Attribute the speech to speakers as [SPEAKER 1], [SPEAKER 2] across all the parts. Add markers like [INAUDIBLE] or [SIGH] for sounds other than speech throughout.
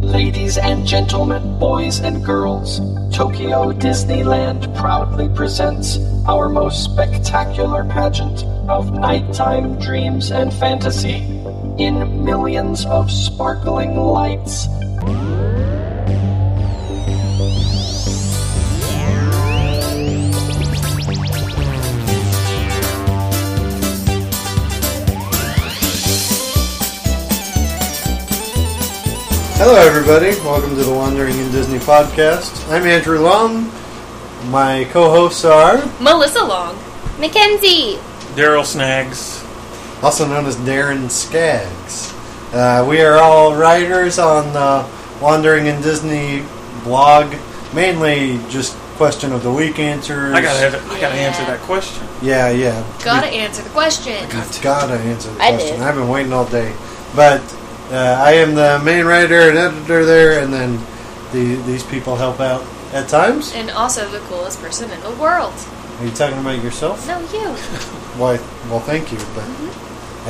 [SPEAKER 1] Ladies and gentlemen, boys and girls, Tokyo Disneyland proudly presents our most spectacular pageant of nighttime dreams and fantasy in millions of sparkling lights.
[SPEAKER 2] Hello, everybody. Welcome to the Wandering in Disney podcast. I'm Andrew Long. My co-hosts are,
[SPEAKER 3] Melissa Long.
[SPEAKER 4] Mackenzie.
[SPEAKER 5] Daryl Snags.
[SPEAKER 2] also known as Darren Skaggs. Uh, we are all writers on the Wandering in Disney blog, mainly just question of the week answers.
[SPEAKER 5] I gotta have it. I gotta
[SPEAKER 3] Yeah.
[SPEAKER 5] answer that question.
[SPEAKER 2] Yeah, yeah.
[SPEAKER 3] Gotta answer the question.
[SPEAKER 2] It's gotta answer the
[SPEAKER 4] I
[SPEAKER 2] question.
[SPEAKER 4] did.
[SPEAKER 2] I've been waiting all day, but uh, I am the main writer and editor there, and then the, these people help out at times.
[SPEAKER 3] And also the coolest person in the world.
[SPEAKER 2] Are you talking about yourself?
[SPEAKER 3] No, you.
[SPEAKER 2] Why? Well, thank you, but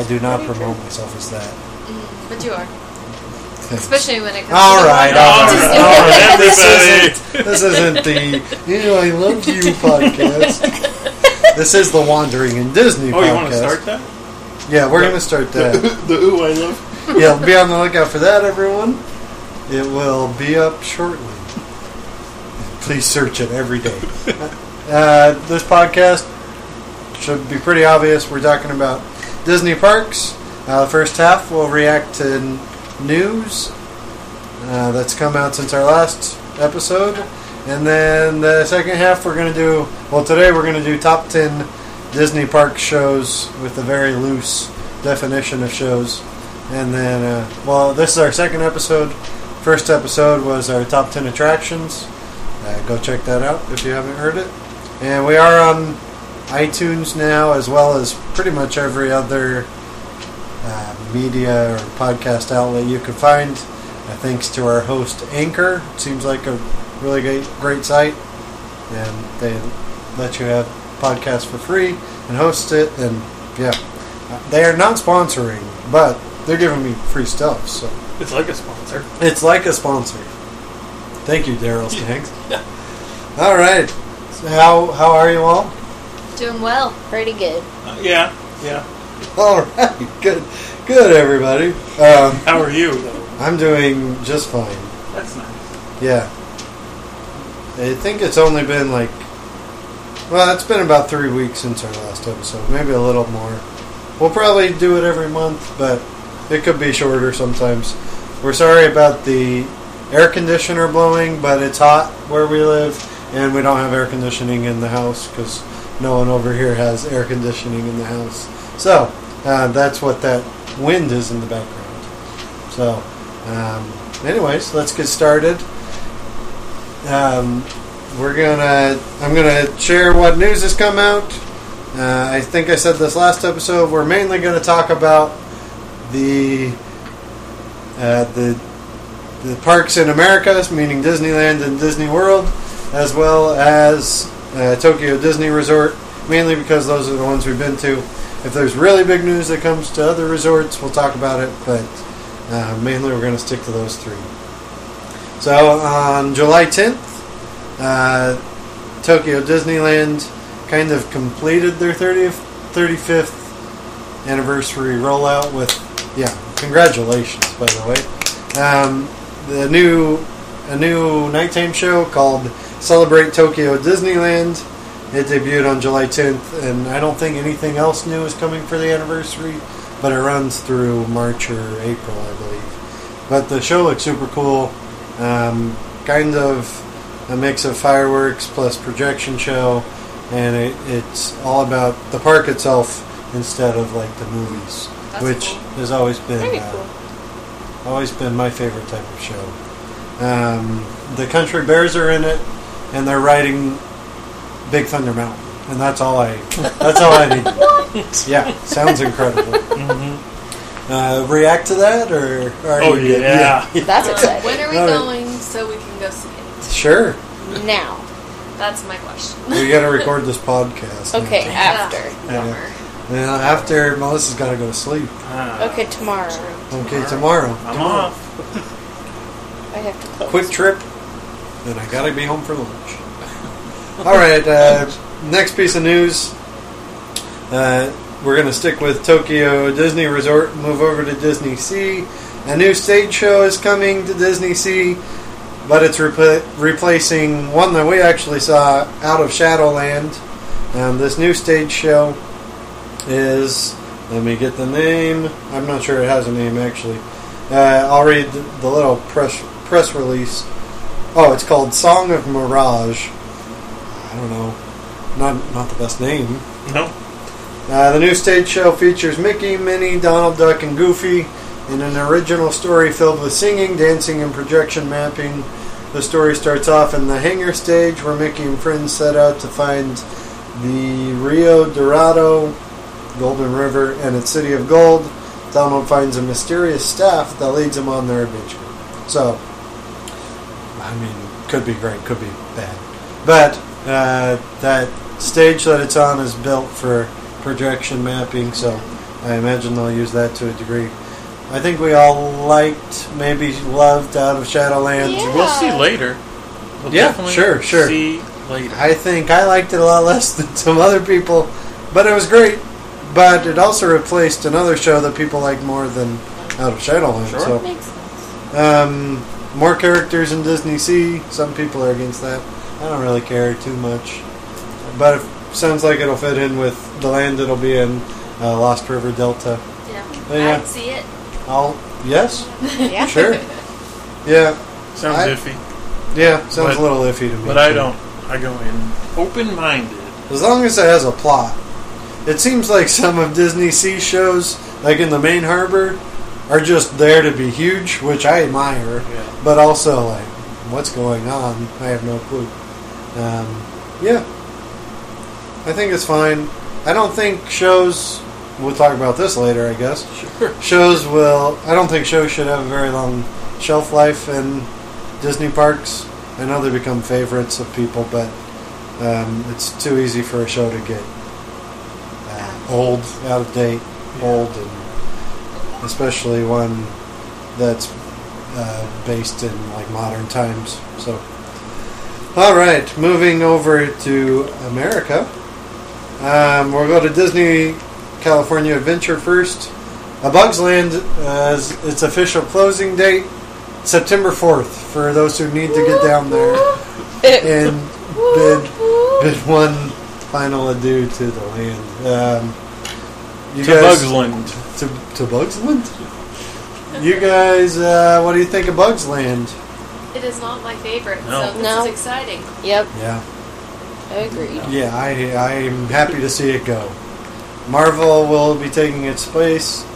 [SPEAKER 2] I do not
[SPEAKER 3] Mm-hmm. Very
[SPEAKER 2] promote
[SPEAKER 3] true.
[SPEAKER 2] myself as that.
[SPEAKER 3] Mm, but you are.
[SPEAKER 2] Thanks.
[SPEAKER 3] Especially when it comes
[SPEAKER 2] All
[SPEAKER 3] to.
[SPEAKER 2] right,
[SPEAKER 3] the
[SPEAKER 2] all
[SPEAKER 3] world.
[SPEAKER 2] right, all
[SPEAKER 3] Just-
[SPEAKER 2] right. [LAUGHS] This
[SPEAKER 5] Everybody.
[SPEAKER 2] isn't, this isn't the you know I love you podcast.
[SPEAKER 3] [LAUGHS]
[SPEAKER 2] This is the wandering in Disney
[SPEAKER 5] Oh,
[SPEAKER 2] podcast.
[SPEAKER 5] you want to start that?
[SPEAKER 2] Yeah, we're gonna start
[SPEAKER 5] [LAUGHS]
[SPEAKER 2] that.
[SPEAKER 5] the ooh, I love.
[SPEAKER 2] yeah, be on the lookout for that, everyone. It will be up shortly. Please search it every day. Uh, this podcast should be pretty obvious. We're talking about Disney parks. Uh, the first half, we'll react to n- news uh, that's come out since our last episode. And then the second half, we're going to do, well, today we're going to do top 10 Disney park shows with a very loose definition of shows. And then, uh, well, this is our second episode. First episode was our top 10 attractions. Uh, go check that out if you haven't heard it. And we are on iTunes now, as well as pretty much every other uh, media or podcast outlet you can find. Uh, thanks to our host Anchor, seems like a really great, great site, and they let you have podcasts for free and host it. And yeah, Uh, they are not sponsoring, but they're giving me free stuff, so
[SPEAKER 5] It's like a sponsor.
[SPEAKER 2] it's like a sponsor. Thank you, Daryl Stanks. All right, so how how are you all? [LAUGHS]
[SPEAKER 3] [LAUGHS] Doing well.
[SPEAKER 4] Pretty good.
[SPEAKER 5] Uh, yeah, yeah.
[SPEAKER 2] All right, good, good everybody. Um,
[SPEAKER 5] How are you? though?
[SPEAKER 2] I'm doing just fine.
[SPEAKER 5] That's nice.
[SPEAKER 2] Yeah, I think it's only been like, well, it's been about three weeks since our last episode, maybe a little more. We'll probably do it every month, but it could be shorter sometimes. We're sorry about the air conditioner blowing, but it's hot where we live, and we don't have air conditioning in the house because no one over here has air conditioning in the house. So uh, that's what that wind is in the background. So, um, anyways, let's get started. Um, we're gonna. I'm gonna share what news has come out. Uh, I think I said this last episode. We're mainly going to talk about the uh, the the parks in America, meaning Disneyland and Disney World, as well as uh, Tokyo Disney Resort, mainly because those are the ones we've been to. If there's really big news that comes to other resorts, we'll talk about it, but uh, mainly we're going to stick to those three. So on July 10th, uh, Tokyo Disneyland kind of completed their 30th, 35th anniversary rollout with, yeah, congratulations, by the way. Um, the new, a new nighttime show called Celebrate Tokyo Disneyland. It debuted on July 10th, and I don't think anything else new is coming for the anniversary, but it runs through March or April, I believe. But the show looks super cool. Um, kind of a mix of fireworks plus projection show, and it, it's all about the park itself instead of like the movies,
[SPEAKER 3] That's
[SPEAKER 2] which
[SPEAKER 3] cool.
[SPEAKER 2] has always been
[SPEAKER 3] Very
[SPEAKER 2] uh,
[SPEAKER 3] cool.
[SPEAKER 2] always been my favorite type of show. Um, the Country Bears are in it, and they're riding Big Thunder Mountain, and that's all I that's all I need. Yeah, sounds incredible.
[SPEAKER 5] Mm-hmm.
[SPEAKER 2] Uh, react to that, or are
[SPEAKER 5] Oh
[SPEAKER 2] you-
[SPEAKER 5] yeah.
[SPEAKER 4] That's
[SPEAKER 3] Um,
[SPEAKER 4] exciting.
[SPEAKER 3] when are we
[SPEAKER 2] All right.
[SPEAKER 3] going so we can go see
[SPEAKER 2] [LAUGHS]
[SPEAKER 3] it?
[SPEAKER 2] sure.
[SPEAKER 4] now.
[SPEAKER 3] That's my question.
[SPEAKER 2] We got to record this podcast. now.
[SPEAKER 4] Okay, after.
[SPEAKER 3] [LAUGHS] Yeah.
[SPEAKER 2] Yeah.
[SPEAKER 3] Bummer.
[SPEAKER 2] Now, after Melissa's got to go to sleep.
[SPEAKER 5] Ah,
[SPEAKER 4] Okay, tomorrow.
[SPEAKER 2] Okay, tomorrow.
[SPEAKER 5] I'm off.
[SPEAKER 4] I have to
[SPEAKER 2] [LAUGHS]
[SPEAKER 4] close.
[SPEAKER 2] quick trip, then I gotta be home for lunch. [LAUGHS] All right, uh, next piece of news. Uh, we're gonna stick with Tokyo Disney Resort, move over to Disney Sea. A new stage show is coming to Disney Sea, but it's repla replacing one that we actually saw out of Shadowland. Um, this new stage show is. Let me get the name. I'm not sure it has a name actually. Uh, I'll read the, the little press press release. Oh, it's called "Song of Mirage." I don't know. Not not the best name.
[SPEAKER 5] No.
[SPEAKER 2] Uh, the new stage show features Mickey, Minnie, Donald Duck, and Goofy in an original story filled with singing, dancing, and projection mapping. The story starts off in the hangar stage where Mickey and friends set out to find the Rio Dorado, Golden River, and its city of gold. Donald finds a mysterious staff that leads him on their adventure. So, I mean, could be great, could be bad. But uh, that stage that it's on is built for projection mapping, so I imagine they'll use that to a degree. I think we all liked, maybe loved Out of Shadowland.
[SPEAKER 4] Yeah.
[SPEAKER 5] We'll see later. We'll
[SPEAKER 2] Yeah,
[SPEAKER 5] definitely
[SPEAKER 2] sure, sure.
[SPEAKER 5] See later.
[SPEAKER 2] I think I liked it a lot less [LAUGHS] than some other people, but it was great. But it also replaced another show that people like more than Out of Shadowland.
[SPEAKER 5] Sure.
[SPEAKER 2] So.
[SPEAKER 4] Makes sense.
[SPEAKER 2] Um, more characters in Disney Sea. Some people are against that. I don't really care too much, but it sounds like it'll fit in with the land it'll be in, uh, Lost River Delta.
[SPEAKER 3] Yeah.
[SPEAKER 2] There you
[SPEAKER 3] I'd
[SPEAKER 2] go.
[SPEAKER 3] see it.
[SPEAKER 2] I'll yes, [LAUGHS]
[SPEAKER 4] Yeah. [LAUGHS]
[SPEAKER 2] sure, yeah,
[SPEAKER 5] Sounds
[SPEAKER 2] I-
[SPEAKER 5] iffy,
[SPEAKER 2] yeah. Sounds
[SPEAKER 5] But-
[SPEAKER 2] a little iffy to me.
[SPEAKER 5] but I
[SPEAKER 2] too.
[SPEAKER 5] don't. I go in open-minded.
[SPEAKER 2] As long as it has a plot. It seems like some of Disney Sea shows, like in the main harbor, are just there to be huge, which I admire.
[SPEAKER 5] Yeah.
[SPEAKER 2] But also, like, what's going on? I have no clue. Um, yeah. I think it's fine. I don't think shows. We'll talk about this later, I guess.
[SPEAKER 5] Sure.
[SPEAKER 2] Shows will. I don't think shows should have a very long shelf life in Disney parks. I know they become favorites of people, but um, it's too easy for a show to get uh, old, out of date,
[SPEAKER 5] Yeah.
[SPEAKER 2] old, and especially one that's uh, based in like modern times. So, all right, moving over to America, um, we'll go to Disney California Adventure first. A Bug's Land uh, is its official closing date, September fourth. For those who need to get down there and bid bid one final adieu to the land. Um, you
[SPEAKER 5] to
[SPEAKER 2] guys,
[SPEAKER 5] Bugsland.
[SPEAKER 2] to, to Bugsland. You guys, uh, what do you think of Bugs Land?
[SPEAKER 3] It is not my favorite,
[SPEAKER 5] No.
[SPEAKER 3] so this
[SPEAKER 4] No.
[SPEAKER 3] is exciting.
[SPEAKER 4] Yep.
[SPEAKER 2] Yeah,
[SPEAKER 4] Agreed.
[SPEAKER 2] yeah. I I'm happy to see it go. Marvel will be taking its place,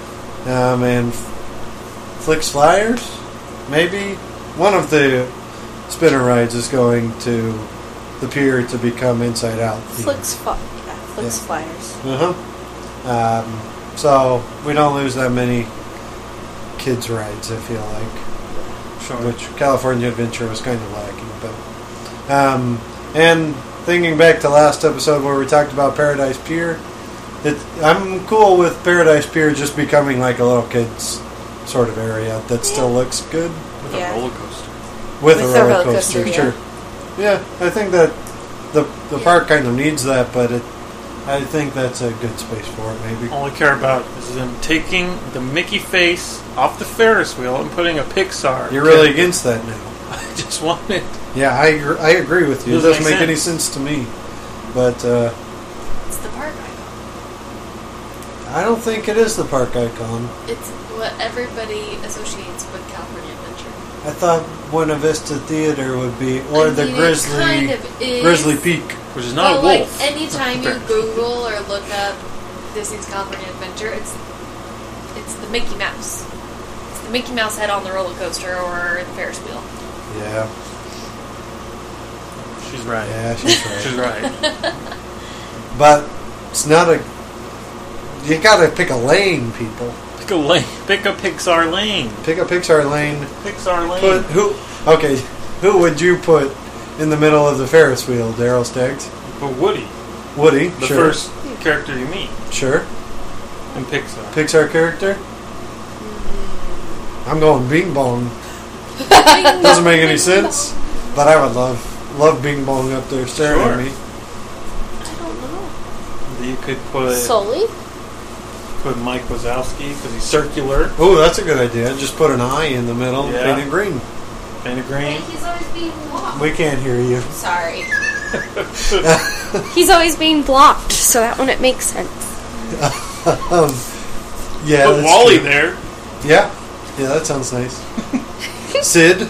[SPEAKER 2] um, and Flix Flyers, maybe one of the spinner rides is going to the pier to become Inside Out.
[SPEAKER 4] Flicks, fo- yeah, flicks flyers.
[SPEAKER 2] Uh huh. Um, so we don't lose that many kids' rides. I feel like,
[SPEAKER 5] Sure.
[SPEAKER 2] which California Adventure was kind of lacking. But um, and thinking back to last episode where we talked about Paradise Pier, it, I'm cool with Paradise Pier just becoming like a little kids sort of area that still looks good
[SPEAKER 5] With
[SPEAKER 4] Yeah.
[SPEAKER 5] a roller coaster.
[SPEAKER 2] with,
[SPEAKER 4] With
[SPEAKER 2] a
[SPEAKER 4] a
[SPEAKER 2] roller
[SPEAKER 4] roller
[SPEAKER 2] coaster.
[SPEAKER 4] coaster,
[SPEAKER 2] Sure. Yeah, I think that the the
[SPEAKER 3] Yeah.
[SPEAKER 2] park kind of needs that, but it. I think that's a good space for it, maybe.
[SPEAKER 5] All I care about is them taking the Mickey face off the Ferris wheel and putting a Pixar.
[SPEAKER 2] You're really against that now.
[SPEAKER 5] [LAUGHS] I just want it.
[SPEAKER 2] Yeah, I, agr- I agree with you. It
[SPEAKER 5] Doesn't
[SPEAKER 2] doesn't make
[SPEAKER 5] make
[SPEAKER 2] any sense to me. But uh,
[SPEAKER 3] It's the park icon.
[SPEAKER 2] I don't think it is the park icon.
[SPEAKER 3] It's what everybody associates with California Adventure.
[SPEAKER 2] I thought Buena Vista Theater would be, or
[SPEAKER 3] I
[SPEAKER 2] the
[SPEAKER 3] mean, it
[SPEAKER 2] Grizzly
[SPEAKER 3] kind of is,
[SPEAKER 2] Grizzly Peak.
[SPEAKER 5] Which is not
[SPEAKER 3] but
[SPEAKER 5] a wolf.
[SPEAKER 3] like anytime
[SPEAKER 2] [LAUGHS]
[SPEAKER 5] [LAUGHS]
[SPEAKER 3] you
[SPEAKER 5] Fair.
[SPEAKER 3] Google or look up Disney's California Adventure, it's it's the Mickey Mouse. It's the Mickey Mouse head on the roller coaster or the Ferris wheel.
[SPEAKER 2] Yeah,
[SPEAKER 5] She's right.
[SPEAKER 2] yeah, she's [LAUGHS]
[SPEAKER 5] She's
[SPEAKER 2] right.
[SPEAKER 3] [LAUGHS]
[SPEAKER 5] right.
[SPEAKER 2] but it's not a. You gotta pick a lane, people.
[SPEAKER 5] Pick a lane. Pick a Pixar lane.
[SPEAKER 2] Pick a Pixar lane.
[SPEAKER 5] Pixar lane.
[SPEAKER 2] Put who? Okay, who would you put in the middle of the Ferris wheel? Daryl Staggs,
[SPEAKER 5] But Woody,
[SPEAKER 2] Woody,
[SPEAKER 5] the
[SPEAKER 2] sure,
[SPEAKER 5] first character you meet
[SPEAKER 2] sure.
[SPEAKER 5] in Pixar.
[SPEAKER 2] Pixar character? I'm going Bing Bong. Doesn't make any sense, but I would love love Bing Bong up there staring
[SPEAKER 5] Sure.
[SPEAKER 2] at me.
[SPEAKER 4] I don't know.
[SPEAKER 5] You could put
[SPEAKER 4] Sully?
[SPEAKER 5] put Mike Wazowski because he's circular,
[SPEAKER 2] Oh, that's a good idea. Just put an eye in the middle,
[SPEAKER 5] Yeah.
[SPEAKER 2] paint it green.
[SPEAKER 5] paint it green.
[SPEAKER 3] He's always being blocked.
[SPEAKER 2] We can't hear you. [LAUGHS]
[SPEAKER 4] Sorry. He's always being blocked, so that wouldn't make sense.
[SPEAKER 2] Um, yeah,
[SPEAKER 5] put
[SPEAKER 2] that's
[SPEAKER 5] Wally
[SPEAKER 2] true.
[SPEAKER 5] there.
[SPEAKER 2] Yeah, yeah, that sounds nice. Sid.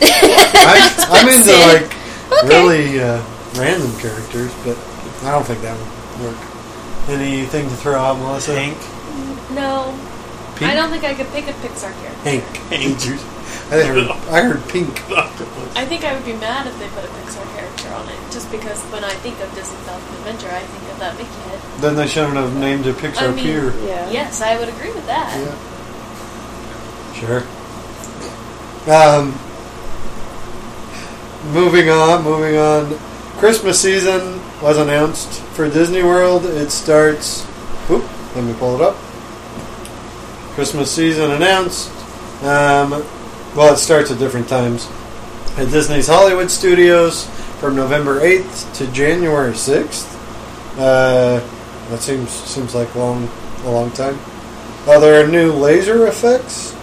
[SPEAKER 2] I, I'm into
[SPEAKER 4] Sid.
[SPEAKER 2] like really uh, random characters, but I don't think that would work. Anything to throw out, Melissa?
[SPEAKER 5] Hank.
[SPEAKER 3] No,
[SPEAKER 2] Pink?
[SPEAKER 3] I don't think I could pick a Pixar character.
[SPEAKER 2] Hank.
[SPEAKER 5] Hank.
[SPEAKER 2] Did you- I heard, I heard pink.
[SPEAKER 5] [LAUGHS] Octopus.
[SPEAKER 3] I think I would be mad if they put a Pixar character on it, just because when I think of Disney's Elephant Adventure, I think of that Mickey head.
[SPEAKER 2] Then they shouldn't have named it Pixar
[SPEAKER 3] I mean-
[SPEAKER 2] Pier.
[SPEAKER 4] Yeah.
[SPEAKER 3] Yes, I would agree with that.
[SPEAKER 2] Yeah. Sure. Um, moving on, moving on. Christmas season was announced for Disney World. It starts. Whoop, let me pull it up. Christmas season announced. Um, well, it starts at different times. At Disney's Hollywood Studios from November 8th to January 6th. Uh, that seems seems like long a long time. Are there new laser effects?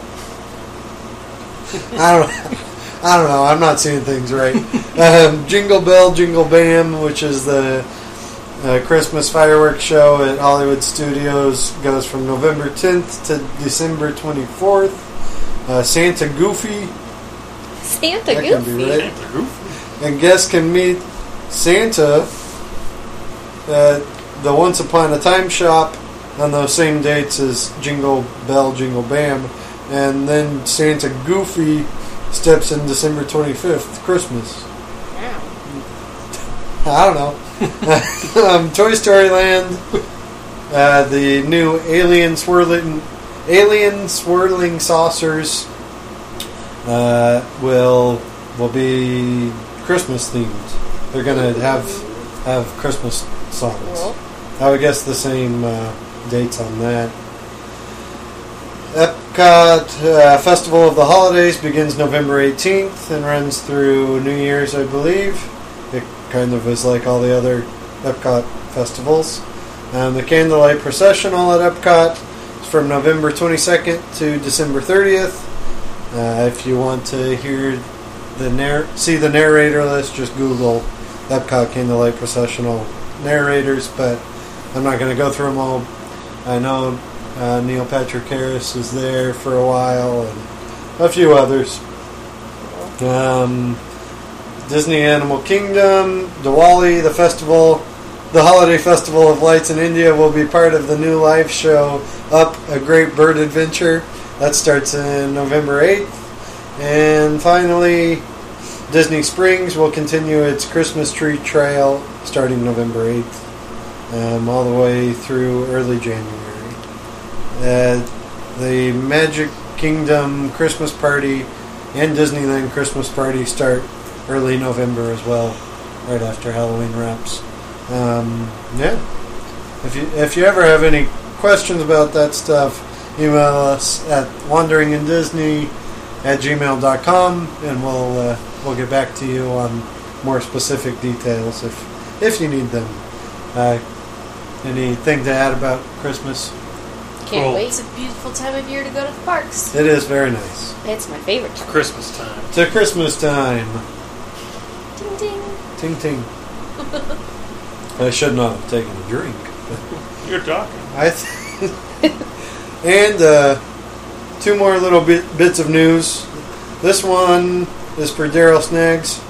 [SPEAKER 2] I don't. I don't know. I'm not seeing things right. um, Jingle Bell, Jingle Bam, which is the uh, Christmas fireworks show at Hollywood Studios, goes from November 10th to December 24th. Uh, Santa Goofy,
[SPEAKER 4] Santa
[SPEAKER 2] That can be
[SPEAKER 4] Goofy.
[SPEAKER 2] right.
[SPEAKER 5] Santa Goofy.
[SPEAKER 2] and guests can meet Santa at the Once Upon a Time shop on those same dates as Jingle Bell, Jingle Bam, and then Santa Goofy steps in December 25th, Christmas.
[SPEAKER 4] Wow.
[SPEAKER 2] I don't know. [LAUGHS] um, Toy Story Land, uh, the new alien swirling, alien swirling saucers uh, will will be Christmas themed. They're gonna have have Christmas songs.
[SPEAKER 4] Cool.
[SPEAKER 2] I would guess the same uh, dates on that. Epcot uh, Festival of the Holidays begins November 18th and runs through New Year's, I believe. It kind of is like all the other Epcot festivals. Um, the Candlelight Processional at Epcot is from November 22nd to December 30th. Uh, if you want to hear the narr- see the narrator list, just Google Epcot Candlelight Processional narrators. But I'm not going to go through them all. I know uh, Neil Patrick Harris is there for a while, and a few others. Um, Disney Animal Kingdom, Diwali, the festival, the holiday festival of lights in India will be part of the new live show Up a Great Bird Adventure. That starts in November 8th. And finally, Disney Springs will continue its Christmas tree trail starting November 8th, um, all the way through early January. Uh, the Magic Kingdom Christmas party and Disneyland Christmas party start early November as well, right after Halloween wraps. Um, yeah. If you if you ever have any questions about that stuff, email us at wanderingindisney at gmail.com and we'll uh, we'll get back to you on more specific details if if you need them. Uh, anything to add about Christmas?
[SPEAKER 4] Can't
[SPEAKER 5] Cool.
[SPEAKER 3] It's
[SPEAKER 4] wait.
[SPEAKER 3] a beautiful time of year to go to the parks.
[SPEAKER 2] It is very nice.
[SPEAKER 4] It's my favorite.
[SPEAKER 5] It's Christmas time.
[SPEAKER 2] To Christmas time.
[SPEAKER 3] Ding ding.
[SPEAKER 2] Ting ting. I should not have taken a drink.
[SPEAKER 5] You're talking.
[SPEAKER 2] I th- [LAUGHS] and uh, two more little bit, bits of news. This one is for Daryl Snags.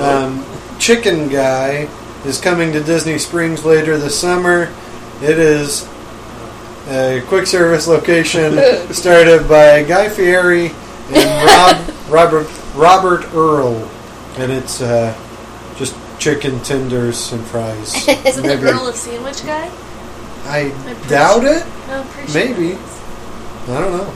[SPEAKER 2] Um, Chicken Guy is coming to Disney Springs later this summer. It is a quick service location started by Guy Fieri and Rob, Robert Robert Earl, and it's uh, just chicken tenders and fries.
[SPEAKER 3] Isn't the
[SPEAKER 2] Maybe.
[SPEAKER 3] girl a sandwich guy?
[SPEAKER 2] I
[SPEAKER 3] pretty
[SPEAKER 2] doubt it.
[SPEAKER 3] No, I'm pretty sure
[SPEAKER 2] Maybe.
[SPEAKER 3] it is.
[SPEAKER 2] I don't know.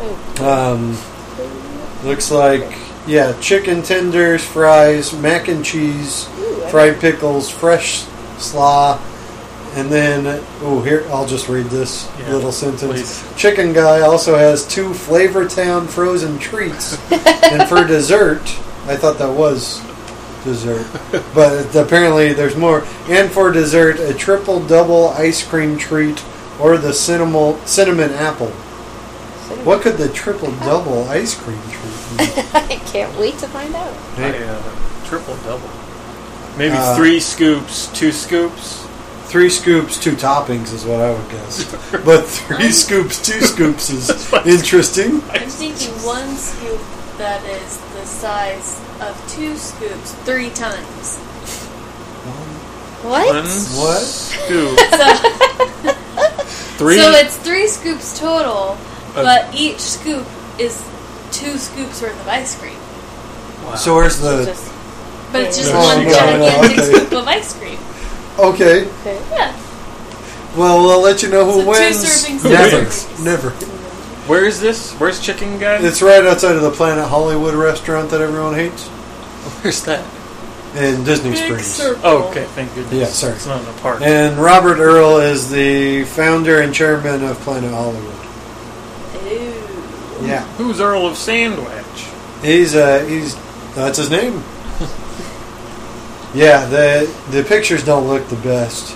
[SPEAKER 4] Oh.
[SPEAKER 2] Um, looks like yeah, chicken tenders, fries, mac and cheese,
[SPEAKER 4] Ooh, I
[SPEAKER 2] fried pickles, fresh slaw, And then, oh, here, I'll just read this
[SPEAKER 5] Yeah,
[SPEAKER 2] little sentence.
[SPEAKER 5] please.
[SPEAKER 2] Chicken Guy also has two Flavor Town frozen treats. and for dessert, I thought that was dessert. But apparently there's more. And for dessert, a triple double ice cream treat or the cinnamon, cinnamon apple. What could the triple double ice cream treat be?
[SPEAKER 4] [LAUGHS] I can't wait to find out.
[SPEAKER 5] I, uh, triple double. Maybe
[SPEAKER 2] Uh,
[SPEAKER 5] three scoops, two scoops.
[SPEAKER 2] Three scoops, two toppings is what I would guess. But three scoops, two scoops is interesting.
[SPEAKER 3] I'm thinking one scoop that is the size of two scoops three times.
[SPEAKER 4] What?
[SPEAKER 5] One
[SPEAKER 2] What?
[SPEAKER 5] scoop.
[SPEAKER 3] So,
[SPEAKER 5] Three.
[SPEAKER 3] so it's three scoops total,
[SPEAKER 5] Uh,
[SPEAKER 3] but each scoop is two scoops worth of ice cream.
[SPEAKER 5] Wow.
[SPEAKER 2] So where's the
[SPEAKER 4] Just-
[SPEAKER 3] But it's just
[SPEAKER 5] No,
[SPEAKER 3] one
[SPEAKER 5] no, no,
[SPEAKER 3] gigantic
[SPEAKER 2] okay.
[SPEAKER 3] scoop of ice cream.
[SPEAKER 2] okay?
[SPEAKER 4] okay.
[SPEAKER 3] Yeah.
[SPEAKER 2] Well, we'll let you know who
[SPEAKER 3] So two
[SPEAKER 2] wins.
[SPEAKER 3] servings,
[SPEAKER 5] two
[SPEAKER 2] never,
[SPEAKER 3] servings.
[SPEAKER 2] never.
[SPEAKER 5] Where is this? Where's Chicken Guy?
[SPEAKER 2] It's right outside of the Planet Hollywood restaurant that everyone hates
[SPEAKER 5] Where's that?
[SPEAKER 2] in Disney
[SPEAKER 3] Big
[SPEAKER 2] Springs.
[SPEAKER 3] circle.
[SPEAKER 5] Oh, okay. Thank goodness.
[SPEAKER 2] Yeah, sorry.
[SPEAKER 5] It's not in the park.
[SPEAKER 2] And Robert Earl is the founder and chairman of Planet Hollywood.
[SPEAKER 3] Ew.
[SPEAKER 2] Yeah,
[SPEAKER 5] Who's Earl of Sandwich?
[SPEAKER 2] he's uh, he's that's his name. yeah, the the pictures don't look the best.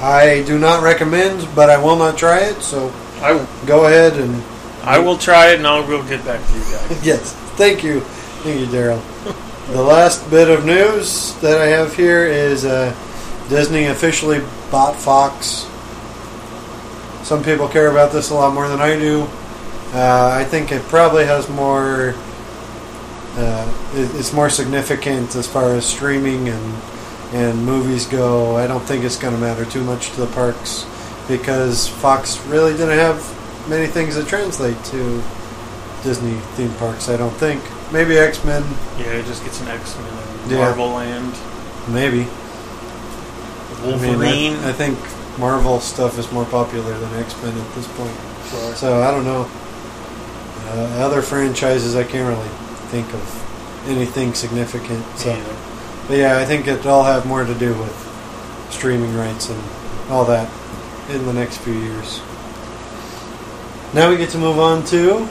[SPEAKER 2] I do not recommend, but I will not try it. So
[SPEAKER 5] I,
[SPEAKER 2] go ahead and
[SPEAKER 5] I will try it and I will get back to
[SPEAKER 2] [LAUGHS]
[SPEAKER 5] you guys.
[SPEAKER 2] yes, thank you, thank you, Daryl. The last bit of news that I have here is uh, Disney officially bought Fox. Some people care about this a lot more than I do. Uh, I think it probably has more. Uh, it, it's more significant as far as streaming and and movies go. I don't think it's going to matter too much to the parks because Fox really didn't have many things that translate to Disney theme parks. I don't think. Maybe X Men.
[SPEAKER 5] Yeah, it just gets an X Men and
[SPEAKER 2] Yeah.
[SPEAKER 5] Marvel Land.
[SPEAKER 2] Maybe.
[SPEAKER 5] Wolverine.
[SPEAKER 2] I, mean, I, I think Marvel stuff is more popular than X Men at this point.
[SPEAKER 5] Sorry.
[SPEAKER 2] So I don't know. Uh, other franchises, I can't really think of anything significant. So,
[SPEAKER 5] Me either.
[SPEAKER 2] but yeah, I think it all have more to do with streaming rights and all that in the next few years. Now we get to move on to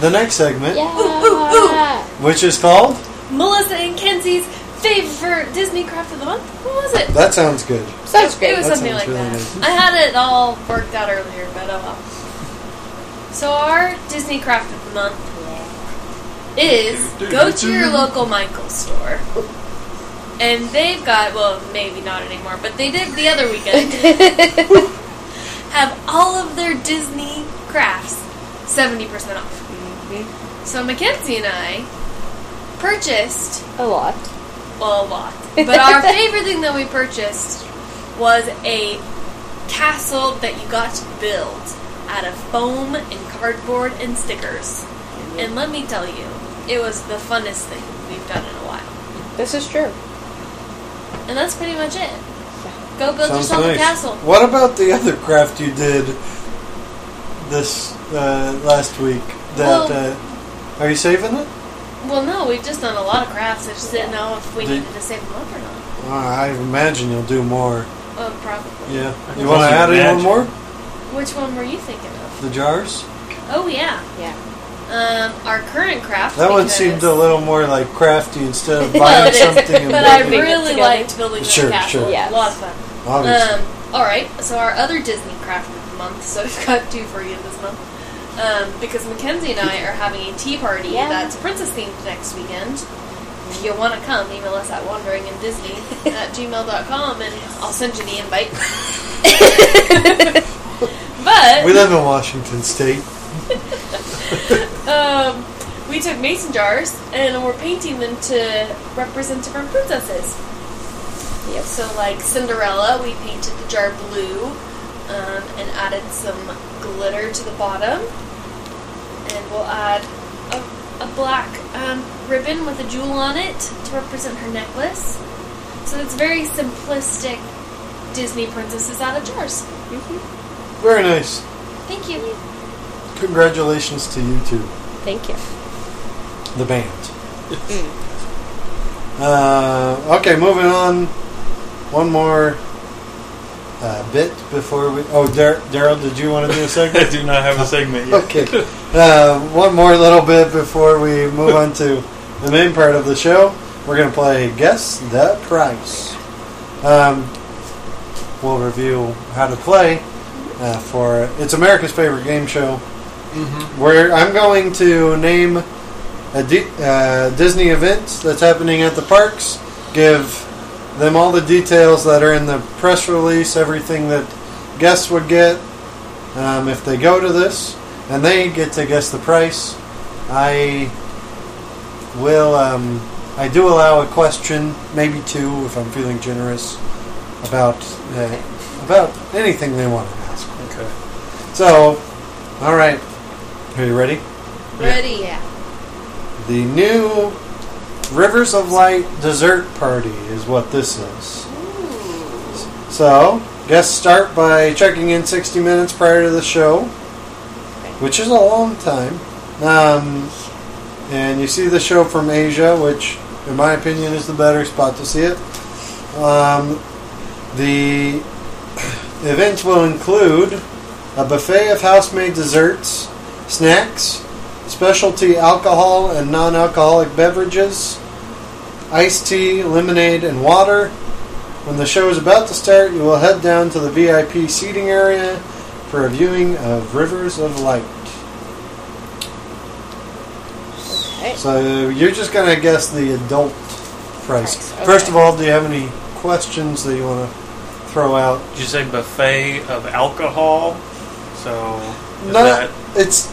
[SPEAKER 2] the next segment,
[SPEAKER 4] Yeah.
[SPEAKER 2] which is called.
[SPEAKER 3] Melissa and Kenzie's favorite Disney craft of the month? What was it?
[SPEAKER 2] That sounds good.
[SPEAKER 4] Sounds
[SPEAKER 3] It
[SPEAKER 4] great.
[SPEAKER 3] was
[SPEAKER 2] That
[SPEAKER 3] something
[SPEAKER 2] sounds
[SPEAKER 3] like
[SPEAKER 2] really
[SPEAKER 3] that.
[SPEAKER 2] nice.
[SPEAKER 3] I had it all worked out earlier, but uh. So our Disney craft of the month is go to your local Michaels store, and they've got well, maybe not anymore, but they did the other
[SPEAKER 4] [LAUGHS]
[SPEAKER 3] weekend have all of their Disney crafts seventy percent off. So Mackenzie and I purchased
[SPEAKER 4] A [LAUGHS] lot.
[SPEAKER 3] well, a lot. But our favorite thing that we purchased was a castle that you got to build out of foam and cardboard and stickers. And let me tell you, it was the funnest thing we've done in a while.
[SPEAKER 4] This is true.
[SPEAKER 3] And that's pretty much it. Go build
[SPEAKER 2] Sounds
[SPEAKER 3] yourself
[SPEAKER 2] nice.
[SPEAKER 3] a castle.
[SPEAKER 2] What about the other craft you did this uh, last week? That
[SPEAKER 3] Well-
[SPEAKER 2] uh, are you saving it?
[SPEAKER 3] Well, no, we've just done a lot of crafts. I just didn't know if we
[SPEAKER 2] Did-
[SPEAKER 3] needed to save them up or not.
[SPEAKER 2] Uh, I imagine you'll do more.
[SPEAKER 3] Oh, probably.
[SPEAKER 2] Yeah.
[SPEAKER 5] I
[SPEAKER 2] You want to
[SPEAKER 5] can
[SPEAKER 2] add any one
[SPEAKER 5] imagine.
[SPEAKER 2] more?
[SPEAKER 3] Which one were you thinking of?
[SPEAKER 2] The jars.
[SPEAKER 3] Oh, yeah.
[SPEAKER 4] Yeah.
[SPEAKER 3] Um, our current craft.
[SPEAKER 2] That one
[SPEAKER 3] because-
[SPEAKER 2] seemed a little more like crafty instead
[SPEAKER 3] [LAUGHS]
[SPEAKER 2] of
[SPEAKER 4] Well,
[SPEAKER 2] buying
[SPEAKER 4] it is.
[SPEAKER 2] something and
[SPEAKER 3] But I
[SPEAKER 2] building. it.
[SPEAKER 3] really
[SPEAKER 4] Together.
[SPEAKER 3] liked building the
[SPEAKER 2] Sure,
[SPEAKER 3] castle.
[SPEAKER 2] sure.
[SPEAKER 3] A lot of fun.
[SPEAKER 2] Obviously.
[SPEAKER 3] Um, all right, so our other Disney craft of the month. So [LAUGHS] we've got two for you this month. Um, because Mackenzie and I are having a tea party
[SPEAKER 4] Yeah.
[SPEAKER 3] that's princess themed next weekend. If you want to come, email us at wanderingindisney at gmail.com and I'll send you the invite. [LAUGHS] but
[SPEAKER 2] we live in Washington State.
[SPEAKER 3] um, we took mason jars and we're painting them to represent different princesses.
[SPEAKER 4] Yep.
[SPEAKER 3] So, like Cinderella, we painted the jar blue um, and added some glitter to the bottom. And we'll add a, a black um, ribbon with a jewel on it to represent her necklace. So, it's very simplistic Disney princesses out of jars.
[SPEAKER 4] Mm-hmm.
[SPEAKER 2] Very nice.
[SPEAKER 3] Thank you.
[SPEAKER 2] Congratulations to you two,
[SPEAKER 4] Thank you.
[SPEAKER 2] the band. Uh, okay, moving on. One more uh, bit before we. Oh, Dar- Daryl, did you want to do a
[SPEAKER 5] I
[SPEAKER 2] segment?
[SPEAKER 5] do
[SPEAKER 2] [LAUGHS]
[SPEAKER 5] not have a segment yet.
[SPEAKER 2] okay. Uh, one more little bit before we move on to the main part of the show. We're going to play Guess the Price. Um, we'll review how to play uh, for it's America's favorite game show. Where I'm going to name a D, uh, Disney event that's happening at the parks. Give them all the details that are in the press release, everything that guests would get um, if they go to this, and they get to guess the price. I will. Um, I do allow a question, maybe two, if I'm feeling generous, about uh, about anything they want to ask.
[SPEAKER 5] Okay.
[SPEAKER 2] So, all right, are you ready?
[SPEAKER 3] Ready? Yeah.
[SPEAKER 2] The new Rivers of Light dessert party is what this is. So, guests start by checking in 60 minutes prior to the show, which is a long time. Um, and you see the show from Asia, which, in my opinion, is the better spot to see it. Um, the [CLEARS THROAT] events will include a buffet of house made desserts, snacks, specialty alcohol and non alcoholic beverages, iced tea, lemonade, and water. When the show is about to start, you will head down to the VIP seating area for a viewing of Rivers of Light.
[SPEAKER 4] Okay.
[SPEAKER 2] So you're just going to guess the adult price.
[SPEAKER 4] Price, okay.
[SPEAKER 2] First of all, do you have any questions that you want to throw out?
[SPEAKER 5] Did you say buffet of alcohol? So is
[SPEAKER 2] No,
[SPEAKER 5] that
[SPEAKER 2] it's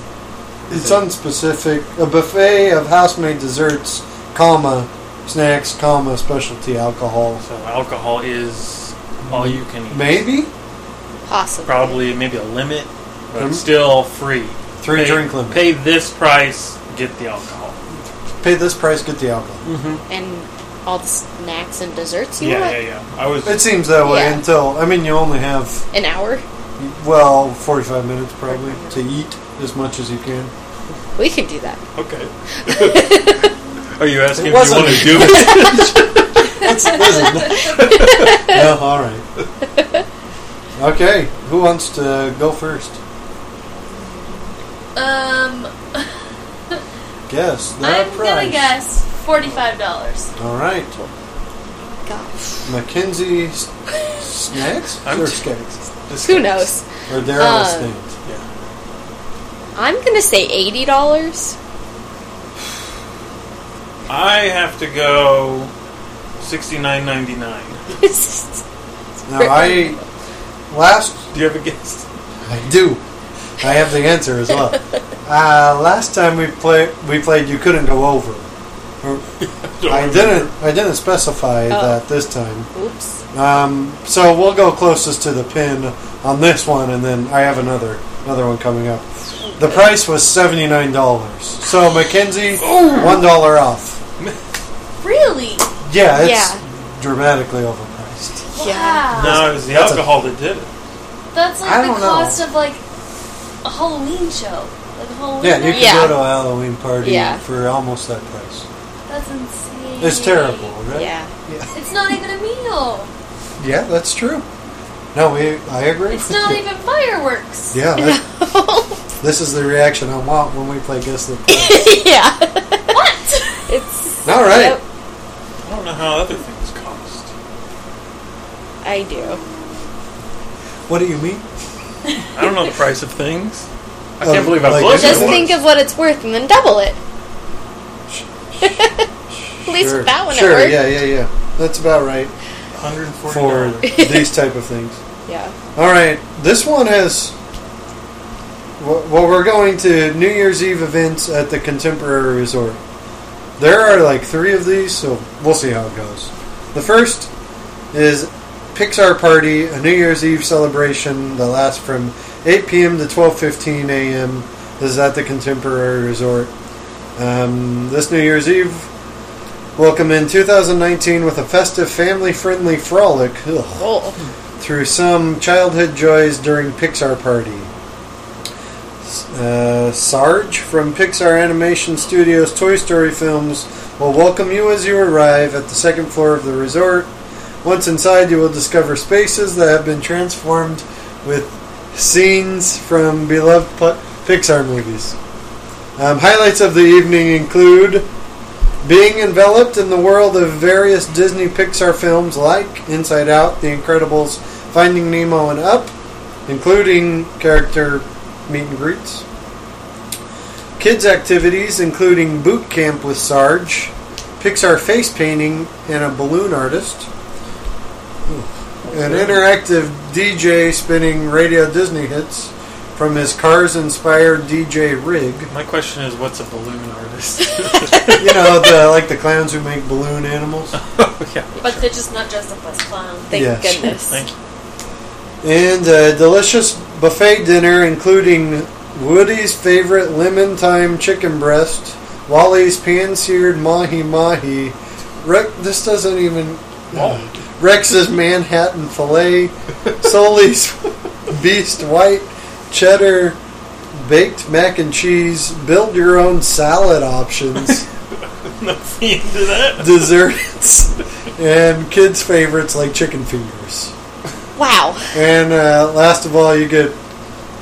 [SPEAKER 2] it's
[SPEAKER 5] it-
[SPEAKER 2] unspecific. A buffet of house-made desserts, comma snacks, comma specialty alcohol.
[SPEAKER 5] so alcohol is all you can eat.
[SPEAKER 2] Maybe
[SPEAKER 4] Possibly.
[SPEAKER 5] Probably maybe a limit, but
[SPEAKER 2] Hmm?
[SPEAKER 5] still free.
[SPEAKER 2] three
[SPEAKER 5] pay,
[SPEAKER 2] drink limit. Pay.
[SPEAKER 5] Pay this price, get the alcohol.
[SPEAKER 2] this price, get the alcohol.
[SPEAKER 5] Mm-hmm.
[SPEAKER 4] And all the snacks and desserts you
[SPEAKER 5] Yeah,
[SPEAKER 4] want?
[SPEAKER 5] yeah, yeah. I was.
[SPEAKER 2] It seems that way
[SPEAKER 4] Yeah.
[SPEAKER 2] until I mean you only have
[SPEAKER 4] An hour?
[SPEAKER 2] well forty-five minutes probably to eat as much as you
[SPEAKER 3] [LAUGHS]
[SPEAKER 2] can.
[SPEAKER 4] We can do that.
[SPEAKER 2] [LAUGHS]
[SPEAKER 5] okay. Are you
[SPEAKER 2] It
[SPEAKER 5] asking if you want to
[SPEAKER 2] [LAUGHS] wasn't-
[SPEAKER 5] do it?
[SPEAKER 2] no, all right. Okay, who wants to go first?
[SPEAKER 3] Um,
[SPEAKER 2] Guess the
[SPEAKER 3] I'm
[SPEAKER 2] price.
[SPEAKER 3] gonna guess forty-five dollars.
[SPEAKER 2] All right,
[SPEAKER 4] Gosh.
[SPEAKER 2] Mackenzie s- snacks
[SPEAKER 5] I'm
[SPEAKER 2] or
[SPEAKER 5] t-
[SPEAKER 2] skates?
[SPEAKER 4] [LAUGHS] Who knows?
[SPEAKER 2] Or Daryl
[SPEAKER 3] Uh,
[SPEAKER 4] Um,
[SPEAKER 2] Estate.
[SPEAKER 5] Yeah.
[SPEAKER 4] I'm going to say [LAUGHS] $80.
[SPEAKER 5] I have to go sixty nine ninety nine.
[SPEAKER 2] Now I last
[SPEAKER 5] [LAUGHS] Do you have a guess? [LAUGHS]
[SPEAKER 2] I do. I have the answer as
[SPEAKER 4] [LAUGHS]
[SPEAKER 2] well. Uh, last time we played, we played. You couldn't go over. Or-
[SPEAKER 5] Don't
[SPEAKER 2] I
[SPEAKER 5] remember.
[SPEAKER 2] didn't. I didn't specify
[SPEAKER 4] Oh.
[SPEAKER 2] that this time.
[SPEAKER 4] Oops.
[SPEAKER 2] Um, so we'll go closest to the pin on this one, and then I have another another one coming up. The price was seventy nine dollars. So Mackenzie, one dollar off.
[SPEAKER 3] Really?
[SPEAKER 2] Yeah, it's
[SPEAKER 4] Yeah.
[SPEAKER 2] dramatically overpriced.
[SPEAKER 4] Yeah.
[SPEAKER 3] Wow.
[SPEAKER 5] No, it was the
[SPEAKER 2] That's a-
[SPEAKER 5] alcohol that did it.
[SPEAKER 3] That's like
[SPEAKER 2] I
[SPEAKER 3] the
[SPEAKER 2] don't know.
[SPEAKER 3] cost of like a Halloween show. Like a Halloween.
[SPEAKER 2] Yeah, you can
[SPEAKER 4] Yeah.
[SPEAKER 2] go to a Halloween party
[SPEAKER 4] Yeah.
[SPEAKER 2] for almost that price.
[SPEAKER 3] That's insane.
[SPEAKER 2] It's terrible, right?
[SPEAKER 4] Yeah.
[SPEAKER 3] It's not even a meal.
[SPEAKER 2] Yeah, that's true. No, we I agree.
[SPEAKER 3] It's
[SPEAKER 2] with
[SPEAKER 3] not
[SPEAKER 2] you.
[SPEAKER 3] even fireworks.
[SPEAKER 2] Yeah,
[SPEAKER 4] [LAUGHS]
[SPEAKER 2] that, this is the reaction I want when we play Guess the Price.
[SPEAKER 4] [LAUGHS] yeah.
[SPEAKER 3] What?
[SPEAKER 4] It's.
[SPEAKER 2] All right.
[SPEAKER 4] Yep,
[SPEAKER 5] I don't know how other things cost.
[SPEAKER 4] I do.
[SPEAKER 2] What do you mean?
[SPEAKER 5] I don't know the price of things. I
[SPEAKER 2] Um,
[SPEAKER 5] can't believe I
[SPEAKER 2] like
[SPEAKER 5] plugged
[SPEAKER 2] this
[SPEAKER 4] Just
[SPEAKER 5] it
[SPEAKER 2] one?
[SPEAKER 5] once.
[SPEAKER 4] think of what it's worth and then double
[SPEAKER 2] [LAUGHS]
[SPEAKER 4] it. At least
[SPEAKER 2] sure.
[SPEAKER 4] that one it
[SPEAKER 2] Sure,
[SPEAKER 4] worked.
[SPEAKER 2] yeah, yeah, yeah. That's about right
[SPEAKER 5] 140.
[SPEAKER 2] for
[SPEAKER 4] [LAUGHS]
[SPEAKER 2] these type of things.
[SPEAKER 4] Yeah.
[SPEAKER 2] All right, this one has. Well, well, we're going to New Year's Eve events at the Contemporary Resort. There are like three of these, so we'll see how it goes. The first is Pixar Party, a New Year's Eve celebration that lasts from 8 p.m. to 12:15 a.m. This is at the Contemporary Resort. Um, this New Year's Eve, welcome in 2019 with a festive, family-friendly frolic. Ugh
[SPEAKER 4] Oh.
[SPEAKER 2] through some childhood joys during Pixar Party. Uh, Sarge from Pixar Animation Studios Toy Story films will welcome you as you arrive at the second floor of the resort, Once inside, you will discover spaces that have been transformed with scenes from beloved pl- Pixar movies. Um, highlights of the evening include being enveloped in the world of various Disney Pixar films like Inside Out, The Incredibles, Finding Nemo, and Up, including character meet and greets. Kids' activities, including boot camp with Sarge, Pixar face painting, and a balloon artist. An interactive DJ spinning Radio Disney hits from his Cars inspired DJ rig.
[SPEAKER 5] My question is, what's a balloon artist? [LAUGHS]
[SPEAKER 2] You know, the, like the clowns who make balloon animals.
[SPEAKER 5] oh, yeah.
[SPEAKER 3] But they're just not dressed up as clowns.
[SPEAKER 4] Thank
[SPEAKER 2] Yes.
[SPEAKER 4] goodness.
[SPEAKER 5] Thank you. [LAUGHS]
[SPEAKER 2] And a delicious buffet dinner including Woody's favorite lemon thyme chicken breast, Wally's pan seared mahi mahi, Rex, this doesn't even. Rex's Manhattan filet, Sully's beast white, cheddar, baked mac and cheese, build your own salad options,
[SPEAKER 5] Nothing into that.
[SPEAKER 2] desserts, and kids' favorites like chicken fingers.
[SPEAKER 4] Wow.
[SPEAKER 2] And uh, last of all, you get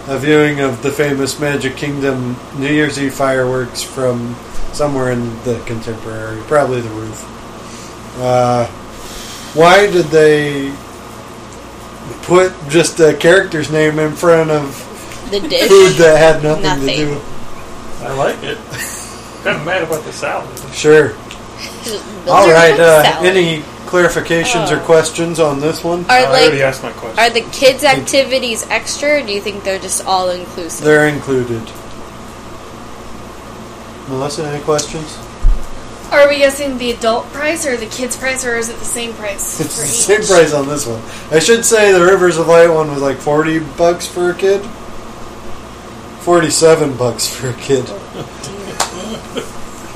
[SPEAKER 2] a viewing of the famous Magic Kingdom New Year's Eve fireworks from somewhere in the contemporary, probably the roof. Uh, why did they put just a character's name in front of
[SPEAKER 4] The dish.
[SPEAKER 2] food that had nothing, to
[SPEAKER 4] Nothing.
[SPEAKER 2] do?
[SPEAKER 5] I like it. [LAUGHS] kind of mad about the salad.
[SPEAKER 2] Sure.
[SPEAKER 4] Just build
[SPEAKER 2] all
[SPEAKER 4] your
[SPEAKER 2] right.
[SPEAKER 4] own
[SPEAKER 2] Uh,
[SPEAKER 4] salad.
[SPEAKER 2] any clarifications or
[SPEAKER 4] Oh.
[SPEAKER 2] questions on this one?
[SPEAKER 4] are
[SPEAKER 5] I already
[SPEAKER 4] like
[SPEAKER 5] asked my question.
[SPEAKER 4] are the kids' activities extra? Or do you think they're just all inclusive?
[SPEAKER 2] They're included. Melissa, any questions?
[SPEAKER 3] Are we guessing the adult price or the kids price or is it the same price?
[SPEAKER 2] It's
[SPEAKER 3] for
[SPEAKER 2] the
[SPEAKER 3] each?
[SPEAKER 2] same price on this one. I should say the Rivers of Light one was like forty bucks for a kid. Forty-seven bucks for a kid.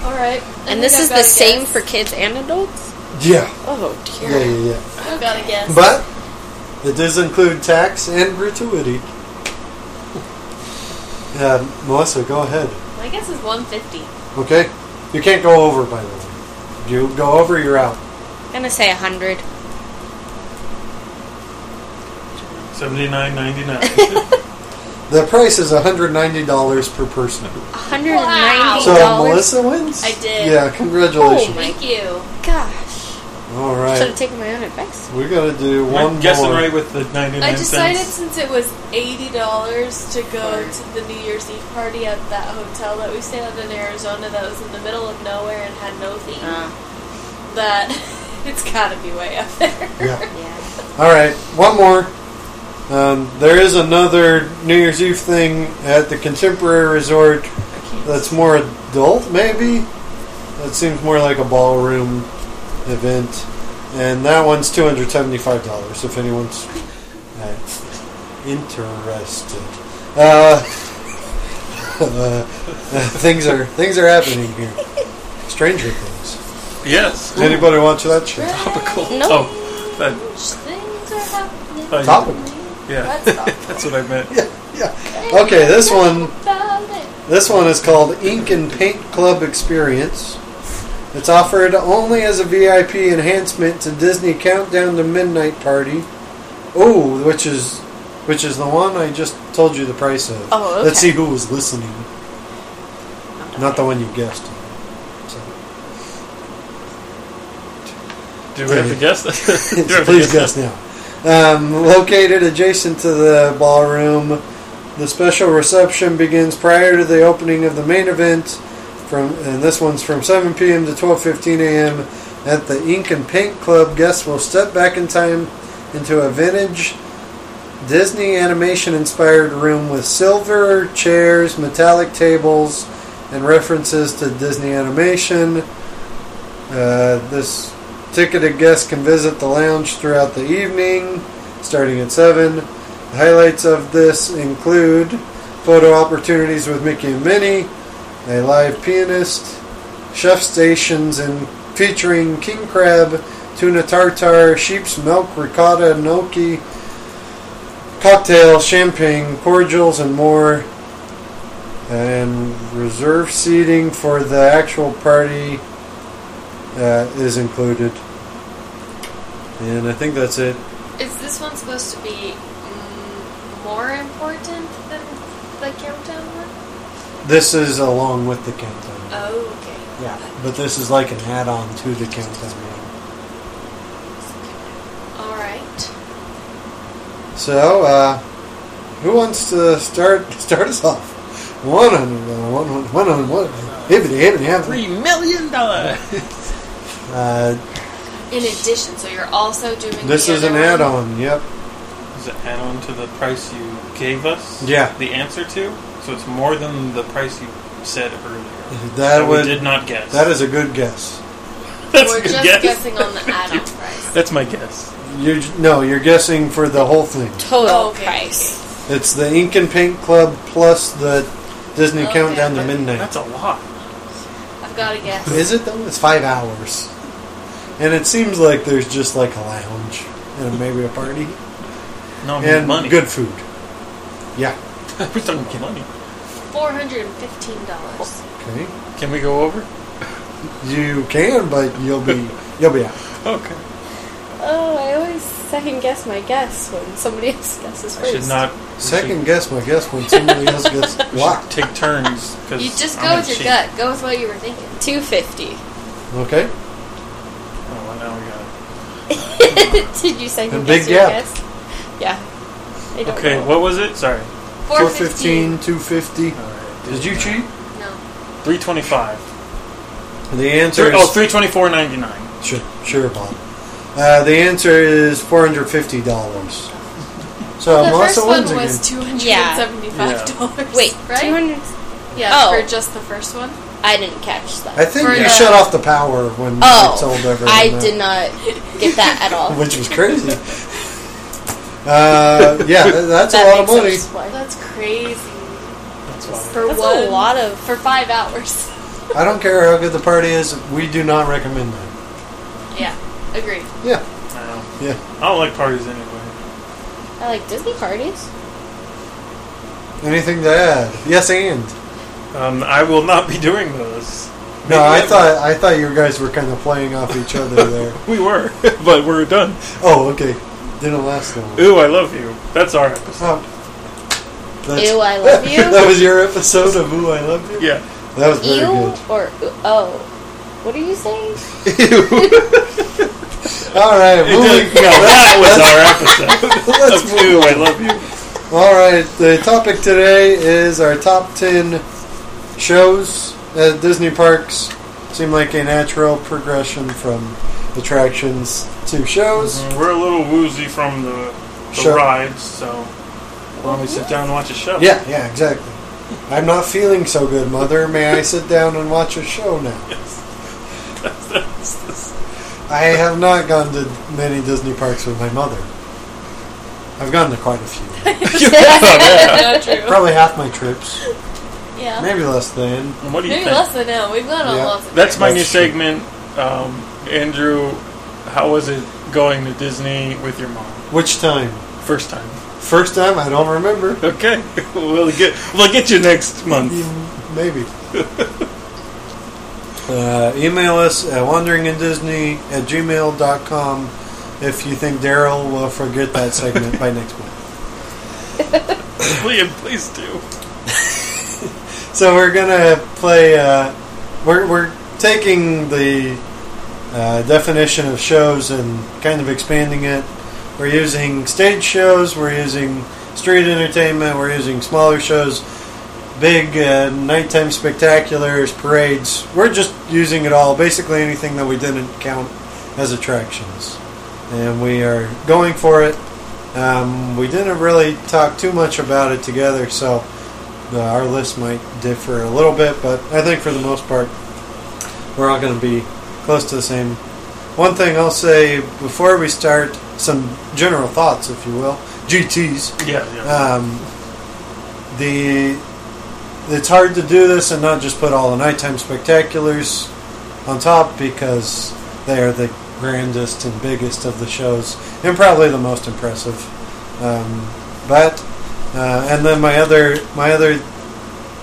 [SPEAKER 3] All right.
[SPEAKER 4] and this is the same for kids and adults.
[SPEAKER 2] Yeah,
[SPEAKER 4] Oh
[SPEAKER 2] yeah,
[SPEAKER 4] dear.
[SPEAKER 2] yeah, yeah.
[SPEAKER 3] I gotta guess.
[SPEAKER 2] But it does include tax and gratuity. Yeah, Melissa, go ahead.
[SPEAKER 3] my guess is one fifty.
[SPEAKER 2] Okay, you can't go over by the way. If you go over, you're out.
[SPEAKER 4] I'm gonna say a hundred.
[SPEAKER 5] [LAUGHS] $79.99.
[SPEAKER 2] The price is hundred ninety dollars per person.
[SPEAKER 4] A hundred and ninety
[SPEAKER 2] So
[SPEAKER 4] dollars.
[SPEAKER 2] Melissa wins.
[SPEAKER 3] Oh, I did.
[SPEAKER 2] Yeah, congratulations.
[SPEAKER 3] Thank you.
[SPEAKER 4] Gosh.
[SPEAKER 2] All
[SPEAKER 4] Should have
[SPEAKER 2] right,
[SPEAKER 4] taken my own advice.
[SPEAKER 2] we gotta do one
[SPEAKER 5] I'm guessing
[SPEAKER 2] more.
[SPEAKER 5] right with the 99
[SPEAKER 3] I decided
[SPEAKER 5] cents.
[SPEAKER 3] since it was eighty dollars to go to the New Year's Eve party at that hotel that we stayed at in Arizona that was in the middle of nowhere and had no theme,
[SPEAKER 5] Ah.
[SPEAKER 3] that [LAUGHS] it's gotta be way up there.
[SPEAKER 2] Yeah.
[SPEAKER 4] yeah.
[SPEAKER 2] All right, one more. Um, there is another New Year's Eve thing at the Contemporary Resort that's more adult, maybe. That seems more like a ballroom event, and that one's two hundred seventy-five dollars. If anyone's uh, interested, uh, [LAUGHS] uh, things are things are happening here. Stranger Things.
[SPEAKER 5] Yes.
[SPEAKER 2] Anybody watch that show?
[SPEAKER 5] Topical.
[SPEAKER 4] No.
[SPEAKER 5] Oh, that-
[SPEAKER 3] Things are happening.
[SPEAKER 5] I-
[SPEAKER 2] Topical.
[SPEAKER 5] yeah.
[SPEAKER 3] That's topical.
[SPEAKER 5] [LAUGHS] That's what I meant.
[SPEAKER 2] [LAUGHS] Yeah, yeah. Okay, this one.
[SPEAKER 3] Found it.
[SPEAKER 2] This one is called Ink and Paint Club Experience. It's offered only as a VIP enhancement to Disney Countdown to Midnight Party. Oh, which is which is the one I just told you the price of.
[SPEAKER 4] Oh, okay.
[SPEAKER 2] Let's see who was listening. Not the one you guessed. So,
[SPEAKER 5] Do we have to guess?
[SPEAKER 2] [LAUGHS]
[SPEAKER 5] [LAUGHS] Do we have to
[SPEAKER 2] please guess now. Um, located adjacent to the ballroom, the special reception begins prior to the opening of the main event. From and this one's from 7 p.m. to 12:15 a.m. at the Ink and Paint Club. Guests will step back in time into a vintage Disney animation-inspired room with silver chairs, metallic tables, and references to Disney animation. Uh, this ticketed guests can visit the lounge throughout the evening, starting at 7. The highlights of this include photo opportunities with Mickey and Minnie, a live pianist, chef stations, and featuring king crab, tuna tartar, sheep's milk, ricotta, gnocchi, cocktails, champagne, cordials, and more. And reserve seating for the actual party uh, is included. And I think that's it.
[SPEAKER 3] Is this one supposed to be mm, more important than the countdown one?
[SPEAKER 2] This is along with the countdown.
[SPEAKER 3] Oh, okay.
[SPEAKER 2] yeah. But this is like an add-on to the countdown.
[SPEAKER 3] All right.
[SPEAKER 2] So, uh, who wants to start [LAUGHS] start us off? One on one, on- one on one. Hibbity, hibbity, hibbity.
[SPEAKER 5] Three million dollars.
[SPEAKER 2] Uh,
[SPEAKER 3] In addition, so you're also doing
[SPEAKER 2] this
[SPEAKER 3] the
[SPEAKER 2] is an
[SPEAKER 3] other one?
[SPEAKER 2] add-on. Yep.
[SPEAKER 5] Is it add on to the price you gave us?
[SPEAKER 2] Yeah.
[SPEAKER 5] The answer to? So it's more than the price you said earlier.
[SPEAKER 2] That
[SPEAKER 5] we
[SPEAKER 2] would-
[SPEAKER 5] did not guess.
[SPEAKER 2] That is a good guess.
[SPEAKER 5] That's a
[SPEAKER 3] We're
[SPEAKER 5] good
[SPEAKER 3] just
[SPEAKER 5] guess.
[SPEAKER 3] guessing on
[SPEAKER 5] [LAUGHS]
[SPEAKER 3] the
[SPEAKER 5] Thank you.
[SPEAKER 3] add-on price.
[SPEAKER 5] That's my guess.
[SPEAKER 2] You're no, you're guessing for the whole thing.
[SPEAKER 4] Total
[SPEAKER 3] Oh, okay,
[SPEAKER 4] price.
[SPEAKER 2] It's the Ink and Paint Club plus the Disney
[SPEAKER 3] Okay.
[SPEAKER 2] Countdown to Midnight.
[SPEAKER 5] That's a lot.
[SPEAKER 3] okay. I've got a guess.
[SPEAKER 2] Is it though? It's five hours, and it seems like there's just like a lounge and maybe a party
[SPEAKER 5] No, I mean
[SPEAKER 2] and
[SPEAKER 5] money. [LAUGHS]
[SPEAKER 2] good food. Yeah.
[SPEAKER 5] We're talking about money.
[SPEAKER 3] Four hundred and fifteen dollars.
[SPEAKER 2] Okay.
[SPEAKER 5] Can we go over?
[SPEAKER 2] You can, but you'll be [LAUGHS] you'll be out.
[SPEAKER 5] Okay.
[SPEAKER 4] Oh, I always second guess my guess when somebody [LAUGHS] else guesses
[SPEAKER 5] I
[SPEAKER 4] first.
[SPEAKER 5] should not. we
[SPEAKER 2] Second guess my guess when somebody else gets
[SPEAKER 5] [LAUGHS] should- we should
[SPEAKER 2] locked.
[SPEAKER 5] take turns. 'cause
[SPEAKER 3] You just
[SPEAKER 5] I'm
[SPEAKER 3] go
[SPEAKER 5] a
[SPEAKER 3] with your
[SPEAKER 5] cheat.
[SPEAKER 3] gut. Go with what you were thinking.
[SPEAKER 4] Two fifty. [LAUGHS]
[SPEAKER 2] Okay.
[SPEAKER 5] Oh, well, now we got it.
[SPEAKER 4] Did you second
[SPEAKER 2] A
[SPEAKER 4] guess
[SPEAKER 2] big
[SPEAKER 4] your
[SPEAKER 2] gap.
[SPEAKER 4] guess? Yeah. I don't
[SPEAKER 5] Okay,
[SPEAKER 4] know.
[SPEAKER 5] what was it? Sorry.
[SPEAKER 2] Four fifteen, two fifty.
[SPEAKER 5] All right.
[SPEAKER 2] Did you cheat?
[SPEAKER 3] No.
[SPEAKER 2] Uh,
[SPEAKER 5] 325.
[SPEAKER 2] The
[SPEAKER 5] Three,
[SPEAKER 2] answer
[SPEAKER 5] oh,
[SPEAKER 2] is
[SPEAKER 5] 324.99.
[SPEAKER 2] sure, sure, Bob. Uh, the answer is four hundred fifty dollars. So
[SPEAKER 3] the
[SPEAKER 2] Melissa
[SPEAKER 3] first one
[SPEAKER 2] wins again.
[SPEAKER 3] was two hundred and seventy-five dollars.
[SPEAKER 4] Wait, two
[SPEAKER 3] right?
[SPEAKER 4] hundred.
[SPEAKER 3] Yeah,
[SPEAKER 4] Oh.
[SPEAKER 3] for just the first one.
[SPEAKER 4] I didn't catch that.
[SPEAKER 2] I think
[SPEAKER 3] for
[SPEAKER 2] you
[SPEAKER 3] the-
[SPEAKER 2] shut off the power when
[SPEAKER 4] oh,
[SPEAKER 2] it's told over. uh,
[SPEAKER 4] I did not get that at [LAUGHS] all.
[SPEAKER 2] [LAUGHS] which was crazy. uh, yeah, that's a
[SPEAKER 4] That
[SPEAKER 2] lot of
[SPEAKER 4] makes
[SPEAKER 2] money.
[SPEAKER 4] sense why.
[SPEAKER 3] Oh, That's crazy.
[SPEAKER 5] That's why.
[SPEAKER 3] For
[SPEAKER 4] That's
[SPEAKER 3] one,
[SPEAKER 4] a lot of.
[SPEAKER 3] for five hours. [LAUGHS]
[SPEAKER 2] I don't care how good the party is. We do not recommend that.
[SPEAKER 3] yeah, agreed.
[SPEAKER 2] [LAUGHS] Yeah,
[SPEAKER 5] I don't, know.
[SPEAKER 2] yeah.
[SPEAKER 5] I don't like parties anyway.
[SPEAKER 4] I like Disney parties.
[SPEAKER 2] Anything to add? Yes, and
[SPEAKER 5] Um, I will not be doing those. Maybe
[SPEAKER 2] no. I
[SPEAKER 5] ever.
[SPEAKER 2] thought I thought you guys were kind of playing off each other there.
[SPEAKER 5] we were, [LAUGHS] but we're done.
[SPEAKER 2] Oh, okay. Didn't last long.
[SPEAKER 5] Ooh, I love you. That's our episode.
[SPEAKER 2] Oh.
[SPEAKER 4] Ew,
[SPEAKER 2] [LAUGHS]
[SPEAKER 4] I love you.
[SPEAKER 2] that was your episode of Ooh, I Love You?
[SPEAKER 5] Yeah.
[SPEAKER 2] That was very
[SPEAKER 4] Ew or oh, what are you saying?
[SPEAKER 2] good. All right,
[SPEAKER 5] It
[SPEAKER 2] moving. [LAUGHS]
[SPEAKER 5] did- no, [LAUGHS] that was our
[SPEAKER 2] Let's
[SPEAKER 5] episode. [LAUGHS] of Ooh, I love you.
[SPEAKER 2] All right, the topic today is our top 10 shows at Disney parks. Seem like a natural progression from attractions to shows.
[SPEAKER 5] Mm, We're a little woozy from the, the
[SPEAKER 2] Sure.
[SPEAKER 5] rides, so why don't we sit down and watch a show?
[SPEAKER 2] Yeah, yeah, exactly. I'm not feeling so good, Mother. May I sit down and watch a show now? I have not gone to many Disney parks with my mother. I've gone to quite a few.
[SPEAKER 3] [LAUGHS] Not true.
[SPEAKER 2] Probably half my trips,
[SPEAKER 3] Yeah.
[SPEAKER 2] maybe less than.
[SPEAKER 5] And what do you
[SPEAKER 3] Maybe
[SPEAKER 5] think?
[SPEAKER 3] less than now. We've gone on
[SPEAKER 2] Yeah.
[SPEAKER 3] lots of
[SPEAKER 5] That's my
[SPEAKER 2] That's
[SPEAKER 5] new
[SPEAKER 2] true.
[SPEAKER 5] segment. Um, Andrew, how was it going to Disney with your mom?
[SPEAKER 2] Which time?
[SPEAKER 5] First time.
[SPEAKER 2] First time? I don't remember.
[SPEAKER 5] Okay. [LAUGHS] we'll get we'll get you next month.
[SPEAKER 2] Mm, Maybe. [LAUGHS] uh, email us at wanderingindisney at gmail.com if you think Daryl will forget that segment by next month.
[SPEAKER 5] please, please do.
[SPEAKER 2] [LAUGHS] So we're going to play, uh, we're, we're taking the uh, definition of shows and kind of expanding it. We're using stage shows, we're using street entertainment, we're using smaller shows, big uh, nighttime spectaculars, parades. We're just using it all, basically anything that we didn't count as attractions. And we are going for it. Um, we didn't really talk too much about it together, so uh, our list might differ a little bit, but I think for the most part, we're all going to be close to the same. One thing I'll say before we start, some general thoughts, if you will, GTs
[SPEAKER 5] Yeah, yeah.
[SPEAKER 2] um, the it's hard to do this and not just put all the nighttime spectaculars on top because they are the grandest and biggest of the shows and probably the most impressive. Um, but uh, and then my other my other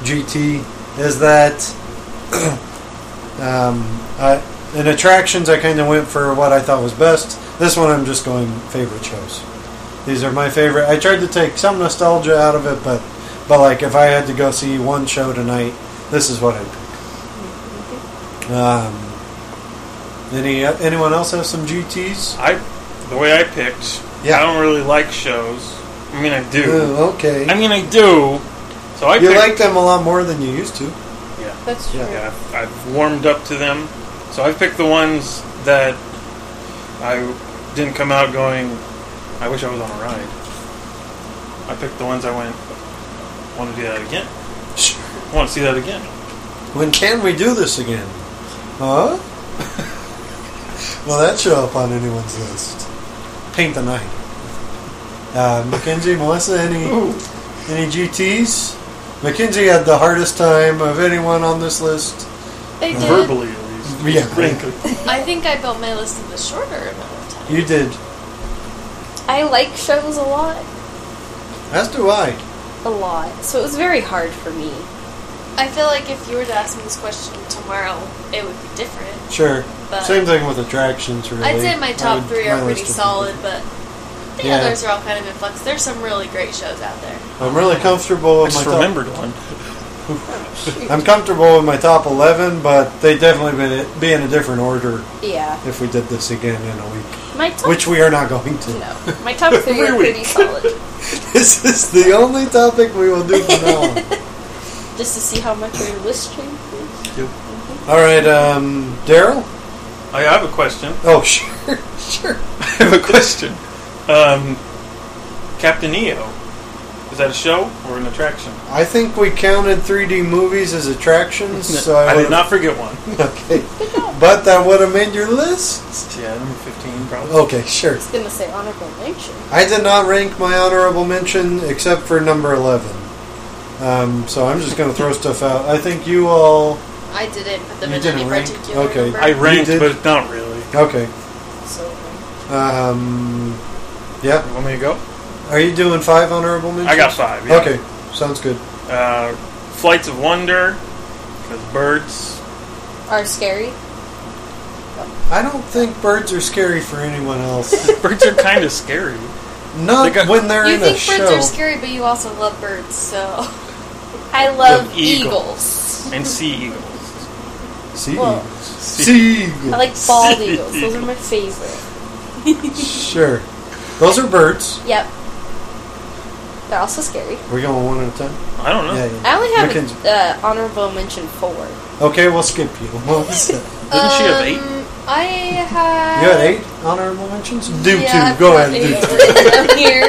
[SPEAKER 2] GT is that [CLEARS THROAT] um, I, in attractions I kind of went for what I thought was best. This one I'm just going favorite shows. These are my favorite. I tried to take some nostalgia out of it, but but like if I had to go see one show tonight, this is what I'd pick. Um, any uh, anyone else have some GTS?
[SPEAKER 5] I the way I picked.
[SPEAKER 2] Yeah.
[SPEAKER 5] I don't really like shows. I mean, I do.
[SPEAKER 2] Oh, okay.
[SPEAKER 5] I mean, I do. So I
[SPEAKER 2] you
[SPEAKER 5] picked,
[SPEAKER 2] like them a lot more than you used to.
[SPEAKER 5] Yeah,
[SPEAKER 4] That's true.
[SPEAKER 2] Yeah.
[SPEAKER 5] yeah. I've, I've warmed up to them. So I picked the ones that I didn't come out going. I wish I was on a ride. I picked the ones I went. Want to do that again? Want to see that again?
[SPEAKER 2] When can we do this again? Huh? Will that show up on anyone's list? Paint the night. Uh, Mackenzie, Melissa, any any GTS? Mackenzie had the hardest time of anyone on this list.
[SPEAKER 4] They did.
[SPEAKER 5] Verbally, at least.
[SPEAKER 2] Yeah.
[SPEAKER 5] Frankly.
[SPEAKER 3] I think I built my list in the shorter amount of time.
[SPEAKER 2] You did.
[SPEAKER 4] I like shows a lot.
[SPEAKER 2] As do I.
[SPEAKER 4] A lot. So it was very hard for me.
[SPEAKER 3] I feel like if you were to ask me this question tomorrow, it would be different.
[SPEAKER 2] Sure.
[SPEAKER 3] But-
[SPEAKER 2] Same thing with attractions, really.
[SPEAKER 3] I'd say my top
[SPEAKER 2] would-
[SPEAKER 3] three
[SPEAKER 2] my
[SPEAKER 3] are pretty
[SPEAKER 2] list would be
[SPEAKER 3] solid,
[SPEAKER 2] different.
[SPEAKER 3] but the
[SPEAKER 2] Yeah.
[SPEAKER 3] others are all kind of in flux. There's some really great shows out there.
[SPEAKER 2] I'm really comfortable
[SPEAKER 5] I
[SPEAKER 2] with my
[SPEAKER 5] just
[SPEAKER 2] top
[SPEAKER 5] remembered one.
[SPEAKER 2] I'm comfortable with my top 11, but they'd definitely been, be in a different order
[SPEAKER 4] Yeah.
[SPEAKER 2] if we did this again in a week,
[SPEAKER 4] My top
[SPEAKER 2] which we are not going to.
[SPEAKER 4] no. My top three
[SPEAKER 5] Every
[SPEAKER 4] are pretty
[SPEAKER 5] week.
[SPEAKER 4] solid.
[SPEAKER 2] [LAUGHS] This is the only topic we will do from now on.
[SPEAKER 4] Just to see how much your list
[SPEAKER 2] [LAUGHS]
[SPEAKER 4] changes.
[SPEAKER 2] All right, um, Daryl?
[SPEAKER 5] I have a question.
[SPEAKER 2] Oh, [LAUGHS] sure, sure.
[SPEAKER 5] [LAUGHS] I have a question. Um, Captain EO. Is that a show or an attraction?
[SPEAKER 2] I think we counted 3D movies as [LAUGHS] attractions, so I,
[SPEAKER 5] I did
[SPEAKER 2] would-
[SPEAKER 5] not forget one.
[SPEAKER 2] Okay. But that would have made your list.
[SPEAKER 5] Yeah, number 15 probably.
[SPEAKER 2] Okay, sure.
[SPEAKER 4] I was gonna say honorable mention.
[SPEAKER 2] I did not rank my honorable mention except for number 11. Um, so I'm just going to throw stuff out. I think you all.
[SPEAKER 3] I didn't put them
[SPEAKER 2] You
[SPEAKER 3] in
[SPEAKER 2] didn't
[SPEAKER 3] any
[SPEAKER 2] rank?
[SPEAKER 3] particular
[SPEAKER 2] Okay.
[SPEAKER 3] number.
[SPEAKER 5] I ranked,
[SPEAKER 2] did-
[SPEAKER 5] but not really.
[SPEAKER 2] Okay.
[SPEAKER 4] So
[SPEAKER 2] Um, yeah.
[SPEAKER 5] You want me to go?
[SPEAKER 2] Are you doing five honorable mentions?
[SPEAKER 5] I got five. yeah.
[SPEAKER 2] Okay. Sounds good.
[SPEAKER 5] Uh, Flights of Wonder, because birds. [LAUGHS]
[SPEAKER 4] are scary.
[SPEAKER 2] I don't think birds are scary for anyone
[SPEAKER 3] [LAUGHS]
[SPEAKER 2] else.
[SPEAKER 5] birds are kind of scary.
[SPEAKER 2] Not
[SPEAKER 5] They got-
[SPEAKER 2] when they're
[SPEAKER 3] You
[SPEAKER 2] in
[SPEAKER 3] think
[SPEAKER 2] a
[SPEAKER 3] birds
[SPEAKER 2] show.
[SPEAKER 3] are scary, but you also love birds, so
[SPEAKER 4] [LAUGHS] I love
[SPEAKER 5] Love
[SPEAKER 4] eagles.
[SPEAKER 5] And sea eagles.
[SPEAKER 2] Sea
[SPEAKER 4] Well-
[SPEAKER 2] eagles. Sea eagles.
[SPEAKER 4] I like bald eagles. Those are my favorite.
[SPEAKER 3] [LAUGHS]
[SPEAKER 2] Sure. Those are birds.
[SPEAKER 4] Yep. They're also scary.
[SPEAKER 2] We're going one at a time.
[SPEAKER 5] I don't know.
[SPEAKER 2] Yeah.
[SPEAKER 5] Didn't
[SPEAKER 2] yeah.
[SPEAKER 4] I only have
[SPEAKER 2] Mackenzie.
[SPEAKER 4] a, uh, honorable mention four.
[SPEAKER 2] Okay, we'll skip you. [LAUGHS] What was that?
[SPEAKER 5] she have eight?
[SPEAKER 3] Um, I had.
[SPEAKER 2] You had eight honorable mentions? Do
[SPEAKER 3] Yeah,
[SPEAKER 2] two. Go
[SPEAKER 3] I've
[SPEAKER 2] ahead.
[SPEAKER 3] got
[SPEAKER 2] Do
[SPEAKER 3] eight
[SPEAKER 2] two.
[SPEAKER 3] written down here.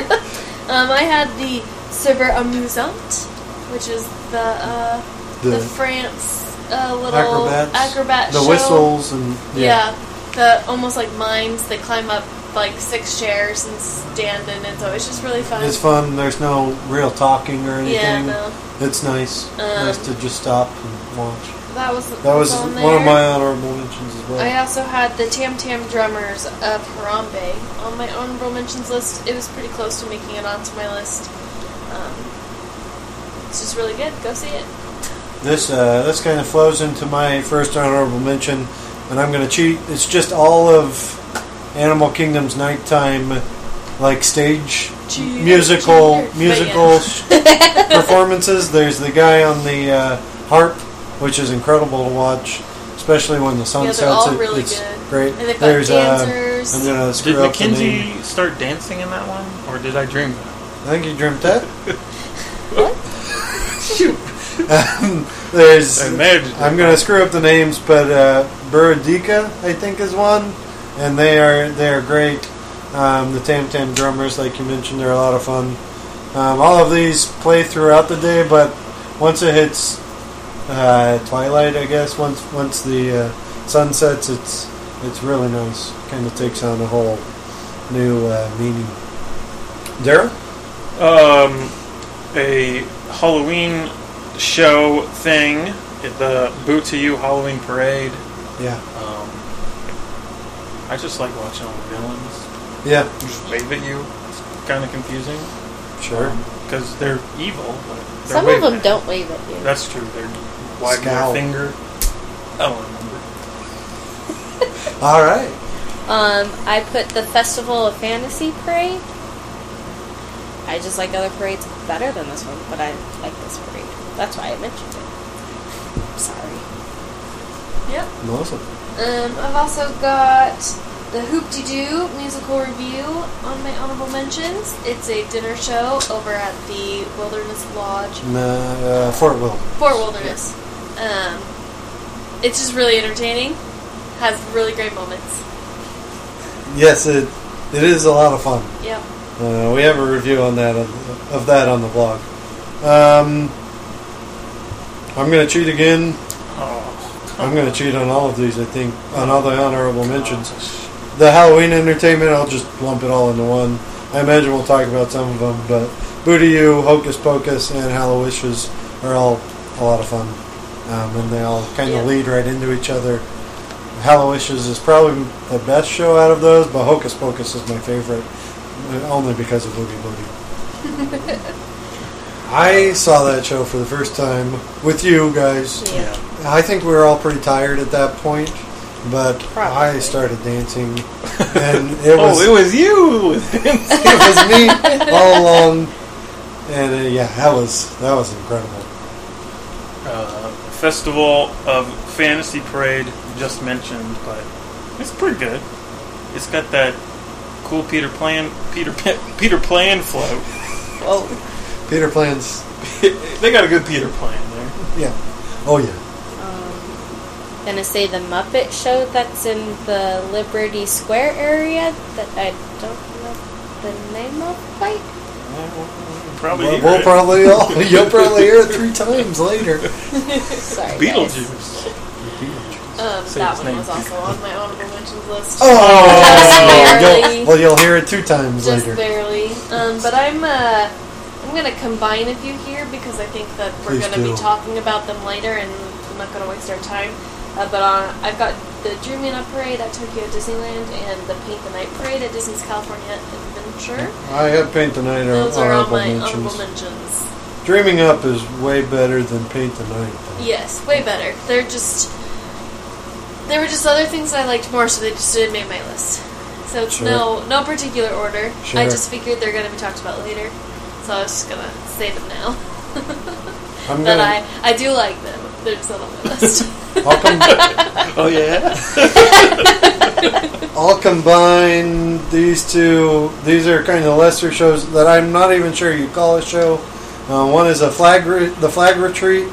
[SPEAKER 3] Um, I had the Server Amusant, which is the uh, the,
[SPEAKER 2] The-
[SPEAKER 3] France uh, little
[SPEAKER 2] Acrobats.
[SPEAKER 3] acrobat
[SPEAKER 2] the
[SPEAKER 3] show.
[SPEAKER 2] whistles and
[SPEAKER 3] Yeah. the almost like mimes. They climb up like six chairs and stand in it, so it's just really fun.
[SPEAKER 2] It's fun. There's no real talking or anything.
[SPEAKER 3] Yeah, no, Uh,
[SPEAKER 2] It's nice. nice to just stop and watch.
[SPEAKER 3] that was
[SPEAKER 2] That was
[SPEAKER 3] on
[SPEAKER 2] one of
[SPEAKER 3] there. Oh,
[SPEAKER 2] my honorable mentions as well.
[SPEAKER 3] I also had the Tam Tam Drummers of Harambe on my honorable mentions list. It was pretty close to making it onto my list. Um, it's just really good. Go see it.
[SPEAKER 2] This uh, this kind of flows into my first honorable mention, and I'm going to cheat. It's just all of Animal Kingdom's nighttime, like stage
[SPEAKER 3] Cheer,
[SPEAKER 2] musical
[SPEAKER 3] cheer.
[SPEAKER 2] musical
[SPEAKER 3] [LAUGHS]
[SPEAKER 2] performances. There's the guy on the uh, harp, which is incredible to watch, especially when the sun
[SPEAKER 3] Yeah, they're
[SPEAKER 2] sets.
[SPEAKER 3] all
[SPEAKER 2] It-
[SPEAKER 3] really
[SPEAKER 2] it's
[SPEAKER 3] good.
[SPEAKER 2] great.
[SPEAKER 3] And they've got
[SPEAKER 2] There's
[SPEAKER 3] dancers.
[SPEAKER 2] Uh, I'm going to screw
[SPEAKER 5] Did
[SPEAKER 2] up the name.
[SPEAKER 5] Mackenzie start dancing in that one? Or did I dream that?
[SPEAKER 2] I think you dreamt that.
[SPEAKER 5] Shoot.
[SPEAKER 2] Um, there's
[SPEAKER 5] I imagined it.
[SPEAKER 2] I'm going to screw up the names, but uh, Buradika, I think, is one, and they are they are great. Um, the Tam Tam drummers, like you mentioned, they're a lot of fun. Um, all of these play throughout the day, but once it hits uh, twilight, I guess once once the uh, sun sets, it's it's really nice. Kind of takes on a whole new uh, meaning. Daryl,
[SPEAKER 5] um, a Halloween show thing at the Boot to You Halloween Parade.
[SPEAKER 2] yeah,
[SPEAKER 5] Um, I just like watching all the villains
[SPEAKER 2] yeah,
[SPEAKER 5] just wave at you. It's kind of confusing
[SPEAKER 2] sure.
[SPEAKER 5] because they're evil. But they're
[SPEAKER 4] Some of
[SPEAKER 5] waving
[SPEAKER 4] them
[SPEAKER 5] at
[SPEAKER 4] don't wave at
[SPEAKER 5] you.
[SPEAKER 4] you.
[SPEAKER 5] That's true. They're wagging
[SPEAKER 2] Scowl.
[SPEAKER 5] their finger. I don't remember.
[SPEAKER 2] All right.
[SPEAKER 4] Um, I put the Festival of Fantasy Parade. I just like other parades better than this one, but I like this parade. That's why I mentioned it. Sorry.
[SPEAKER 3] Yep.
[SPEAKER 2] Awesome.
[SPEAKER 3] Um, I've also got the Hoop De Doo musical review on my honorable mentions. It's a dinner show over at the Wilderness Lodge,
[SPEAKER 2] And, uh, uh, Fort Will.
[SPEAKER 3] Fort Wilderness. Um, it's just really entertaining. Has really great moments.
[SPEAKER 2] Yes, it it is a lot of fun.
[SPEAKER 3] Yep.
[SPEAKER 2] Uh, we have a review on that of, of that on the blog. Um, I'm gonna cheat again.
[SPEAKER 5] Oh,
[SPEAKER 2] I'm gonna cheat on all of these. I think on all the honorable mentions. The Halloween entertainment, I'll just lump it all into one. I imagine we'll talk about some of them, but Booty You, Hocus Pocus, and Hallowishes are all a lot of fun, um, and they all kind of
[SPEAKER 3] Yeah.
[SPEAKER 2] lead right into each other. Hallowishes is probably the best show out of those, but Hocus Pocus is my favorite, uh, only because of Boogie Boogie. I saw that show for the first time with you guys.
[SPEAKER 5] yeah.
[SPEAKER 2] I think we were all pretty tired at that point, but I
[SPEAKER 4] Probably.
[SPEAKER 2] started dancing, [LAUGHS] and it was
[SPEAKER 5] [LAUGHS] oh, it
[SPEAKER 2] it was,
[SPEAKER 5] was you.
[SPEAKER 2] me
[SPEAKER 5] [LAUGHS]
[SPEAKER 2] all along. And uh, yeah, that was that was incredible.
[SPEAKER 5] uh, Festival of Fantasy Parade just mentioned, but it's pretty good. It's got that cool Peter Plan Peter Pan, [LAUGHS] Peter Plan float.
[SPEAKER 4] Oh,
[SPEAKER 2] Peter plans,
[SPEAKER 5] [LAUGHS] they got a good Peter Plan there.
[SPEAKER 2] yeah, oh yeah,
[SPEAKER 4] um, gonna say the Muppet Show that's in the Liberty Square area that I don't know the name of quite.
[SPEAKER 5] Probably
[SPEAKER 2] we'll,
[SPEAKER 5] hear
[SPEAKER 2] we'll
[SPEAKER 5] it.
[SPEAKER 2] probably all
[SPEAKER 5] [LAUGHS]
[SPEAKER 2] you'll probably hear it three times later.
[SPEAKER 4] Sorry.
[SPEAKER 2] [LAUGHS]
[SPEAKER 4] guys.
[SPEAKER 5] Beetlejuice.
[SPEAKER 3] Um,
[SPEAKER 5] Say
[SPEAKER 3] that
[SPEAKER 5] his
[SPEAKER 3] one
[SPEAKER 5] name.
[SPEAKER 3] was also on my honorable mentions list. [LAUGHS]
[SPEAKER 2] Oh,
[SPEAKER 3] barely.
[SPEAKER 2] you'll, well, you'll hear it two times
[SPEAKER 3] Just
[SPEAKER 2] later.
[SPEAKER 3] barely. Um, but I'm uh, I'm gonna combine a few here because I think that we're
[SPEAKER 2] Please
[SPEAKER 3] gonna
[SPEAKER 2] do.
[SPEAKER 3] be talking about them later, and I'm not gonna waste our time. Uh, but uh, I've got the Dreamina Parade at Tokyo Disneyland and the Paint the Night Parade at Disney's California Adventure.
[SPEAKER 2] I have paint the night or
[SPEAKER 3] Those are all
[SPEAKER 2] honorable
[SPEAKER 3] my
[SPEAKER 2] mentions.
[SPEAKER 3] honorable mentions.
[SPEAKER 2] Dreaming up is way better than paint the night. though.
[SPEAKER 3] Yes, way better. They're just there were just other things I liked more, so they just didn't make my list. So it's
[SPEAKER 2] Sure.
[SPEAKER 3] no no particular order.
[SPEAKER 2] Sure.
[SPEAKER 3] I just figured they're gonna be talked about later, so I was just gonna say them now. [LAUGHS]
[SPEAKER 2] I'm
[SPEAKER 3] but
[SPEAKER 2] gonna.
[SPEAKER 3] I I do like them. They're just not on my
[SPEAKER 2] [LAUGHS]
[SPEAKER 3] list.
[SPEAKER 2] I'll
[SPEAKER 3] [LAUGHS]
[SPEAKER 2] come.
[SPEAKER 5] Oh yeah.
[SPEAKER 2] I'll combine these two. These are kind of lesser shows that I'm not even sure you call a show. Uh, one is a flag, re- the flag retreat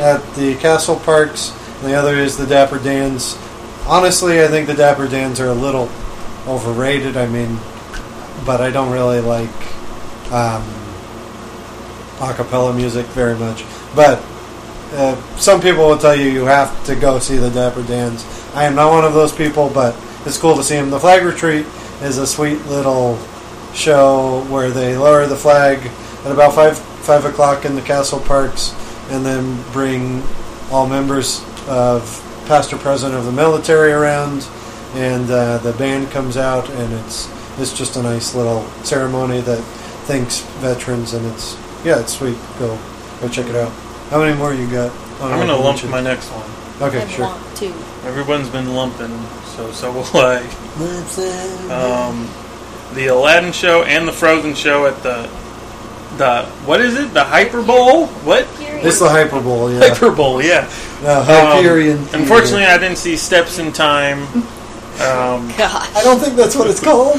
[SPEAKER 2] at the Castle Parks, and the other is the Dapper Dans. Honestly, I think the Dapper Dans are a little overrated. I mean, but I don't really like um, a cappella music very much. But uh, some people will tell you you have to go see the Dapper Dans. I am not one of those people, but it's cool to see them. The Flag Retreat is a sweet little show where they lower the flag at about five five o'clock in the castle parks, and then bring all members of past or present of the military around, and uh, the band comes out, and it's it's just a nice little ceremony that thanks veterans, and it's yeah, it's sweet. Go go check it out. How many more you got? Oh,
[SPEAKER 5] I'm gonna lump my next one.
[SPEAKER 2] Okay,
[SPEAKER 4] I
[SPEAKER 2] sure.
[SPEAKER 4] want to.
[SPEAKER 5] Everyone's been lumping, so so will [LAUGHS] I. Um, the Aladdin show and the Frozen show at the the what is it? The Hyperbole? What?
[SPEAKER 2] It's the hyperbole,
[SPEAKER 5] [LAUGHS]
[SPEAKER 2] yeah.
[SPEAKER 5] Hyperbole? Yeah.
[SPEAKER 2] The
[SPEAKER 5] Um,
[SPEAKER 2] Hyperion. Theater.
[SPEAKER 5] unfortunately, I didn't see Steps in Time.
[SPEAKER 4] [LAUGHS]
[SPEAKER 5] Um, [LAUGHS]
[SPEAKER 4] Gosh.
[SPEAKER 2] I don't think that's what it's called.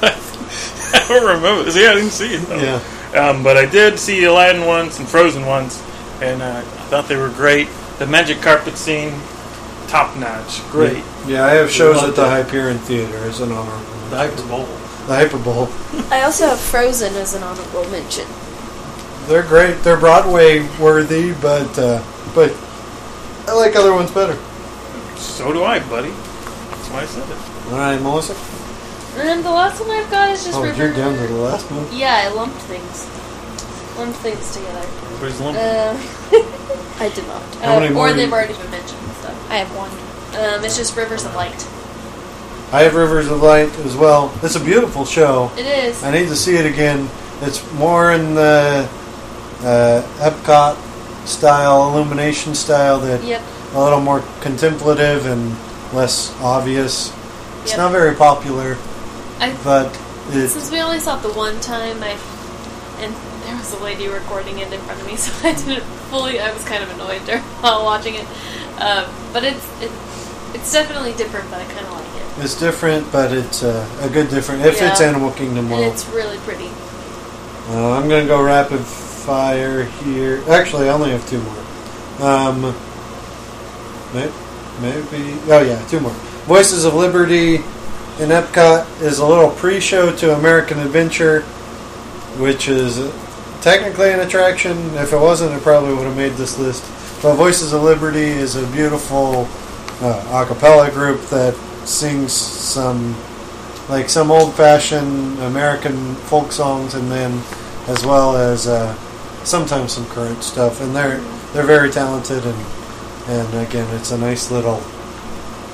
[SPEAKER 5] I don't remember. See, I didn't see it. Though.
[SPEAKER 2] yeah.
[SPEAKER 5] Um, but I did see Aladdin once and Frozen once, and uh, I thought they were great. The magic carpet scene, top notch, great.
[SPEAKER 2] Yeah, I have shows
[SPEAKER 5] Love
[SPEAKER 2] at the
[SPEAKER 5] that.
[SPEAKER 2] Hyperion Theater as an honorable.
[SPEAKER 5] The Hyperbole.
[SPEAKER 2] The Hyperbole.
[SPEAKER 4] I also have Frozen as an honorable mention.
[SPEAKER 2] They're great. They're Broadway worthy, but uh, but I like other ones better.
[SPEAKER 5] So do I, buddy. That's why I said it.
[SPEAKER 2] All right, Melissa.
[SPEAKER 3] and the last one I've got is just
[SPEAKER 2] Oh,
[SPEAKER 3] river.
[SPEAKER 2] you're down to the last one.
[SPEAKER 3] Yeah, I lumped things. Lumped
[SPEAKER 2] [LAUGHS]
[SPEAKER 3] things together.
[SPEAKER 5] Everybody's
[SPEAKER 3] Uh,
[SPEAKER 5] lumping.
[SPEAKER 3] Um, [LAUGHS]
[SPEAKER 4] I did not.
[SPEAKER 2] How many
[SPEAKER 3] um,
[SPEAKER 2] more
[SPEAKER 3] or
[SPEAKER 2] do you-
[SPEAKER 3] they've already been mentioned and stuff.
[SPEAKER 4] I have one.
[SPEAKER 3] Um, it's just rivers of light.
[SPEAKER 2] I have Rivers of Light as well. It's a beautiful show.
[SPEAKER 3] It is.
[SPEAKER 2] I need to see it again. It's more in the uh, Epcot style, illumination style that
[SPEAKER 3] Yep.
[SPEAKER 2] a little more contemplative and less obvious. It's
[SPEAKER 3] Yep.
[SPEAKER 2] not very popular,
[SPEAKER 3] I
[SPEAKER 2] but it,
[SPEAKER 3] Since we only saw it the one time, I and there was a lady recording it in front of me, [LAUGHS] so I didn't fully. I was kind of annoyed during, [LAUGHS] while watching it, um, but it's it, it's definitely different. But I kind of like it,
[SPEAKER 2] it's different, but it's uh, a good different. If it's
[SPEAKER 3] Yeah.
[SPEAKER 2] Animal Kingdom
[SPEAKER 3] and
[SPEAKER 2] World,
[SPEAKER 3] it's really pretty.
[SPEAKER 2] uh, I'm gonna go rapid fire here. Actually, I only have two more. Um, may- maybe. Oh yeah, two more. Voices of Liberty in Epcot is a little pre-show to American Adventure, which is technically an attraction. If it wasn't, it probably would have made this list. But Voices of Liberty is a beautiful uh, a cappella group that sings some like some old-fashioned American folk songs, and then as well as uh, sometimes some current stuff. And they're they're very talented, and and again, it's a nice little.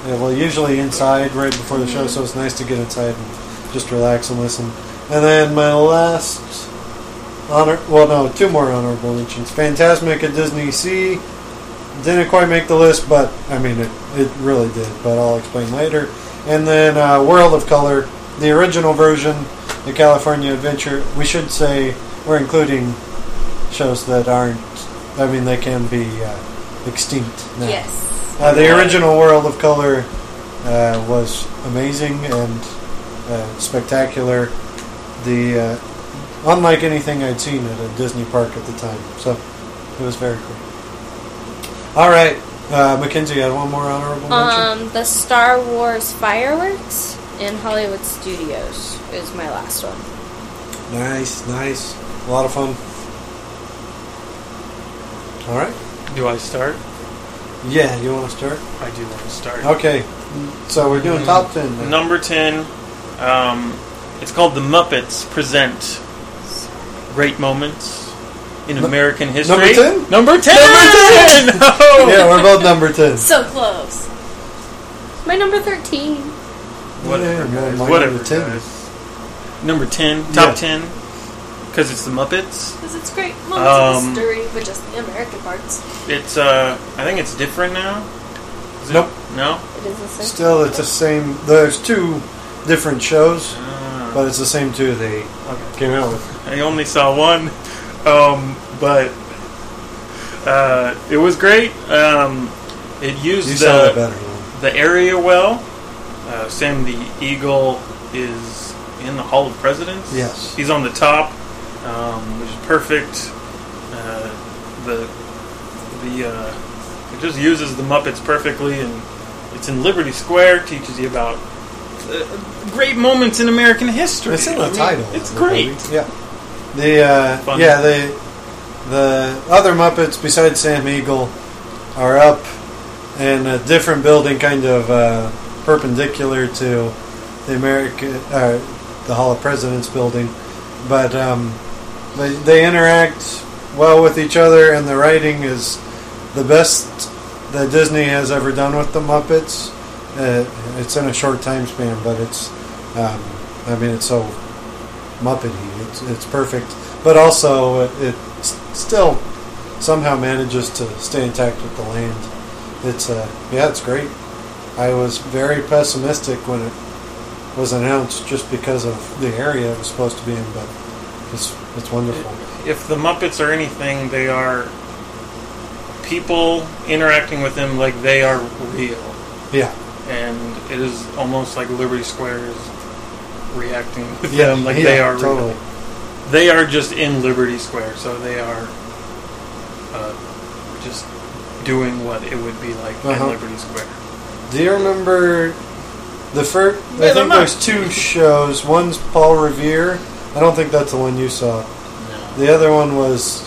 [SPEAKER 2] yeah, Well, usually inside right before the show, so it's nice to get inside and just relax and listen. And then my last honor well no two more honorable mentions phantasmic at disney sea didn't quite make the list but i mean it, it really did but i'll explain later and then uh, world of color the original version the california adventure we should say we're including shows that aren't i mean they can be uh, extinct now
[SPEAKER 3] Yes.
[SPEAKER 2] uh, the original World of Color uh, was amazing and uh, spectacular. The uh, unlike anything I'd seen at a Disney park at the time, so it was very cool. All right, uh, Mackenzie had one more honorable mention.
[SPEAKER 4] Um, the Star Wars fireworks in Hollywood Studios is my last one.
[SPEAKER 2] nice, nice, a lot of fun. All right,
[SPEAKER 5] Do I start?
[SPEAKER 2] yeah, you want to start?
[SPEAKER 5] I do want to start.
[SPEAKER 2] Okay, so we're doing top ten. then.
[SPEAKER 5] Number 10. Um, it's called The Muppets Present Great Moments in
[SPEAKER 2] Nu-
[SPEAKER 5] American History.
[SPEAKER 2] number 10?
[SPEAKER 5] Number 10!
[SPEAKER 2] Number
[SPEAKER 5] [LAUGHS] No!
[SPEAKER 2] yeah, we're both number ten.
[SPEAKER 3] So close.
[SPEAKER 4] My number thirteen.
[SPEAKER 5] [LAUGHS] Whatever,
[SPEAKER 2] Yeah, well,
[SPEAKER 5] guys.
[SPEAKER 2] my
[SPEAKER 5] Whatever,
[SPEAKER 2] number 10.
[SPEAKER 5] guys. Number 10. Top
[SPEAKER 2] Yeah.
[SPEAKER 5] 10. Because it's The Muppets.
[SPEAKER 3] Because it's great moments
[SPEAKER 5] Um,
[SPEAKER 3] of history, but just the American parts.
[SPEAKER 5] It's, uh, I think it's different now. Is it-
[SPEAKER 2] Nope.
[SPEAKER 5] No?
[SPEAKER 4] It is the same.
[SPEAKER 2] Still, it's the same. There's two different shows,
[SPEAKER 5] Ah,
[SPEAKER 2] but it's the same two they
[SPEAKER 5] okay.
[SPEAKER 2] came out with.
[SPEAKER 5] I only saw one, um, but uh, it was great. Um, it used
[SPEAKER 2] You sounded
[SPEAKER 5] the,
[SPEAKER 2] better. Lou.
[SPEAKER 5] the area well. Uh, Sam the Eagle is in the Hall of Presidents.
[SPEAKER 2] Yes.
[SPEAKER 5] He's on the top, um, which is perfect. Uh, the the uh, it just uses the Muppets perfectly, and it's in Liberty Square. Teaches you about uh, great moments in American history.
[SPEAKER 2] It's in
[SPEAKER 5] I
[SPEAKER 2] the
[SPEAKER 5] mean,
[SPEAKER 2] title.
[SPEAKER 5] It's
[SPEAKER 2] of the movie.
[SPEAKER 5] great.
[SPEAKER 2] Yeah. The uh,
[SPEAKER 5] Fun.
[SPEAKER 2] yeah the the other Muppets besides Sam Eagle are up in a different building, kind of uh, perpendicular to the American uh, the Hall of Presidents building, but um, they they interact well with each other, and the writing is the best that Disney has ever done with the Muppets. Uh, it's in a short time span, but it's um, I mean it's so Muppety. It's, it's perfect, but also it, it s- still somehow manages to stay intact with the land. It's uh, yeah, it's great. I was very pessimistic when it was announced, just because of the area it was supposed to be in, but it's it's wonderful.
[SPEAKER 5] if the Muppets are anything, they are people interacting with them like they are real,
[SPEAKER 2] Yeah,
[SPEAKER 5] and it is almost like Liberty Square is reacting with
[SPEAKER 2] yeah,
[SPEAKER 5] them like
[SPEAKER 2] yeah,
[SPEAKER 5] they are
[SPEAKER 2] totally.
[SPEAKER 5] real. They are just in Liberty Square, so they are uh, just doing what it would be like
[SPEAKER 2] Uh-huh.
[SPEAKER 5] in Liberty Square.
[SPEAKER 2] Do you remember the first?
[SPEAKER 5] Yeah,
[SPEAKER 2] I think
[SPEAKER 5] they're
[SPEAKER 2] there's
[SPEAKER 5] not-
[SPEAKER 2] two shows. One's Paul Revere. I don't think that's the one you saw.
[SPEAKER 5] No.
[SPEAKER 2] The other one was,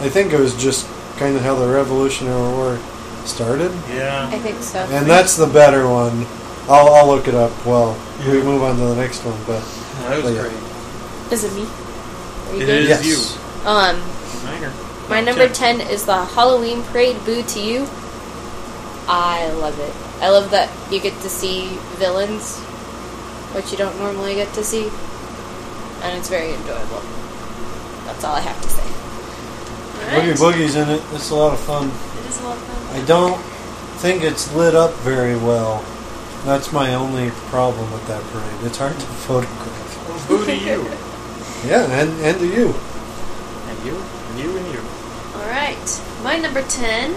[SPEAKER 2] I think it was just kind of how the Revolutionary War started,
[SPEAKER 4] I
[SPEAKER 5] Yeah.
[SPEAKER 4] think so.
[SPEAKER 2] and that's the better one. I'll, I'll look it up. Well, we move on to the next one, but
[SPEAKER 5] That was
[SPEAKER 2] Yeah.
[SPEAKER 5] great.
[SPEAKER 4] Is it me? Are
[SPEAKER 5] It
[SPEAKER 4] good?
[SPEAKER 5] is
[SPEAKER 2] Yes.
[SPEAKER 5] you.
[SPEAKER 4] Um,
[SPEAKER 5] Minor.
[SPEAKER 4] my number ten is the Halloween parade. Boo to you. I love it. I love that you get to see villains, which you don't normally get to see, and it's very enjoyable. That's all I have to say.
[SPEAKER 3] Alright.
[SPEAKER 2] Boogie Boogie's in it. It's a lot of fun.
[SPEAKER 3] It is a lot of fun.
[SPEAKER 2] I don't think it's lit up very well. That's my only problem with that parade. It's hard to [LAUGHS] photograph.
[SPEAKER 5] Well, boo to you.
[SPEAKER 2] Yeah, and, and to you.
[SPEAKER 5] [LAUGHS] and you, and you, and you.
[SPEAKER 3] All right, my number ten,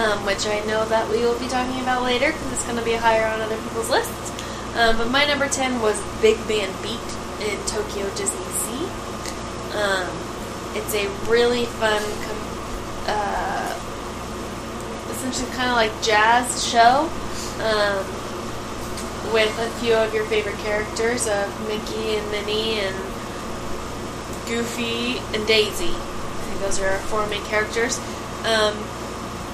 [SPEAKER 3] um, which I know that we will be talking about later because it's going to be higher on other people's lists. Um, but my number ten was Big Band Beat in Tokyo Disney Sea. Um, it's a really fun, com- uh, essentially kind of like jazz show um, with a few of your favorite characters of Mickey and Minnie and Goofy and Daisy. I think those are our four main characters. Um,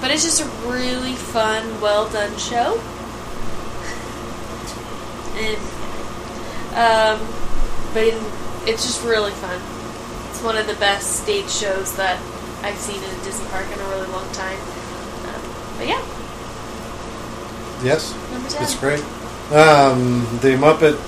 [SPEAKER 3] but it's just a really fun, well done show. [LAUGHS] And um, but it, it's just really fun. It's one of the best stage shows that I've seen in a Disney park in a really long time. Um, but yeah,
[SPEAKER 2] Yes,
[SPEAKER 3] number ten.
[SPEAKER 2] it's great. Um, the Muppet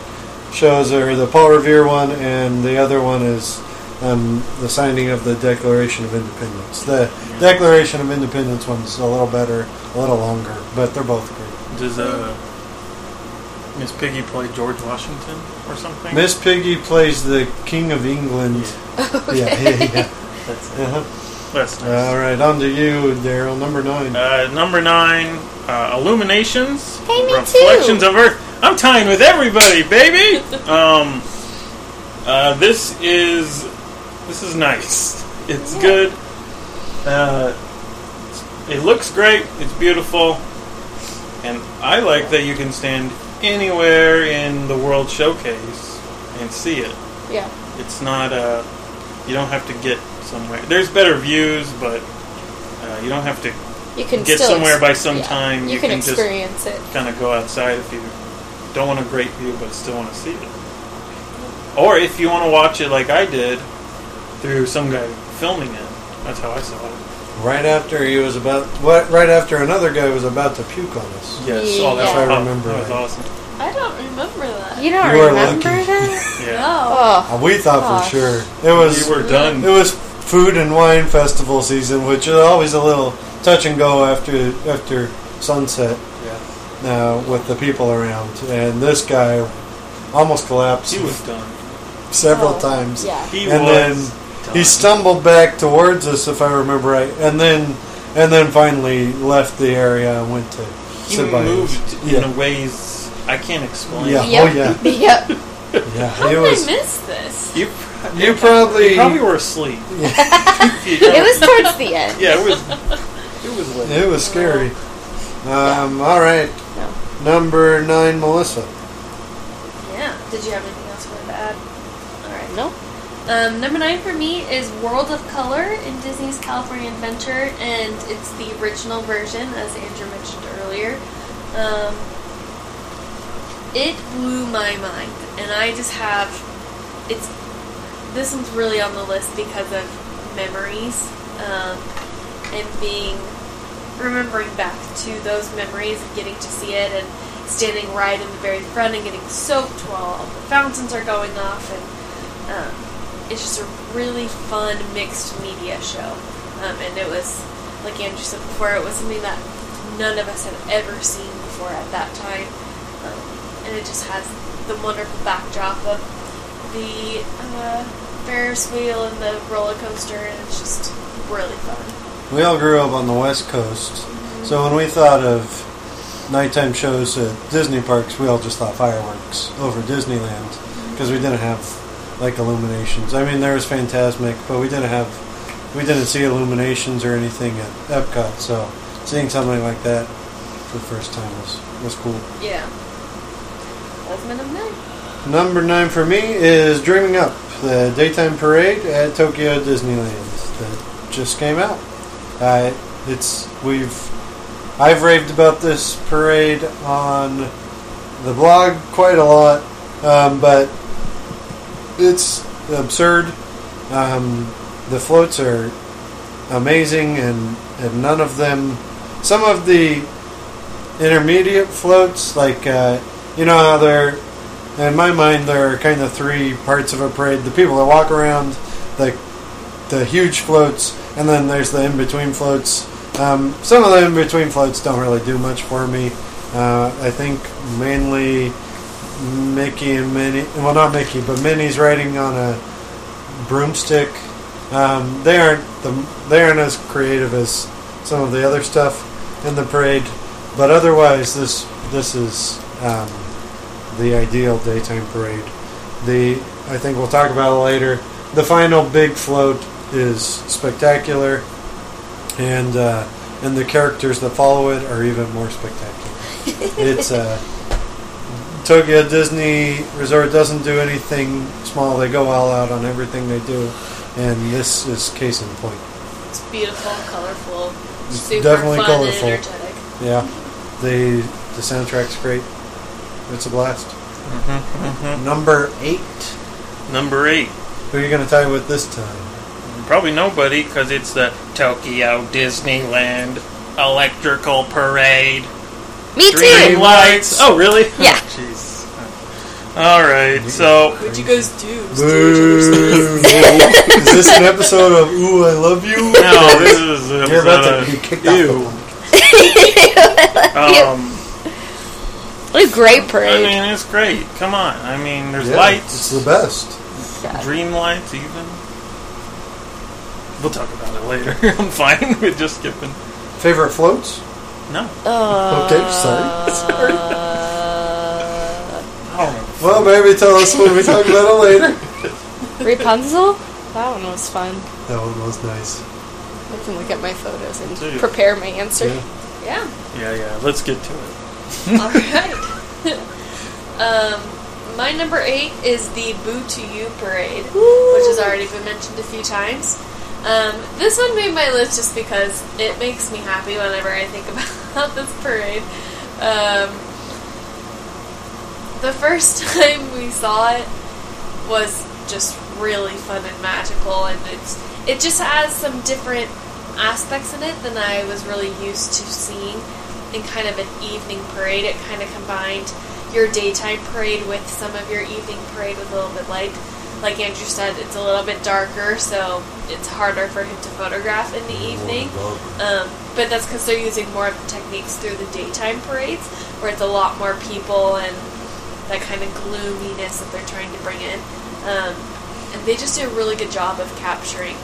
[SPEAKER 2] shows are the Paul Revere one, and the other one is um, the signing of the Declaration of Independence. The Declaration of Independence one's a little better, a little longer, but they're both great.
[SPEAKER 5] Does uh, Miss Piggy play George Washington or something?
[SPEAKER 2] Miss Piggy plays the King of England. [LAUGHS]
[SPEAKER 4] okay.
[SPEAKER 2] Yeah, yeah, yeah.
[SPEAKER 5] That's it.
[SPEAKER 2] Uh-huh.
[SPEAKER 5] That's nice.
[SPEAKER 2] All right, on to you, Daryl, number nine.
[SPEAKER 5] Uh, number nine, uh, Illuminations.
[SPEAKER 4] Hey, me too.
[SPEAKER 5] Reflections of Earth. I'm tying with everybody,
[SPEAKER 4] [LAUGHS]
[SPEAKER 5] baby. um, uh, this is this is nice. It's good. Uh, it looks great. It's beautiful, and I like that you can stand anywhere in the World Showcase and see it.
[SPEAKER 4] Yeah.
[SPEAKER 5] It's not uh You don't have to get somewhere. There's better views, but uh, you don't have to
[SPEAKER 4] You can
[SPEAKER 5] Get
[SPEAKER 4] still
[SPEAKER 5] somewhere by some
[SPEAKER 4] sometime.
[SPEAKER 5] time,
[SPEAKER 4] You,
[SPEAKER 5] you
[SPEAKER 4] can,
[SPEAKER 5] can just-
[SPEAKER 4] experience it.
[SPEAKER 5] kind of go outside if you don't want a great view but still want to see it. Or if you want to watch it like I did through some guy filming it. That's how I saw it.
[SPEAKER 2] Right after he was about, what? Right after another guy was about to puke on us.
[SPEAKER 5] Yes,
[SPEAKER 4] Yeah.
[SPEAKER 5] oh, that's
[SPEAKER 4] If
[SPEAKER 2] I
[SPEAKER 5] aw-
[SPEAKER 2] remember
[SPEAKER 5] That was
[SPEAKER 2] right.
[SPEAKER 5] awesome.
[SPEAKER 3] I don't remember that.
[SPEAKER 4] You don't
[SPEAKER 2] You are
[SPEAKER 4] remember
[SPEAKER 2] lucky.
[SPEAKER 4] [LAUGHS] that?
[SPEAKER 5] Yeah.
[SPEAKER 3] No.
[SPEAKER 4] Oh.
[SPEAKER 2] Uh, We thought
[SPEAKER 4] Gosh.
[SPEAKER 2] for sure
[SPEAKER 4] Oh.
[SPEAKER 2] it was.
[SPEAKER 5] you were done.
[SPEAKER 2] It was food and wine festival season, which is always a little touch and go after after sunset
[SPEAKER 5] Yeah.
[SPEAKER 2] uh, with the people around. And this guy almost collapsed
[SPEAKER 5] He was done.
[SPEAKER 2] several
[SPEAKER 4] Oh,
[SPEAKER 2] times.
[SPEAKER 4] Yeah.
[SPEAKER 5] He
[SPEAKER 2] And
[SPEAKER 5] was done.
[SPEAKER 2] He stumbled back towards us, if I remember right, and then and then finally left the area and went to
[SPEAKER 5] He
[SPEAKER 2] sit by us.
[SPEAKER 5] moved in
[SPEAKER 2] Yeah,
[SPEAKER 5] a ways I can't explain.
[SPEAKER 2] Yeah.
[SPEAKER 4] Yep.
[SPEAKER 2] Oh, yeah.
[SPEAKER 4] [LAUGHS] yep.
[SPEAKER 2] yeah.
[SPEAKER 3] How
[SPEAKER 2] It
[SPEAKER 3] did
[SPEAKER 2] was.
[SPEAKER 3] I miss this?
[SPEAKER 5] You,
[SPEAKER 2] You probably,
[SPEAKER 5] you probably were asleep. [LAUGHS]
[SPEAKER 4] [LAUGHS] It was towards the end.
[SPEAKER 5] Yeah, it
[SPEAKER 4] [LAUGHS]
[SPEAKER 5] was. It was late.
[SPEAKER 2] It was scary. Um, All right,
[SPEAKER 4] No.
[SPEAKER 2] number nine, Melissa.
[SPEAKER 3] Yeah. Did you have anything else you wanted to add? All right.
[SPEAKER 4] No.
[SPEAKER 3] Um, number nine for me is World of Color in Disney's California Adventure, and it's the original version, as Andrew mentioned earlier. Um, it blew my mind, and I just have it's. This one's really on the list because of memories um, and being remembering back to those memories and getting to see it and standing right in the very front and getting soaked while all the fountains are going off and um, it's just a really fun mixed media show. Um, and it was, like Andrew said before, it was something that none of us had ever seen before at that time. Um, and it just has the wonderful backdrop of the uh, Ferris wheel and the roller coaster, and it's just really fun.
[SPEAKER 2] We all grew up on the West Coast, so when we thought of nighttime shows at Disney parks, we all just thought fireworks over Disneyland because we didn't have like illuminations. I mean, there was Fantasmic, but we didn't have, we didn't see illuminations or anything at Epcot. So seeing something like that for the first time was was cool.
[SPEAKER 3] Yeah. That's my number nine.
[SPEAKER 2] Number nine for me is Dreaming Up, the daytime parade at Tokyo Disneyland that just came out. Uh, it's we've I've raved about this parade on the blog quite a lot, um, but it's absurd. Um, the floats are amazing, and, and none of them. Some of the intermediate floats, like uh, you know how they're in my mind, there are kind of three parts of a parade: the people that walk around, the the huge floats, and then there's the in between floats. Um, some of the in between floats don't really do much for me. Uh, I think mainly Mickey and Minnie. Well, not Mickey, but Minnie's riding on a broomstick. Um, they aren't the, they aren't as creative as some of the other stuff in the parade, but otherwise this this is um, the ideal daytime parade. The I think we'll talk about it later. The final big float is spectacular, and uh, and the characters that follow it are even more spectacular. it's uh, Tokyo Disney Resort doesn't do anything small. They go all out on everything they do, and this is case in point.
[SPEAKER 3] It's beautiful, colorful,
[SPEAKER 2] It's
[SPEAKER 3] super
[SPEAKER 2] definitely
[SPEAKER 3] fun
[SPEAKER 2] colorful.
[SPEAKER 3] and energetic.
[SPEAKER 2] Yeah, the the soundtrack's great. It's a blast.
[SPEAKER 5] Mm-hmm,
[SPEAKER 2] Number eight.
[SPEAKER 5] Number eight.
[SPEAKER 2] Who are you going to tie with this time?
[SPEAKER 5] Probably nobody, because it's the Tokyo Disneyland Electrical Parade.
[SPEAKER 4] [LAUGHS] Me
[SPEAKER 5] Dream
[SPEAKER 4] too.
[SPEAKER 5] lights. Oh, really?
[SPEAKER 4] Yeah.
[SPEAKER 5] Jeez. All right. So
[SPEAKER 3] What'd you guys do?
[SPEAKER 2] [LAUGHS] Boo! is this an episode of Ooh, I Love You?
[SPEAKER 4] [LAUGHS]
[SPEAKER 5] no, this is an
[SPEAKER 2] You're about
[SPEAKER 5] episode
[SPEAKER 2] to be
[SPEAKER 5] of-
[SPEAKER 2] kicked out.
[SPEAKER 5] Ew. Um,
[SPEAKER 4] What a great
[SPEAKER 5] I
[SPEAKER 4] parade.
[SPEAKER 5] mean, it's great. Come on. I mean, there's
[SPEAKER 2] Yeah, It's
[SPEAKER 5] lights,
[SPEAKER 2] the best.
[SPEAKER 5] dream lights, even. We'll talk about it later. [LAUGHS] I'm fine with just skipping.
[SPEAKER 2] Favorite floats?
[SPEAKER 5] No,
[SPEAKER 4] Uh,
[SPEAKER 2] Okay, sorry. [LAUGHS]
[SPEAKER 4] Uh,
[SPEAKER 5] I don't remember.
[SPEAKER 2] Well, maybe tell us when we talk about it later. [LAUGHS]
[SPEAKER 4] [LAUGHS] Rapunzel? That one was fun.
[SPEAKER 2] That one was nice.
[SPEAKER 4] I can look at my photos and
[SPEAKER 5] Dude.
[SPEAKER 4] prepare my answer.
[SPEAKER 2] Yeah.
[SPEAKER 3] Yeah.
[SPEAKER 5] Yeah, yeah. Let's get to it.
[SPEAKER 3] All right. [LAUGHS] um, my number eight is the Boo to You parade, which has already been mentioned a few times. Um, this one made my list just because it makes me happy whenever I think [LAUGHS] about this parade. Um, the first [LAUGHS] time we saw it was just really fun and magical, and it's it just has some different aspects in it than I was really used to seeing in kind of an evening parade. It kind of combined your daytime parade with some of your evening parade with a little bit light. Like Andrew said, it's a little bit darker, so it's harder for him to photograph in the evening. Um, but that's because they're using more of the techniques through the daytime parades, where it's a lot more people and that kind of gloominess that they're trying to bring in. Um, and they just do a really good job of capturing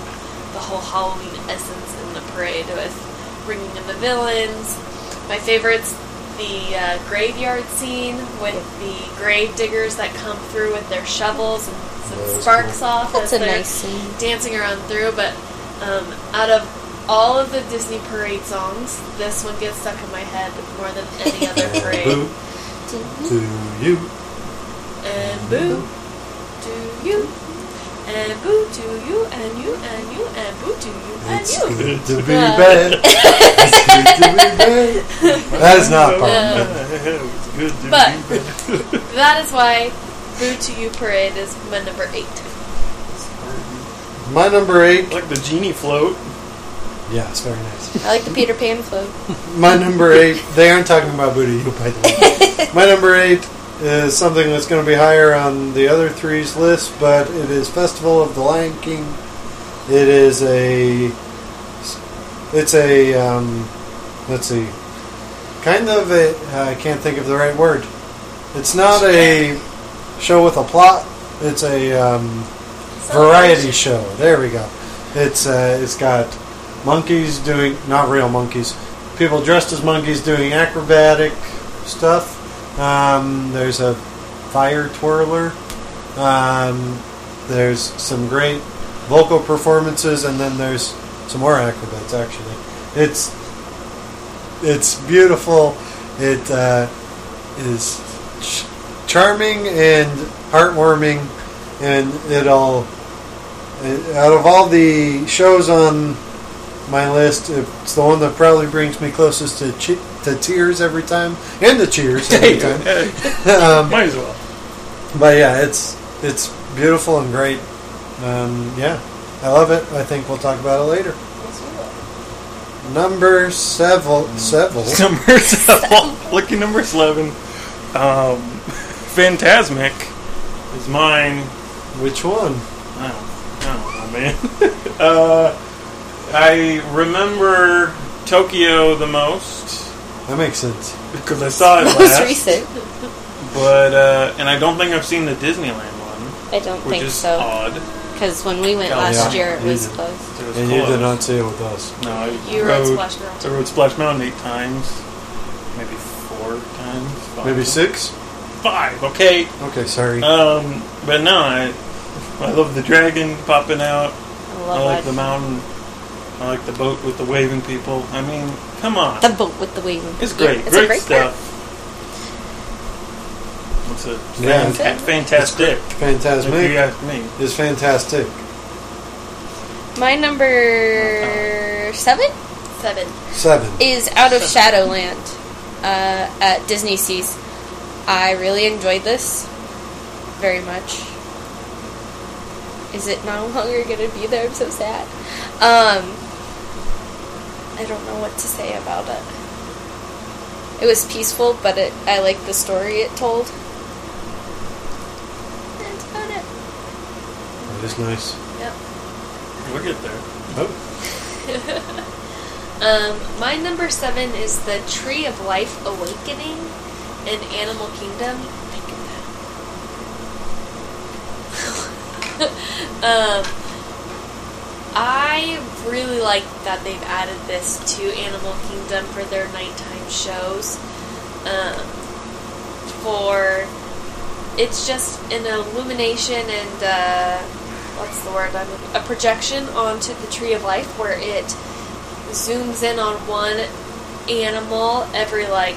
[SPEAKER 3] the whole Halloween essence in the parade with bringing in the villains. My favorites, the uh, graveyard scene with the grave diggers that come through with their shovels and some
[SPEAKER 2] Those
[SPEAKER 3] sparks off.
[SPEAKER 4] That's
[SPEAKER 3] as
[SPEAKER 4] a
[SPEAKER 3] they're
[SPEAKER 4] nice scene.
[SPEAKER 3] dancing around through, but um, out of all of the Disney parade songs, this one gets stuck in my head more than any [LAUGHS] other parade.
[SPEAKER 2] Boo to you.
[SPEAKER 3] and boo to you, and boo to you, and you, and you, and boo to you, and
[SPEAKER 2] It's
[SPEAKER 3] you.
[SPEAKER 2] good to be bad.
[SPEAKER 3] [LAUGHS]
[SPEAKER 2] It's good to be bad. That is not part.
[SPEAKER 3] Uh,
[SPEAKER 5] it's good to
[SPEAKER 3] but-
[SPEAKER 5] be
[SPEAKER 3] that is why Boo to You Parade is my number eight.
[SPEAKER 5] back.
[SPEAKER 2] My number eight.
[SPEAKER 5] [LAUGHS] Like the genie float.
[SPEAKER 2] Yeah, it's very nice.
[SPEAKER 4] I like the Peter Pan
[SPEAKER 5] [LAUGHS]
[SPEAKER 4] float.
[SPEAKER 2] My number eight. They aren't talking about Buddha you, by the way. My number eight is something that's going to be higher on the other three's list, but it is Festival of the Lion King. It is a. It's a. Um, let's see. Kind of a. I can't think of the right word. It's not a show with a plot. It's a. Um, variety show. There we go. It's uh, it's got monkeys doing not real monkeys, people dressed as monkeys doing acrobatic stuff. Um, there's a fire twirler. Um, there's some great vocal performances, and then there's some more acrobats. Actually, it's it's beautiful. It uh, is ch- charming and heartwarming, and it'll. it- Out of all the shows on my list, it's the one that probably brings me closest to che- to tears every time, and the
[SPEAKER 5] [LAUGHS]
[SPEAKER 2] cheers every time. um,
[SPEAKER 5] Might as well.
[SPEAKER 2] but yeah, it's it's beautiful and great. Um, yeah, I love it. I think we'll talk about it later. Number several,
[SPEAKER 5] [LAUGHS]
[SPEAKER 2] several.
[SPEAKER 5] Number 11. Lucky number 11. Um, Phantasmic is mine.
[SPEAKER 2] Which one?
[SPEAKER 5] I don't, I don't know, man. [LAUGHS] uh, I remember Tokyo the most
[SPEAKER 2] That makes sense.
[SPEAKER 5] because I saw it
[SPEAKER 4] Most
[SPEAKER 5] last.
[SPEAKER 4] recent.
[SPEAKER 5] But uh, and I don't think I've seen the Disneyland one,
[SPEAKER 4] I don't
[SPEAKER 5] which
[SPEAKER 4] think
[SPEAKER 5] is
[SPEAKER 4] so.
[SPEAKER 5] odd.
[SPEAKER 4] Because when we went
[SPEAKER 5] Oh,
[SPEAKER 4] last
[SPEAKER 2] yeah.
[SPEAKER 4] year, it
[SPEAKER 2] You
[SPEAKER 4] was
[SPEAKER 2] did.
[SPEAKER 4] closed.
[SPEAKER 5] It was
[SPEAKER 2] and you did
[SPEAKER 5] closed.
[SPEAKER 2] not see it with us.
[SPEAKER 5] No, I
[SPEAKER 3] You rode
[SPEAKER 5] rode,
[SPEAKER 3] Splash Mountain.
[SPEAKER 5] I rode Splash Mountain eight times, maybe four times, five.
[SPEAKER 2] Maybe six?
[SPEAKER 5] five. Okay.
[SPEAKER 2] Okay, sorry.
[SPEAKER 5] Um, but no, I I love the dragon popping out.
[SPEAKER 4] I
[SPEAKER 5] I like
[SPEAKER 4] love
[SPEAKER 5] the
[SPEAKER 4] that.
[SPEAKER 5] mountain. I like the boat with the waving people. I mean, come on.
[SPEAKER 4] The boat with the waving.
[SPEAKER 5] It's great.
[SPEAKER 4] Yeah, it's
[SPEAKER 5] great,
[SPEAKER 4] a great
[SPEAKER 5] stuff.
[SPEAKER 4] park.
[SPEAKER 5] It's a
[SPEAKER 2] Yeah.
[SPEAKER 5] fan- fantastic. If you
[SPEAKER 2] Fantasmic
[SPEAKER 5] ask me.
[SPEAKER 2] is fantastic.
[SPEAKER 4] My number seven
[SPEAKER 3] Seven.
[SPEAKER 2] Seven.
[SPEAKER 4] is Out of Shadowland uh, at Disney Seas. I really enjoyed this very much. Is it no longer going to be there? I'm so sad. Um, I don't know what to say about it. It was peaceful, but it, I liked the story it told. That's about it.
[SPEAKER 2] That is nice.
[SPEAKER 3] Yep.
[SPEAKER 5] We'll get there.
[SPEAKER 2] Oh,
[SPEAKER 3] [LAUGHS] Um, my number seven is the Tree of Life Awakening in Animal Kingdom. Think of that. [LAUGHS] um, I really like that they've added this to Animal Kingdom for their nighttime shows. Um, for it's just an illumination and uh, what's the word? I'm, a projection onto the Tree of Life where it zooms in on one animal every like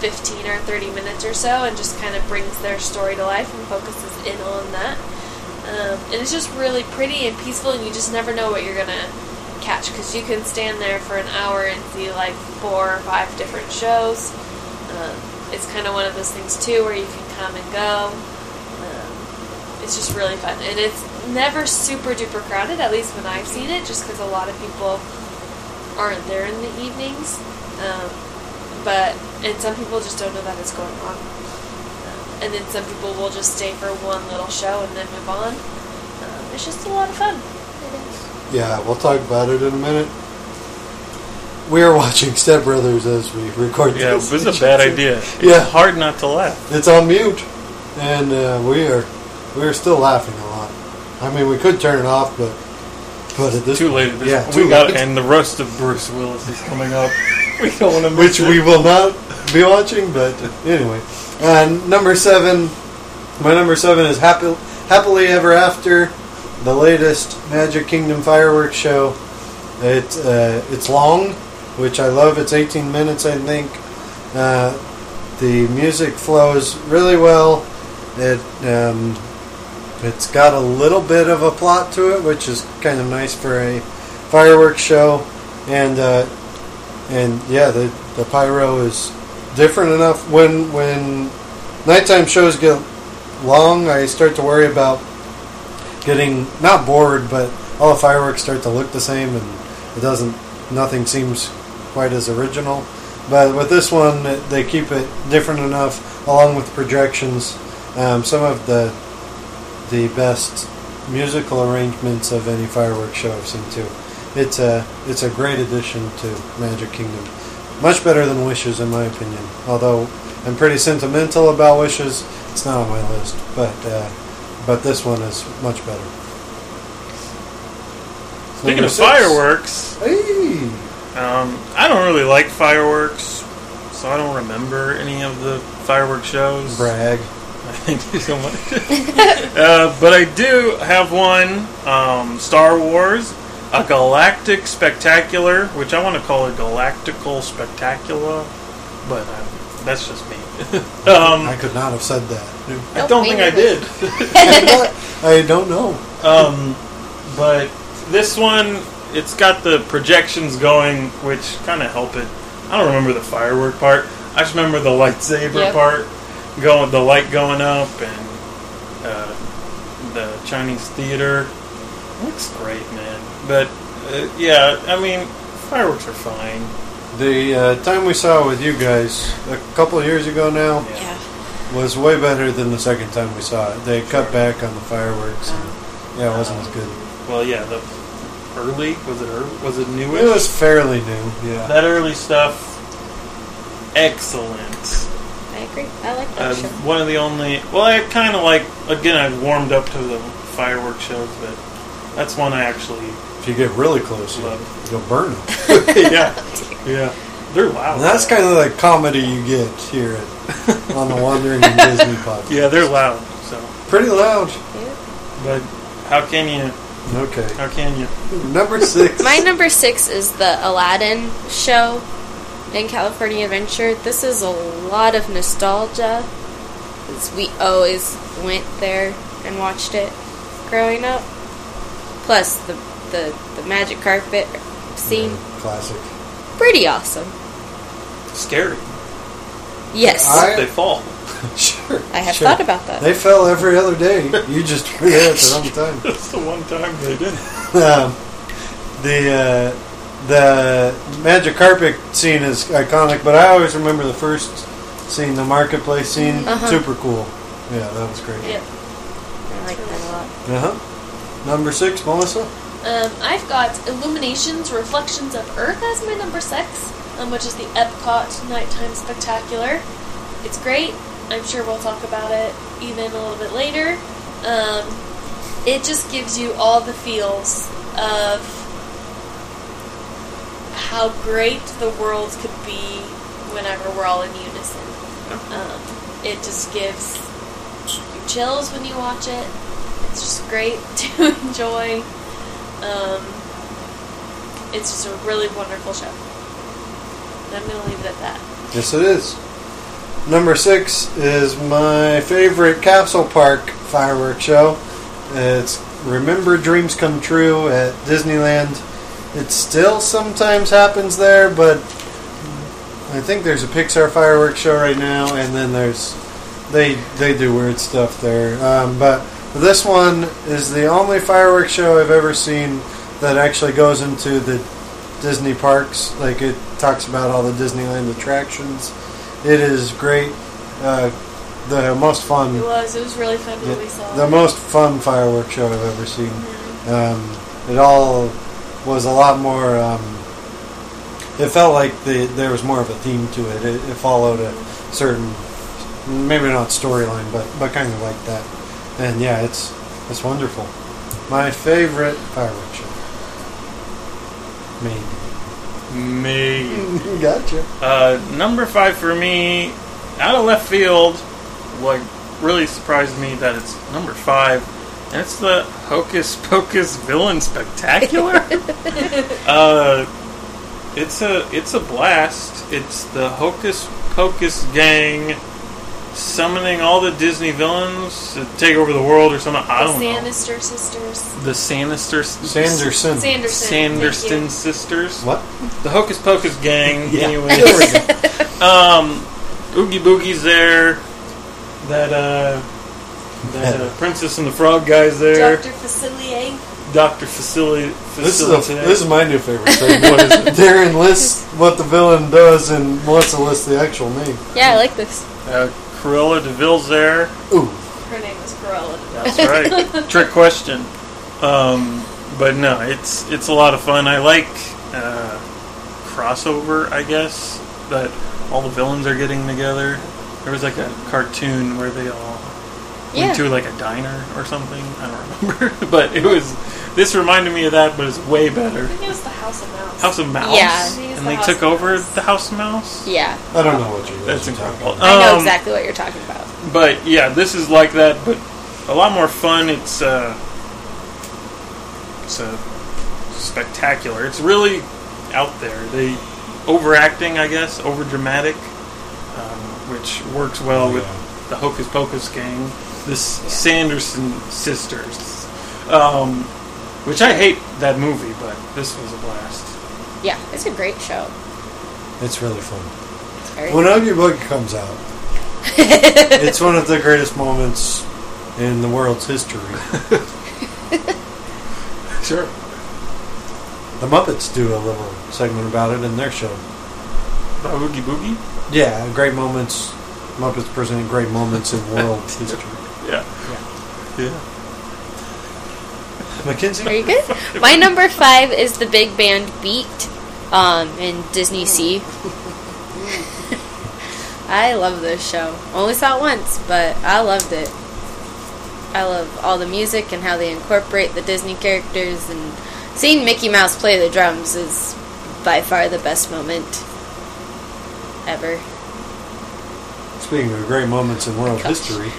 [SPEAKER 3] 15 or 30 minutes or so and just kind of brings their story to life and focuses in on that. Um, and it's just really pretty and peaceful, and you just never know what you're gonna catch because you can stand there for an hour and see like four or five different shows. Um, it's kind of one of those things too where you can come and go. Um, it's just really fun, and it's never super duper crowded. At least when I've seen it, just because a lot of people aren't there in the evenings. Um, but and some people just don't know that it's going on. Um, and then some people will just stay for one little show and then move on. Um, it's just a lot of fun.
[SPEAKER 2] yeah, we'll talk about it in a minute. We are [LAUGHS] watching Step Brothers as we record
[SPEAKER 5] Yeah, it
[SPEAKER 2] this. [LAUGHS]
[SPEAKER 5] was a bad idea. It's
[SPEAKER 2] Yeah.
[SPEAKER 5] hard not to laugh.
[SPEAKER 2] It's on mute, and uh, we are we are still laughing a lot. I mean, we could turn it off, but but at this
[SPEAKER 5] Too
[SPEAKER 2] point-
[SPEAKER 5] late. At this
[SPEAKER 2] yeah,
[SPEAKER 5] point.
[SPEAKER 2] too
[SPEAKER 5] we got,
[SPEAKER 2] late.
[SPEAKER 5] and the rest of Bruce Willis is coming up. [LAUGHS] we don't want to miss
[SPEAKER 2] which
[SPEAKER 5] [LAUGHS]
[SPEAKER 2] we will not be watching. But anyway, and number seven, my number seven is happy, happily ever after, the latest Magic Kingdom fireworks show. It uh, it's long, which I love. It's 18 minutes, I think. Uh, the music flows really well. It um, it's got a little bit of a plot to it, which is kind of nice for a fireworks show. And uh, and yeah, the, the pyro is different enough. When when nighttime shows get long, I start to worry about getting not bored, but all the fireworks start to look the same, and it doesn't. Nothing seems quite as original. But with this one, they keep it different enough, along with projections. Um, some of the the best musical arrangements of any fireworks show I've seen too. It's a it's a great addition to Magic Kingdom. Much better than Wishes in my opinion. Although I'm pretty sentimental about Wishes, it's not on my list. But uh, but this one is much better.
[SPEAKER 5] Speaking
[SPEAKER 2] Number
[SPEAKER 5] of
[SPEAKER 2] six.
[SPEAKER 5] fireworks,
[SPEAKER 2] Hey,
[SPEAKER 5] um, I don't really like fireworks, so I don't remember any of the fireworks shows.
[SPEAKER 2] brag.
[SPEAKER 5] [LAUGHS] Thank you so much. [LAUGHS] uh, but I do have one um, Star Wars, a Galactic Spectacular, which I want to call a Galactical Spectacula, but uh, that's just me. [LAUGHS] um,
[SPEAKER 2] I
[SPEAKER 5] I,
[SPEAKER 2] could not have said
[SPEAKER 5] [LAUGHS]
[SPEAKER 2] that.
[SPEAKER 4] Nope,
[SPEAKER 5] don't
[SPEAKER 4] me
[SPEAKER 5] think I
[SPEAKER 4] neither.
[SPEAKER 5] did. [LAUGHS]
[SPEAKER 2] I don't know.
[SPEAKER 5] Um, but this one, it's got the projections going, which kind of help it. I don't remember the firework part. I just remember the lightsaber
[SPEAKER 4] Yep.
[SPEAKER 5] part, going the light going up and uh, the Chinese theater. Looks great, man. But uh, yeah, I mean, fireworks are fine.
[SPEAKER 2] The uh, time we saw with you guys a couple of years ago now.
[SPEAKER 5] Yeah.
[SPEAKER 2] was way better than the second time we saw it. They cut back on the fireworks. And, yeah, it wasn't as good.
[SPEAKER 5] Well, yeah, the early was it early? Was it newish?
[SPEAKER 2] It was fairly new. Yeah,
[SPEAKER 5] that early stuff excellent.
[SPEAKER 4] I agree. I like that
[SPEAKER 5] Uh,
[SPEAKER 4] show.
[SPEAKER 5] one of the only. Well, I kind of like. Again, I've warmed up to the fireworks shows, but that's one I
[SPEAKER 2] [LAUGHS]
[SPEAKER 5] actually.
[SPEAKER 2] If you get really close, you'll,
[SPEAKER 5] Love.
[SPEAKER 2] you'll burn them.
[SPEAKER 5] yeah, yeah, they're loud.
[SPEAKER 2] And that's kind of the comedy you get here at, [LAUGHS] on the Wandering in
[SPEAKER 5] [LAUGHS]
[SPEAKER 2] Disney podcast.
[SPEAKER 5] Yeah, they're loud. So,
[SPEAKER 2] Pretty loud.
[SPEAKER 4] Yeah.
[SPEAKER 5] but how can you?
[SPEAKER 2] Okay.
[SPEAKER 5] How can you?
[SPEAKER 2] Number six.
[SPEAKER 4] My number six is the Aladdin show in California Adventure. This is a lot of nostalgia. 'cause We always went there and watched it growing up. Plus the the, the magic carpet scene.
[SPEAKER 2] Classic. [LAUGHS]
[SPEAKER 4] Pretty awesome.
[SPEAKER 5] Scary.
[SPEAKER 4] Yes.
[SPEAKER 2] I-
[SPEAKER 5] They fall. [LAUGHS]
[SPEAKER 2] Sure.
[SPEAKER 4] I have
[SPEAKER 2] sure.
[SPEAKER 4] thought about that.
[SPEAKER 2] They fell every other day. You just were there at the wrong time.
[SPEAKER 5] That's the one time they did.
[SPEAKER 2] um, the uh, the magic carpet scene is iconic, but I always remember the first scene, the marketplace scene.
[SPEAKER 4] Uh-huh.
[SPEAKER 2] Super cool. Yeah, that was great.
[SPEAKER 3] Yep.
[SPEAKER 4] I like that a lot.
[SPEAKER 2] Uh huh. Number six, Melissa.
[SPEAKER 3] Um, I've got Illuminations Reflections of Earth as my number six, um, which is the Epcot Nighttime Spectacular. It's great. I'm sure we'll talk about it even a little bit later. Um, it just gives you all the feels of how great the world could be whenever we're all in unison. Um, it just gives you chills when you watch it. It's just great [LAUGHS] to enjoy. Um, it's just a really wonderful show. And I'm going to leave it at that.
[SPEAKER 2] Yes, it is. Number six is my favorite Capsule Park fireworks show. It's Remember Dreams Come True at Disneyland. It still sometimes happens there, but I think there's a Pixar fireworks show right now, and then there's they they do weird stuff there. Um, but this one is the only fireworks show I've ever seen that actually goes into the Disney parks. Like it talks about all the Disneyland attractions. It is great. Uh, the most fun.
[SPEAKER 3] It was. It was really fun when we saw
[SPEAKER 2] Mm. The
[SPEAKER 3] it. Mm-hmm.
[SPEAKER 2] most fun fireworks show I've ever seen. Um, it all was a lot more. Um, it felt like the, there was more of a theme to it. It, it followed a certain, maybe not storyline, but but kind of like that. And yeah, it's it's wonderful. My favorite fireworks show. Maybe. [LAUGHS]
[SPEAKER 5] Me.
[SPEAKER 2] gotcha.
[SPEAKER 5] Uh, number five for me, out of left field, like really surprised me that it's number five, and it's the Hocus Pocus Villain Spectacular. uh, it's a it's a blast. It's the Hocus Pocus gang summoning all the Disney villains to take over the world or something. I
[SPEAKER 3] the
[SPEAKER 5] don't know.
[SPEAKER 3] Sanister Sisters.
[SPEAKER 5] The Sanister
[SPEAKER 2] Sanderson.
[SPEAKER 3] Sanderson.
[SPEAKER 5] Sanderson
[SPEAKER 3] Thank
[SPEAKER 5] sisters.
[SPEAKER 2] What?
[SPEAKER 5] The Hocus Pocus
[SPEAKER 2] [LAUGHS]
[SPEAKER 5] gang.
[SPEAKER 2] Yeah.
[SPEAKER 5] Anyway.
[SPEAKER 2] There we go.
[SPEAKER 5] [LAUGHS] Um, Oogie Boogie's there. That uh,
[SPEAKER 2] [LAUGHS]
[SPEAKER 5] that uh, Princess and the Frog guy's
[SPEAKER 3] you.
[SPEAKER 5] there.
[SPEAKER 3] Dr. Facilier.
[SPEAKER 5] Doctor Facility.
[SPEAKER 2] This is, a, this is my new favorite thing. What is [LAUGHS] it? Darren lists what the villain does and Melissa lists the actual name.
[SPEAKER 4] Yeah, I like this.
[SPEAKER 5] uh, Cruella Deville's there.
[SPEAKER 2] Ooh.
[SPEAKER 3] Her name was Cruella.
[SPEAKER 5] That's right.
[SPEAKER 4] [LAUGHS]
[SPEAKER 5] Trick question. Um, but no, it's it's a lot of fun. I like uh, crossover, I guess, that all the villains are getting together. There was like a cartoon where they all
[SPEAKER 4] Yeah.
[SPEAKER 5] went to like a diner or something. I don't remember, [LAUGHS] but it was. This reminded me of that, but it's way
[SPEAKER 3] I
[SPEAKER 5] better.
[SPEAKER 3] think it was the House of Mouse.
[SPEAKER 5] House of Mouse,
[SPEAKER 4] Yeah.
[SPEAKER 5] and they took over the House of Mouse.
[SPEAKER 4] Yeah.
[SPEAKER 2] I don't know what you guys
[SPEAKER 5] That's
[SPEAKER 2] are talking
[SPEAKER 5] incredible.
[SPEAKER 2] about.
[SPEAKER 4] I know
[SPEAKER 5] Um,
[SPEAKER 4] exactly what you're talking about.
[SPEAKER 5] But yeah, this is like that, but a lot more fun. It's uh, it's uh, spectacular. It's really out there. They overacting, I guess, over dramatic, um, which works well
[SPEAKER 2] Oh,
[SPEAKER 5] with
[SPEAKER 2] yeah.
[SPEAKER 5] the Hocus Pocus gang. This Sanderson sisters, um, which I hate that movie, but this was a blast.
[SPEAKER 4] Yeah, it's a great show.
[SPEAKER 2] It's really fun.
[SPEAKER 4] It's very
[SPEAKER 2] When Oogie Boogie comes out, it's one of the greatest moments in the world's history.
[SPEAKER 5] Sure.
[SPEAKER 2] The Muppets do a little segment about it in their show.
[SPEAKER 5] By Oogie Boogie.
[SPEAKER 2] Yeah, great moments. Muppets present great moments in world history.
[SPEAKER 5] Yeah. Yeah.
[SPEAKER 4] Are
[SPEAKER 2] Mackenzie?
[SPEAKER 4] you good? My number five is the big band Beat um, in Disney Sea. [LAUGHS] I love this show. Only saw it once, but I loved it. I love all the music and how they incorporate the Disney characters and seeing Mickey Mouse play the drums is by far the best moment ever.
[SPEAKER 2] Speaking of great moments in world
[SPEAKER 4] Gosh.
[SPEAKER 2] history,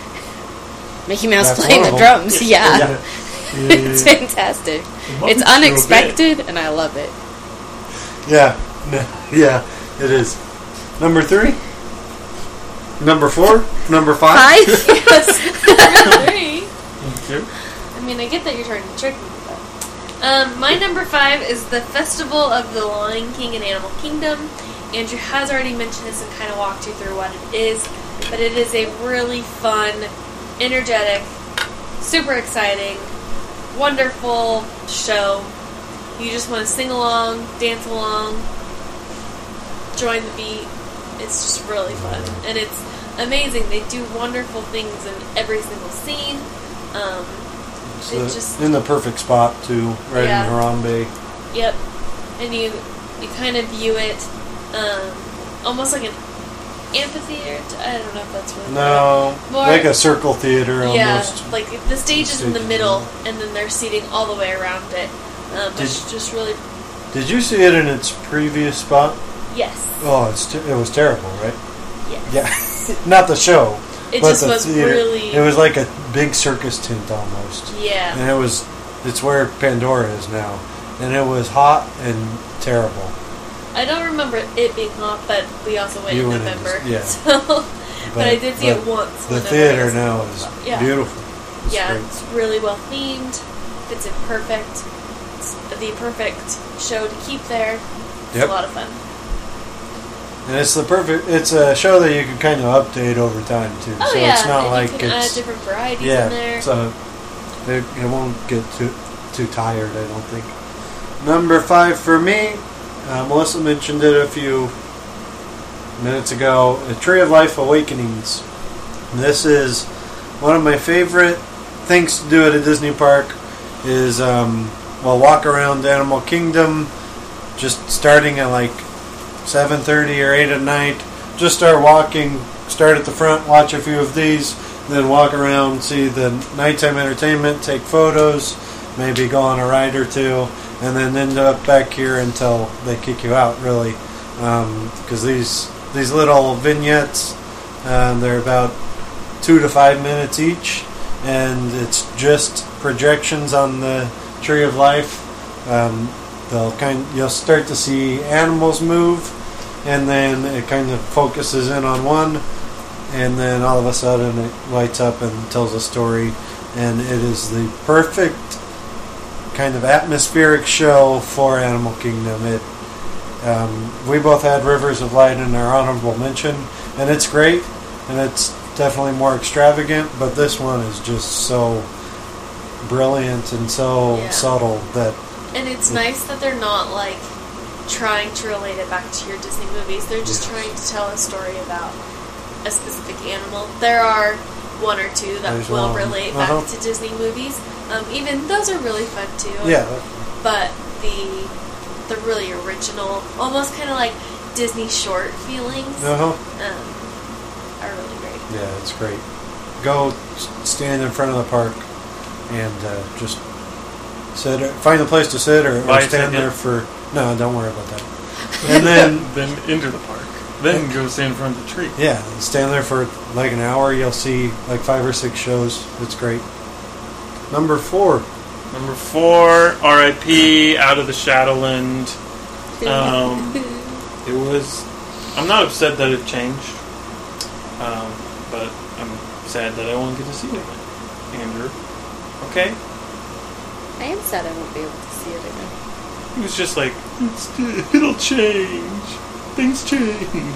[SPEAKER 4] Mickey Mouse
[SPEAKER 2] That's
[SPEAKER 4] playing the
[SPEAKER 2] horrible. [LAUGHS]
[SPEAKER 4] drums, yeah.
[SPEAKER 2] yeah,
[SPEAKER 4] [LAUGHS] it's fantastic. It's unexpected and I love it.
[SPEAKER 2] yeah, No, yeah, it is. Number three, number four, number
[SPEAKER 4] Hi.
[SPEAKER 2] [LAUGHS] five.
[SPEAKER 3] [LAUGHS] Three.
[SPEAKER 5] [LAUGHS] Thank you.
[SPEAKER 3] I mean, I get that you're trying to trick me, but. Um, my number five is the Festival of the Lion King and Animal Kingdom. Andrew has already mentioned this and kind of walked you through what it is, but it is a really fun, energetic, super exciting, wonderful show. You just want to sing along, dance along, join the beat. It's just really fun, and it's amazing. They do wonderful things in every single scene. Um,
[SPEAKER 2] It's
[SPEAKER 3] It
[SPEAKER 2] the-
[SPEAKER 3] just-
[SPEAKER 2] in the perfect spot too, right
[SPEAKER 3] Yeah.
[SPEAKER 2] in Harambe.
[SPEAKER 3] Yep. And you you kind of view it um, almost like an amphitheater. I don't know if that's really
[SPEAKER 2] No,
[SPEAKER 3] More-
[SPEAKER 2] like a circle theater
[SPEAKER 3] right.
[SPEAKER 2] almost.
[SPEAKER 3] Yeah, like the stage is in the
[SPEAKER 2] Stage.
[SPEAKER 3] middle, and then they're seating all the way around it, um,
[SPEAKER 2] Did-
[SPEAKER 3] which is just really
[SPEAKER 2] Did you see it in its previous spot?
[SPEAKER 3] yes,
[SPEAKER 2] Oh, it's it was terrible, right?
[SPEAKER 3] yes.
[SPEAKER 2] Yeah, [LAUGHS] not the show.
[SPEAKER 3] It
[SPEAKER 2] but
[SPEAKER 3] just
[SPEAKER 2] the
[SPEAKER 3] was
[SPEAKER 2] theater.
[SPEAKER 3] really
[SPEAKER 2] It was like a big circus tent almost,
[SPEAKER 3] yeah.
[SPEAKER 2] and it was. It's where Pandora is now, and it was hot and terrible.
[SPEAKER 3] I don't remember it being hot, but we also went
[SPEAKER 2] You
[SPEAKER 3] in
[SPEAKER 2] went in
[SPEAKER 3] November.
[SPEAKER 2] just- yeah.
[SPEAKER 3] [LAUGHS] So, but, I did see it
[SPEAKER 2] but
[SPEAKER 3] once.
[SPEAKER 2] The
[SPEAKER 3] whenever it
[SPEAKER 2] theater
[SPEAKER 3] was-
[SPEAKER 2] now is
[SPEAKER 3] Yeah.
[SPEAKER 2] beautiful. It's
[SPEAKER 3] yeah,
[SPEAKER 2] great.
[SPEAKER 3] it's really well themed. Fits in perfect. It's the perfect show to keep there. It's
[SPEAKER 2] Yep.
[SPEAKER 3] a lot of fun.
[SPEAKER 2] and it's the perfect. It's a show that you can kind of update over time too.
[SPEAKER 3] Oh
[SPEAKER 2] so
[SPEAKER 3] yeah,
[SPEAKER 2] it's not
[SPEAKER 3] and
[SPEAKER 2] like
[SPEAKER 3] you can
[SPEAKER 2] it's
[SPEAKER 3] add different varieties
[SPEAKER 2] yeah.
[SPEAKER 3] in there.
[SPEAKER 2] So it, it won't get too too tired. I don't think. Number five for me. Uh, Melissa mentioned it a few minutes ago. A Tree of Life Awakenings. This is one of my favorite things to do at a Disney park. Is um, well walk around Animal Kingdom, just starting at like seven thirty or eight at night. Just start walking. Start at the front, watch a few of these, then walk around, see the nighttime entertainment, take photos, maybe go on a ride or two, and then end up back here until they kick you out. Really, because these these little vignettes, um, they're about two to five minutes each, and it's just projections on the tree of life. Um, they'll kind you'll start to see animals move, and then it kind of focuses in on one, and then all of a sudden it lights up and tells a story, and it is the perfect kind of atmospheric show for Animal Kingdom. It um, we both had Rivers of Light in our honorable mention, and it's great, and it's definitely more extravagant, but this one is just so brilliant and so
[SPEAKER 3] Yeah.
[SPEAKER 2] subtle that
[SPEAKER 3] And it's nice that they're not like trying to relate it back to your Disney movies. They're just
[SPEAKER 2] Yes.
[SPEAKER 3] trying to tell a story about a specific animal. There are one or two that
[SPEAKER 2] There's
[SPEAKER 3] will
[SPEAKER 2] one.
[SPEAKER 3] relate
[SPEAKER 2] Uh-huh.
[SPEAKER 3] back to Disney movies. Um, even those are really fun too.
[SPEAKER 2] yeah,
[SPEAKER 3] But the the really original, almost kind of like Disney short feelings,
[SPEAKER 2] uh-huh.
[SPEAKER 3] um, are really great.
[SPEAKER 2] Yeah, it's great. Go s- stand in front of the park and uh, just sit. Or find a place to sit or, or
[SPEAKER 5] Buy a
[SPEAKER 2] stand
[SPEAKER 5] ticket.
[SPEAKER 2] there for. No, don't worry about that. And then
[SPEAKER 5] Then into the park. Then go stand in front of the tree.
[SPEAKER 2] yeah, stand there for like an hour. You'll see like five or six shows. It's great. Number four.
[SPEAKER 5] Number four, R.I.P. Out of the Shadowland. Um, it was. I'm not upset that it changed, um, but I'm sad that I won't get to see it. again. Andrew, okay,
[SPEAKER 4] I am sad I won't be able to see it again.
[SPEAKER 5] he was just like, it's, it'll change. Things change.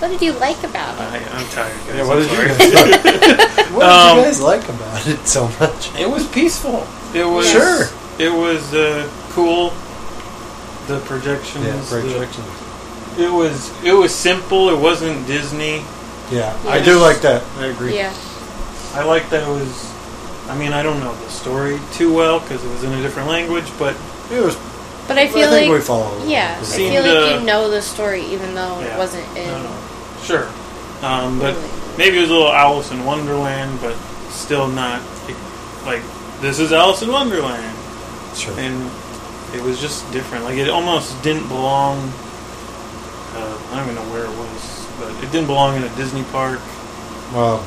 [SPEAKER 4] What did you like about it?
[SPEAKER 5] I, I'm tired, guys.
[SPEAKER 2] Yeah, what
[SPEAKER 5] I'm
[SPEAKER 2] did you
[SPEAKER 5] sorry. [LAUGHS]
[SPEAKER 2] guys like? What
[SPEAKER 5] Um,
[SPEAKER 2] did you guys like about it so much?
[SPEAKER 5] It was peaceful. It was
[SPEAKER 2] Sure.
[SPEAKER 5] It was uh, cool. The projections.
[SPEAKER 2] Yeah,
[SPEAKER 5] the-
[SPEAKER 2] projections.
[SPEAKER 5] it was it was simple. It wasn't Disney.
[SPEAKER 2] Yeah,
[SPEAKER 4] Yeah.
[SPEAKER 2] I do like that. I agree.
[SPEAKER 4] Yeah.
[SPEAKER 5] I like that it was. I mean, I don't know the story too well because it was in a different language, but
[SPEAKER 2] It was.
[SPEAKER 4] But I feel
[SPEAKER 2] think we
[SPEAKER 4] like
[SPEAKER 2] followed.
[SPEAKER 4] yeah, I
[SPEAKER 5] Seemed,
[SPEAKER 4] feel like
[SPEAKER 5] uh,
[SPEAKER 4] you know the story even though
[SPEAKER 5] yeah.
[SPEAKER 4] it wasn't in
[SPEAKER 5] I don't know. Sure. Um, but maybe it was a little Alice in Wonderland, but still not like this is Alice in Wonderland.
[SPEAKER 2] Sure.
[SPEAKER 5] And it was just different. Like it almost didn't belong. Uh, I don't even know where it was, but it didn't belong in a Disney park.
[SPEAKER 2] Well,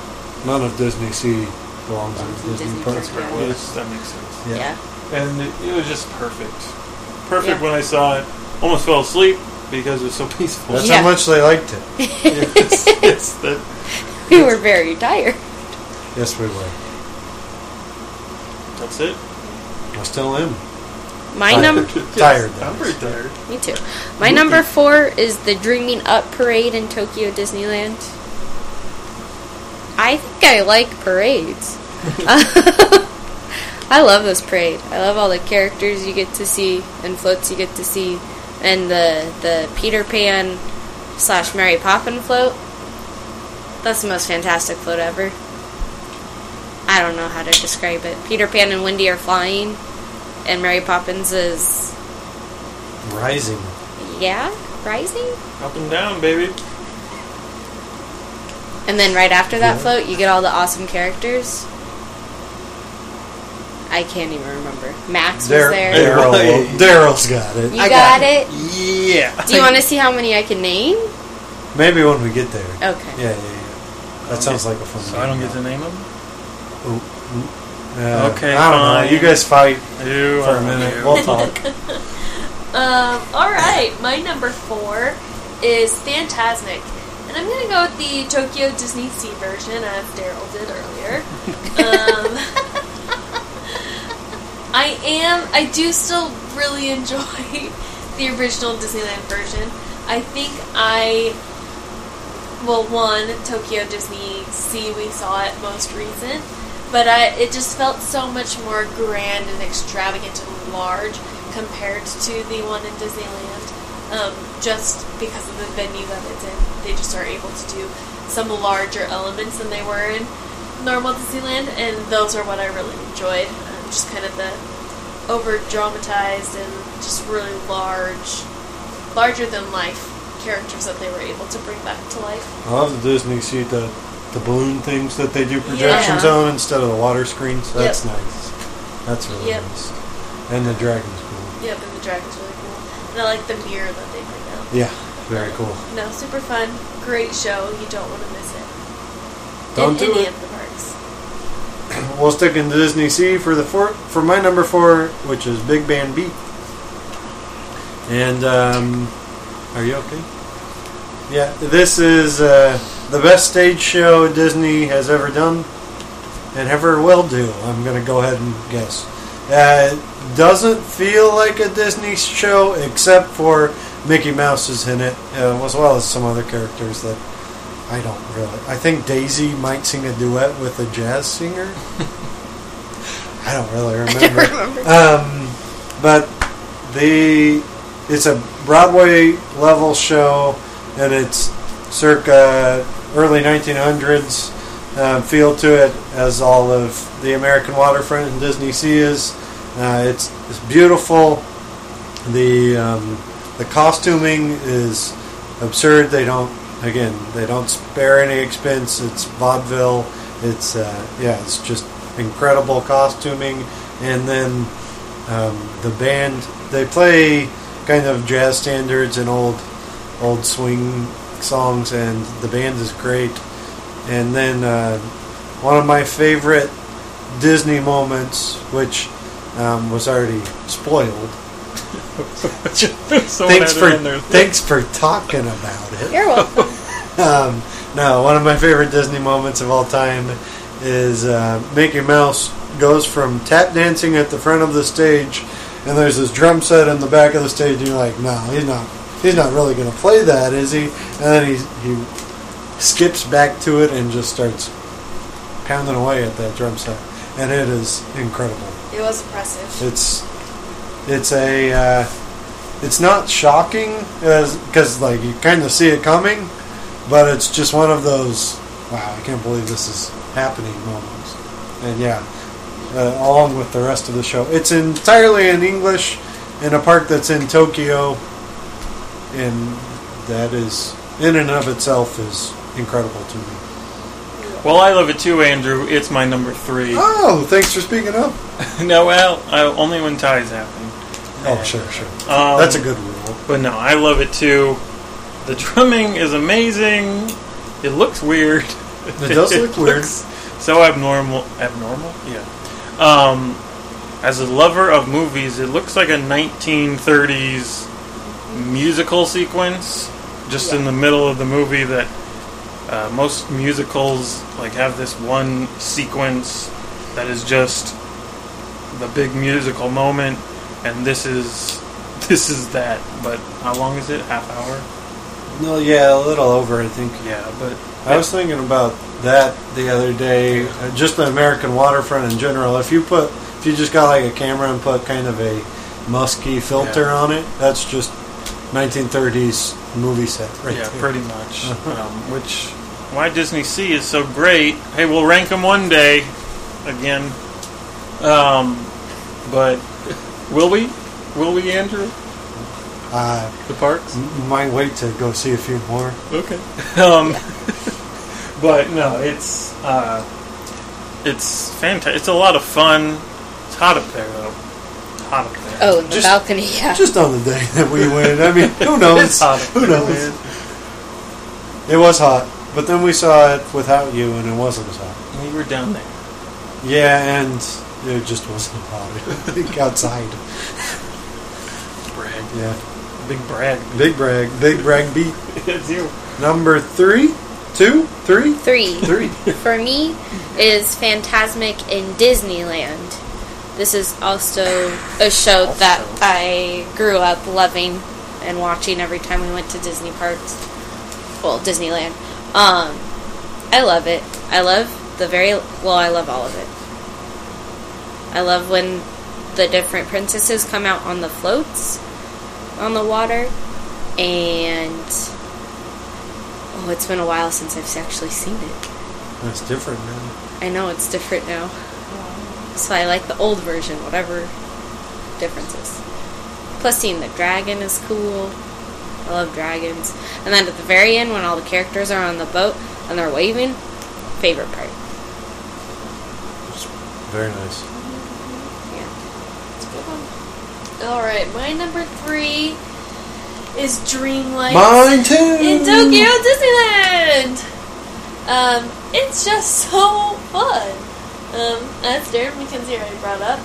[SPEAKER 2] none of Disney Sea belongs in Disney,
[SPEAKER 4] Disney
[SPEAKER 2] Park.
[SPEAKER 5] That's where it was. That makes sense.
[SPEAKER 2] Yeah.
[SPEAKER 4] yeah.
[SPEAKER 5] And it, it was just perfect. Perfect
[SPEAKER 4] Yeah.
[SPEAKER 5] when I saw it. Almost fell asleep because it was so [LAUGHS] peaceful.
[SPEAKER 2] That's
[SPEAKER 4] Yeah.
[SPEAKER 2] how much they liked it.
[SPEAKER 4] [LAUGHS]
[SPEAKER 5] it's, it's the,
[SPEAKER 4] We were very tired.
[SPEAKER 2] Yes, we were.
[SPEAKER 5] that's it.
[SPEAKER 2] I still am.
[SPEAKER 4] My
[SPEAKER 2] Tired.
[SPEAKER 4] number,
[SPEAKER 2] Tired, that
[SPEAKER 5] I'm
[SPEAKER 2] is.
[SPEAKER 5] pretty tired.
[SPEAKER 4] me too. My number four is the Dreaming Up Parade in Tokyo Disneyland. I think I like parades. [LAUGHS] I love this parade. I love all the characters you get to see and floats you get to see, and the the Peter Pan slash Mary Poppin float. That's the most fantastic float ever. I don't know how to describe it. Peter Pan and Wendy are flying, and Mary Poppins is
[SPEAKER 2] Rising.
[SPEAKER 4] yeah, rising.
[SPEAKER 5] Up and down, baby.
[SPEAKER 4] And then right after that
[SPEAKER 2] Yeah.
[SPEAKER 4] float, you get all the awesome characters. I can't even remember. Max was
[SPEAKER 2] Dar-
[SPEAKER 4] there.
[SPEAKER 2] Daryl.
[SPEAKER 5] Right.
[SPEAKER 2] Daryl's got it.
[SPEAKER 4] You got, it.
[SPEAKER 5] Yeah.
[SPEAKER 4] Do you want to see how many I can name? [LAUGHS]
[SPEAKER 2] Maybe when we get there.
[SPEAKER 4] Okay.
[SPEAKER 2] Yeah, yeah, yeah. That sounds like a fun.
[SPEAKER 5] So I don't
[SPEAKER 2] game.
[SPEAKER 5] get to name them.
[SPEAKER 2] Ooh, ooh. Uh,
[SPEAKER 5] Okay,
[SPEAKER 2] I don't
[SPEAKER 5] fine.
[SPEAKER 2] know. You guys fight
[SPEAKER 5] You
[SPEAKER 2] for a
[SPEAKER 5] are
[SPEAKER 2] minute.
[SPEAKER 5] you.
[SPEAKER 2] We'll
[SPEAKER 5] [LAUGHS]
[SPEAKER 2] talk.
[SPEAKER 3] Um, all right, my number four is Fantasmic, and I'm gonna go with the Tokyo Disney Sea version, as Daryl did earlier. um, I am. I do still really [LAUGHS] enjoy the original Disneyland version. I think I. Well, one Tokyo Disney Sea we saw it most recent, but I, it just felt so much more grand and extravagant and large compared to the one in Disneyland. Um, just because of the venue that it's in, they just are able to do some larger elements than they were in normal Disneyland, and those are what I really enjoyed. Um, just kind of the over dramatized and just really large, larger than life characters that they were able to bring back to life.
[SPEAKER 2] I love the Disney see the the balloon things that they do projections
[SPEAKER 3] Yeah.
[SPEAKER 2] on instead of the water screens. That's
[SPEAKER 3] Yep.
[SPEAKER 2] nice. That's really
[SPEAKER 3] Yep.
[SPEAKER 2] nice. And the dragons cool.
[SPEAKER 3] Yep, and the dragon's really cool. And I like the mirror that they bring out.
[SPEAKER 2] Yeah, very cool.
[SPEAKER 3] No, super fun. Great show. You don't want to miss it.
[SPEAKER 2] Don't
[SPEAKER 3] in
[SPEAKER 2] do
[SPEAKER 3] any
[SPEAKER 2] it.
[SPEAKER 3] of the parks.
[SPEAKER 2] We'll stick into Disney Sea for the four for my number four, which is Big Band Beat. And um, are you okay? Yeah, this is uh, the best stage show Disney has ever done, and ever will do. I'm gonna go ahead and guess. Uh, it doesn't feel like a Disney show except for Mickey Mouse is in it, uh, as well as some other characters that I don't really. I think Daisy might sing a duet with a jazz [LAUGHS] singer. I don't really remember. Um, but the it's a Broadway level show, and it's circa early 1900s uh, feel to it, as all of the American waterfront and Disney Sea is. Uh, it's it's beautiful. The um, the costuming is absurd. They don't again they don't spare any expense. It's vaudeville. It's uh, yeah, it's just incredible costuming, and then um, the band they play kind of jazz standards and old old swing songs, and the band is great. And then uh, one of my favorite Disney moments, which um, was already spoiled.
[SPEAKER 5] Someone
[SPEAKER 2] thanks
[SPEAKER 5] had it
[SPEAKER 2] for
[SPEAKER 5] on their-
[SPEAKER 2] thanks for talking about it
[SPEAKER 4] You're welcome.
[SPEAKER 2] um, no, one of my favorite Disney moments of all time is uh, Mickey Mouse goes from tap dancing at the front of the stage, and there's this drum set in the back of the stage. And you're like, no, he's not, he's not really going to play that, is he? And then he he skips back to it and just starts pounding away at that drum set, and it is incredible.
[SPEAKER 3] It was impressive.
[SPEAKER 2] It's it's a uh, it's not shocking as because like you kind of see it coming, but it's just one of those wow I can't believe this is happening moments. And yeah, uh, along with the rest of the show, it's entirely in English in a park that's in Tokyo, and that is in and of itself is incredible to me.
[SPEAKER 5] Well, I love it too, Andrew. It's my number three.
[SPEAKER 2] Oh, thanks for speaking up.
[SPEAKER 5] [LAUGHS] no, well, I, only when ties happen.
[SPEAKER 2] Oh, sure, sure.
[SPEAKER 5] Um,
[SPEAKER 2] That's a good rule.
[SPEAKER 5] But no, I love it too. The drumming is amazing. It looks weird.
[SPEAKER 2] It does look
[SPEAKER 5] [LAUGHS]
[SPEAKER 2] weird.
[SPEAKER 5] looks So abnormal. Abnormal? Yeah. Um, as a lover of movies, it looks like a 1930s musical sequence, just in the middle of the movie. That uh, most musicals like have this one sequence that is just the big musical moment, and this is [LAUGHS] this is that. But how long is it? Half hour?
[SPEAKER 2] No, yeah, a little over, I think.
[SPEAKER 5] Yeah, but
[SPEAKER 2] I was thinking about that the other day, uh, just the American waterfront in general. If you put, if you just got like a camera and put kind of a musky filter
[SPEAKER 5] Yeah.
[SPEAKER 2] on it, that's just 1930s movie set right
[SPEAKER 5] yeah,
[SPEAKER 2] there.
[SPEAKER 5] pretty [LAUGHS] much. Um, which why Disney Sea is so great. Hey, we'll rank them one day again. Um, but will we? Will we, Andrew?
[SPEAKER 2] Uh,
[SPEAKER 5] The parks?
[SPEAKER 2] m- might wait to go see a few more.
[SPEAKER 5] Okay. [LAUGHS] Um, but no, it's uh, it's fantastic. It's a lot of fun. It's hot up there though. Hot up there.
[SPEAKER 4] Oh, the
[SPEAKER 2] Just-
[SPEAKER 4] balcony. Yeah.
[SPEAKER 2] Just on the day [LAUGHS] that we went. I mean,
[SPEAKER 5] [LAUGHS]
[SPEAKER 2] who knows?
[SPEAKER 5] it's hot. up
[SPEAKER 2] Who
[SPEAKER 5] there,
[SPEAKER 2] knows?
[SPEAKER 5] man.
[SPEAKER 2] It was hot, but then we saw it without you, and it wasn't as hot.
[SPEAKER 5] We were down there.
[SPEAKER 2] Yeah, and it just wasn't hot. [LAUGHS] I think outside.
[SPEAKER 5] Brag.
[SPEAKER 2] Yeah,
[SPEAKER 5] Big brag.
[SPEAKER 2] big brag, big brag beat.
[SPEAKER 5] [LAUGHS] it's [LAUGHS] you.
[SPEAKER 2] Number three, two, three,
[SPEAKER 4] Three.
[SPEAKER 2] three.
[SPEAKER 4] for me is Phantasmic in Disneyland. This is also a show that
[SPEAKER 5] Also.
[SPEAKER 4] I grew up loving and watching every time we went to Disney parks. Well, Disneyland. Um, I love it. I love the very well. I love all of it. I love when the different princesses come out on the floats on the water, and oh, it's been a while since I've actually seen it.
[SPEAKER 2] [LAUGHS] That's different, man.
[SPEAKER 4] I know it's different now. So I like the old version, whatever differences. Plus, seeing the dragon is cool. I love dragons. And then at the very end, when all the characters are on the boat and they're waving, favorite part.
[SPEAKER 2] It's very nice.
[SPEAKER 4] Yeah. [LAUGHS]
[SPEAKER 3] All right, my number three is Dreamlight
[SPEAKER 2] Mine too.
[SPEAKER 3] in Tokyo
[SPEAKER 2] [LAUGHS]
[SPEAKER 3] Disneyland. Um, it's just so fun. Um, as Darren McKenzie already brought up,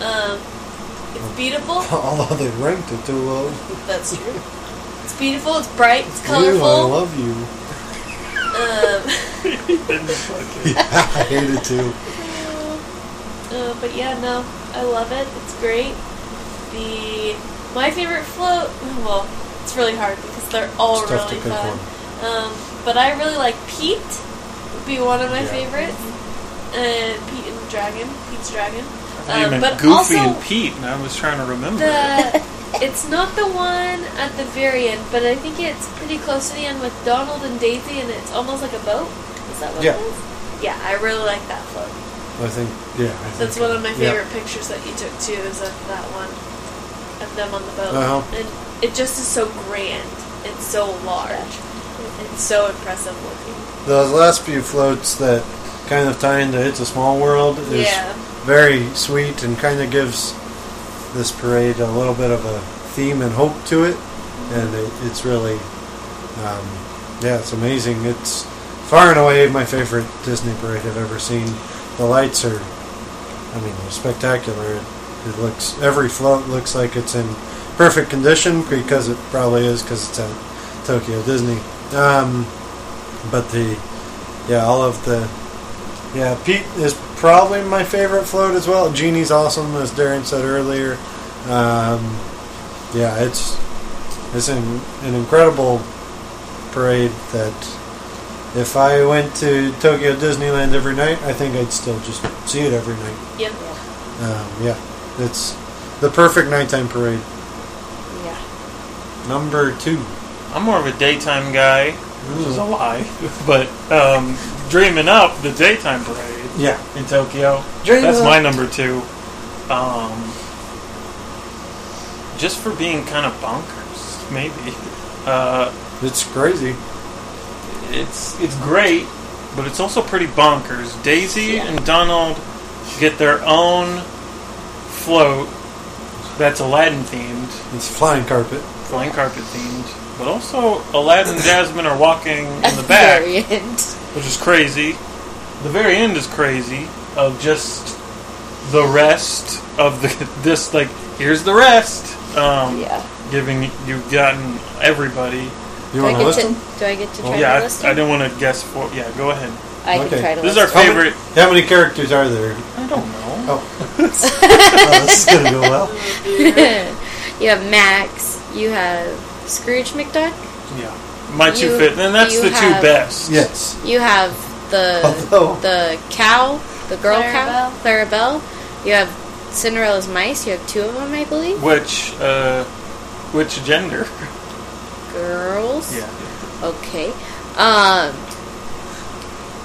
[SPEAKER 3] um, it's
[SPEAKER 2] [LAUGHS]
[SPEAKER 3] beautiful.
[SPEAKER 2] Although they ranked it too low.
[SPEAKER 3] That's true. It's beautiful. It's bright. It's
[SPEAKER 2] Ew, I
[SPEAKER 3] colorful.
[SPEAKER 2] love you.
[SPEAKER 3] [LAUGHS] Um,
[SPEAKER 2] I hate it too.
[SPEAKER 3] Um, [LAUGHS] Uh, but yeah, no, I love it. It's great. The my favorite float. Well, it's really hard because they're all
[SPEAKER 2] It's tough to
[SPEAKER 3] really
[SPEAKER 2] pick
[SPEAKER 3] fun. Um, but I really like Pete. Would be one of my
[SPEAKER 2] Yeah.
[SPEAKER 3] favorites. Uh, Pete and the Dragon. Pete's Dragon.
[SPEAKER 5] I
[SPEAKER 3] Um,
[SPEAKER 5] meant
[SPEAKER 3] but
[SPEAKER 5] Goofy
[SPEAKER 3] also
[SPEAKER 5] and Pete, and I was trying to remember.
[SPEAKER 3] the. It's not the one at the very end, but I think it's pretty close to the end with Donald and Daisy, and it's almost like a boat. Is that what
[SPEAKER 2] Yeah.
[SPEAKER 3] it is? Yeah, I really like that float.
[SPEAKER 2] I think, yeah. I think
[SPEAKER 3] That's one of my
[SPEAKER 2] yeah.
[SPEAKER 3] favorite pictures that you took too. Is of that one of them on the boat,
[SPEAKER 2] Uh-huh.
[SPEAKER 3] and it just is so grand and so large and so impressive looking.
[SPEAKER 2] Those last few floats that kind of tie into It's a Small World is
[SPEAKER 3] Yeah.
[SPEAKER 2] very sweet and kind of gives this parade a little bit of a theme and hope to it. And it, it's really, um, yeah, it's amazing. It's far and away my favorite Disney parade I've ever seen. The lights are, I mean, they're spectacular. It, it looks, every float looks like it's in perfect condition because it probably is because it's at Tokyo Disney. Um, but the yeah, all of the yeah, Pete is probably my favorite float as well. Genie's awesome, as Darren said earlier. Um, yeah, it's it's an, an incredible parade that if I went to Tokyo Disneyland every night, I think I'd still just see it every night.
[SPEAKER 3] Yep.
[SPEAKER 2] Um, yeah, it's the perfect nighttime parade.
[SPEAKER 4] Yeah.
[SPEAKER 2] Number two.
[SPEAKER 5] I'm more of a daytime guy, which is a lie. [LAUGHS] But um, dreaming up the daytime parade
[SPEAKER 2] Yeah,
[SPEAKER 5] in Tokyo.
[SPEAKER 2] Dream
[SPEAKER 5] that's
[SPEAKER 2] up.
[SPEAKER 5] my number two. Um, just for being kind of bonkers, maybe. [LAUGHS] Uh,
[SPEAKER 2] It's crazy.
[SPEAKER 5] It's it's great, but it's also pretty bonkers. Daisy and Donald get their own float that's Aladdin themed,
[SPEAKER 2] It's flying carpet.
[SPEAKER 5] flying carpet themed, but also Aladdin and Jasmine are walking in the back,
[SPEAKER 4] Very end.
[SPEAKER 5] which is crazy. The very end is crazy of just the rest of the [LAUGHS] this like here's the rest. Um,
[SPEAKER 4] Yeah.
[SPEAKER 5] Giving you've gotten everybody.
[SPEAKER 2] You
[SPEAKER 4] do, I
[SPEAKER 2] want to
[SPEAKER 4] get
[SPEAKER 2] list
[SPEAKER 4] to,
[SPEAKER 2] them?
[SPEAKER 4] do I get to try
[SPEAKER 5] yeah,
[SPEAKER 4] to list
[SPEAKER 5] I, I
[SPEAKER 4] them?
[SPEAKER 5] didn't want to guess for. Yeah, go ahead.
[SPEAKER 4] I, can
[SPEAKER 2] Okay.
[SPEAKER 4] try to
[SPEAKER 5] This is our
[SPEAKER 4] list
[SPEAKER 2] How many-
[SPEAKER 5] favorite.
[SPEAKER 2] How many characters are there?
[SPEAKER 5] I don't know.
[SPEAKER 2] Oh, Oh, this is gonna go well.
[SPEAKER 4] [LAUGHS] you have Max. You have Scrooge McDuck.
[SPEAKER 5] Yeah, my two
[SPEAKER 4] You-
[SPEAKER 5] fit, and that's
[SPEAKER 4] you
[SPEAKER 5] the
[SPEAKER 4] have-
[SPEAKER 5] two best.
[SPEAKER 2] Yes.
[SPEAKER 4] You have the
[SPEAKER 2] Although-
[SPEAKER 4] the cow, the girl cow,
[SPEAKER 3] Clarabelle.
[SPEAKER 4] Clarabelle. You have Cinderella's mice. You have two of them, I believe.
[SPEAKER 5] Which, uh, which gender? [LAUGHS]
[SPEAKER 4] Girls.
[SPEAKER 5] Yeah,
[SPEAKER 4] Okay. Um.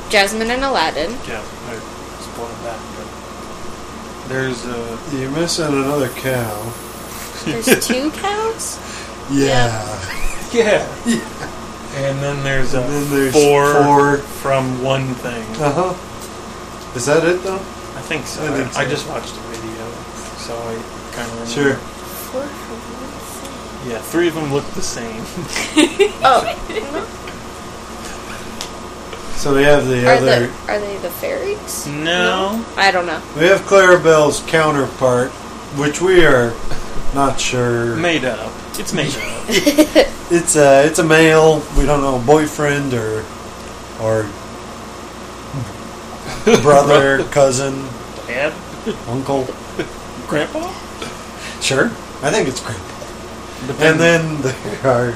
[SPEAKER 4] Jasmine and Aladdin.
[SPEAKER 5] yeah. I spoiled that. But there's uh,
[SPEAKER 2] You're missing another cow.
[SPEAKER 5] [LAUGHS]
[SPEAKER 4] There's two cows.
[SPEAKER 2] Yeah.
[SPEAKER 5] yeah. And then there's, uh,
[SPEAKER 2] And then there's
[SPEAKER 5] four,
[SPEAKER 2] four.
[SPEAKER 5] from one thing.
[SPEAKER 2] Uh huh. Is that it though?
[SPEAKER 5] I think so.
[SPEAKER 2] I
[SPEAKER 5] I,
[SPEAKER 2] think so.
[SPEAKER 5] I just watched a video, so I kind of remember.
[SPEAKER 2] Sure.
[SPEAKER 5] Yeah, three of them look the same.
[SPEAKER 4] Oh,
[SPEAKER 2] So we have the
[SPEAKER 4] are
[SPEAKER 2] other.
[SPEAKER 4] the are they the fairies?
[SPEAKER 5] No.
[SPEAKER 4] I
[SPEAKER 5] [LAUGHS]
[SPEAKER 4] don't know.
[SPEAKER 2] We have Clarabelle's counterpart, which we are not sure.
[SPEAKER 5] made up.
[SPEAKER 2] [LAUGHS]
[SPEAKER 5] It's made up.
[SPEAKER 2] It's a it's a male. We don't know boyfriend or or
[SPEAKER 5] [LAUGHS]
[SPEAKER 2] brother, cousin,
[SPEAKER 5] Dad,
[SPEAKER 2] uncle.
[SPEAKER 5] grandpa.
[SPEAKER 2] Sure, I think it's great.
[SPEAKER 5] But
[SPEAKER 2] And then there are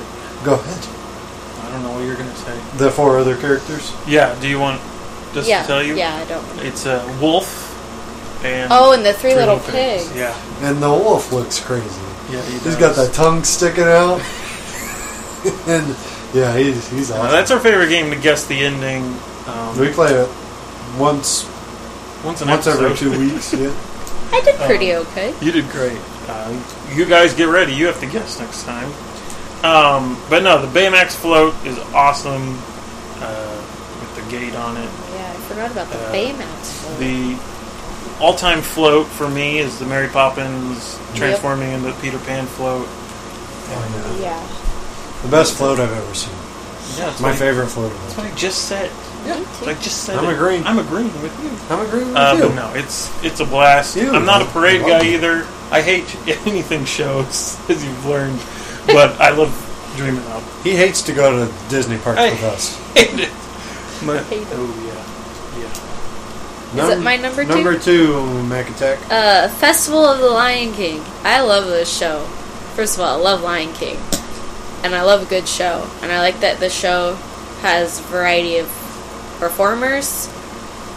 [SPEAKER 2] go ahead
[SPEAKER 5] I don't know what you're gonna say.
[SPEAKER 2] the four other characters.
[SPEAKER 5] Yeah. Do you want just
[SPEAKER 4] yeah.
[SPEAKER 5] to tell you?
[SPEAKER 4] Yeah, I don't.
[SPEAKER 5] It's a wolf and
[SPEAKER 4] Oh, and the three, little, pigs.
[SPEAKER 5] Yeah,
[SPEAKER 2] And the wolf looks crazy.
[SPEAKER 5] yeah. He
[SPEAKER 2] He's got that tongue sticking out. [LAUGHS] and yeah, he's he's
[SPEAKER 5] Now,
[SPEAKER 2] awesome.
[SPEAKER 5] Uh, that's our favorite game to guess the ending. Um,
[SPEAKER 2] we play it once
[SPEAKER 5] once an
[SPEAKER 2] once
[SPEAKER 5] episode.
[SPEAKER 2] every two weeks. Yeah.
[SPEAKER 4] I did
[SPEAKER 5] Oh.
[SPEAKER 4] pretty okay.
[SPEAKER 5] [LAUGHS] You did great. Uh, you guys get ready. You have to guess next time. Um, but no, the Baymax float is awesome uh, with the gate on it.
[SPEAKER 4] Yeah, I forgot about the
[SPEAKER 5] Uh,
[SPEAKER 4] Baymax. one.
[SPEAKER 5] The all-time float for me is the Mary Poppins transforming into Peter Pan float.
[SPEAKER 2] Oh,
[SPEAKER 4] yeah.
[SPEAKER 2] yeah. The best float I've ever seen.
[SPEAKER 5] Yeah, it's
[SPEAKER 2] My favorite float.
[SPEAKER 5] That's what I just said.
[SPEAKER 4] Me too.
[SPEAKER 5] I just said.
[SPEAKER 2] I'm
[SPEAKER 5] it.
[SPEAKER 2] agreeing.
[SPEAKER 5] I'm agreeing with you.
[SPEAKER 2] I'm agreeing with
[SPEAKER 5] Uh,
[SPEAKER 2] you.
[SPEAKER 5] but no, it's it's a blast.
[SPEAKER 2] You.
[SPEAKER 5] I'm not a parade
[SPEAKER 2] I love
[SPEAKER 5] guy
[SPEAKER 2] you.
[SPEAKER 5] either. I hate [LAUGHS] anything shows, as you've learned, but I love dreaming up.
[SPEAKER 2] He hates to go to Disney parks
[SPEAKER 5] Hey.
[SPEAKER 2] with us.
[SPEAKER 5] [LAUGHS] Hate it. My-
[SPEAKER 4] Hate it.
[SPEAKER 5] oh yeah, yeah.
[SPEAKER 4] Is it my number two?
[SPEAKER 2] Number two, Mac Attack.
[SPEAKER 4] Uh, Festival of the Lion King. I love this show. First of all, I love Lion King, and I love a good show. And I like that the show has variety of performers.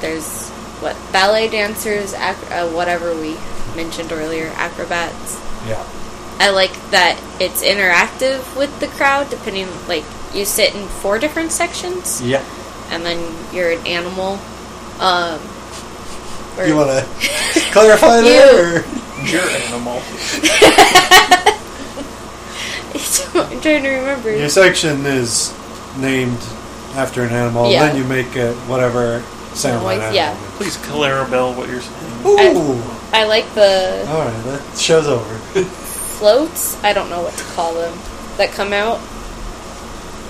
[SPEAKER 4] There's what ballet dancers, ac- uh, whatever we mentioned earlier, acrobats.
[SPEAKER 2] Yeah.
[SPEAKER 4] I like that it's interactive with the crowd. Depending, like you sit in four different sections.
[SPEAKER 2] Yeah.
[SPEAKER 4] and then you're an animal. Um, or-
[SPEAKER 2] You want to clarify that? Or?
[SPEAKER 5] You're animal.
[SPEAKER 4] [LAUGHS] I'm trying to remember.
[SPEAKER 2] Your section is named after an animal,
[SPEAKER 4] Yeah.
[SPEAKER 2] then you make it whatever sound
[SPEAKER 4] Noise,
[SPEAKER 2] that
[SPEAKER 4] yeah.
[SPEAKER 2] animal
[SPEAKER 5] Please, Clarabelle, what you're saying.
[SPEAKER 2] makes.
[SPEAKER 4] I-
[SPEAKER 2] Ooh.
[SPEAKER 4] I like the
[SPEAKER 2] All right, that show's over.
[SPEAKER 4] floats. I don't know what to call them that come out.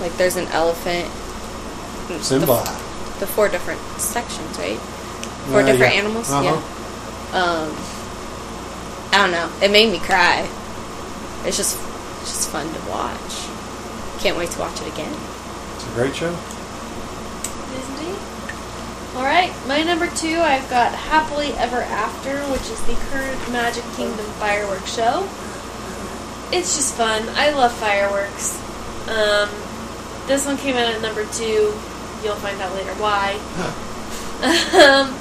[SPEAKER 4] Like there's an elephant. The-
[SPEAKER 2] Simba.
[SPEAKER 4] The, four different sections, right? Four
[SPEAKER 2] Uh,
[SPEAKER 4] different
[SPEAKER 2] yeah.
[SPEAKER 4] animals.
[SPEAKER 2] Uh-huh.
[SPEAKER 4] Yeah. Um, I don't know. It made me cry. It's just, it's just fun to watch. Can't wait to watch it again.
[SPEAKER 2] It's a great show.
[SPEAKER 3] Disney. [LAUGHS] All right, my number two, I've got Happily Ever After, which is the current Magic Kingdom fireworks show. It's just fun. I love fireworks. Um, this one came out at number two. You'll find out later why. [LAUGHS] um,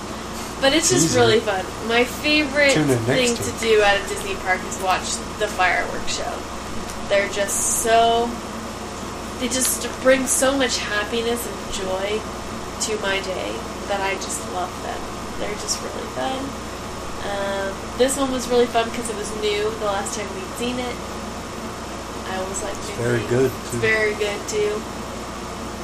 [SPEAKER 3] but it's just
[SPEAKER 2] Teaser.
[SPEAKER 3] really fun. My favorite
[SPEAKER 2] Tune in
[SPEAKER 3] thing
[SPEAKER 2] next
[SPEAKER 3] to
[SPEAKER 2] week.
[SPEAKER 3] do at a Disney park is watch the fireworks show. They're just so. They just bring so much happiness and joy to my day that I just love them. They're just really fun. Um, this one was really fun because it was new the last time we'd seen it. I I always like mixing.
[SPEAKER 2] very good,
[SPEAKER 3] It's
[SPEAKER 2] too.
[SPEAKER 3] very good too.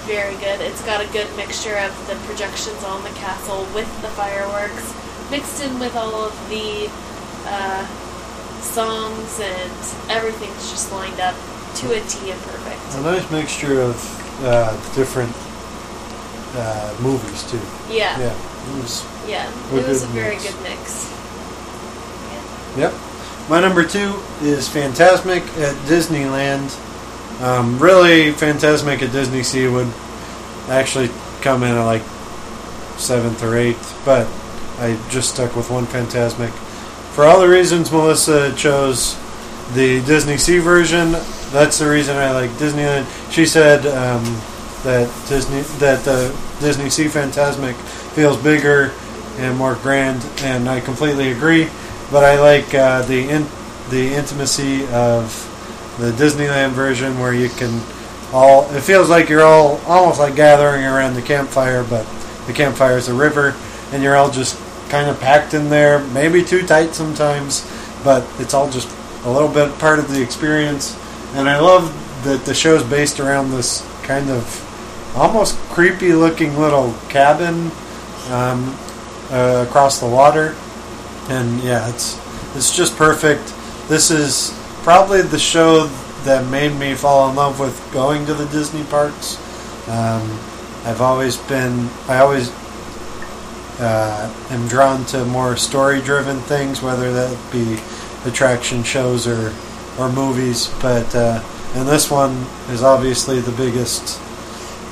[SPEAKER 3] Very good. It's got a good mixture of the projections on the castle with the fireworks, mixed in with all of the uh, songs and everything's just lined up to a T and perfect.
[SPEAKER 2] A nice mixture of uh, different uh, movies too.
[SPEAKER 3] Yeah, yeah.
[SPEAKER 2] Yeah. It was-
[SPEAKER 3] It
[SPEAKER 2] A
[SPEAKER 3] was a
[SPEAKER 2] good
[SPEAKER 3] very
[SPEAKER 2] mix.
[SPEAKER 3] good mix.
[SPEAKER 2] Yep. My number two is Fantasmic at Disneyland. Um, really, Fantasmic at Disney Sea would actually come in at like seventh or eighth, but I just stuck with one Fantasmic. For all the reasons Melissa chose the Disney Sea version, that's the reason I like Disneyland. She said um, that Disney that the Disney Sea Fantasmic feels bigger and more grand, and I completely agree. But I like uh, the in, the intimacy of the Disneyland version, where you can all it feels like you're all almost like gathering around the campfire, but the campfire is a river, and you're all just kind of packed in there, maybe too tight sometimes, but it's all just a little bit part of the experience. And I love that the show's based around this kind of almost creepy looking little cabin um, uh, across the water. And yeah, it's it's just perfect. This is probably the show that made me fall in love with going to the Disney parks. Um, I've always been, I always uh, am drawn to more story-driven things, whether that be attraction shows or or movies. But uh, and this one is obviously the biggest.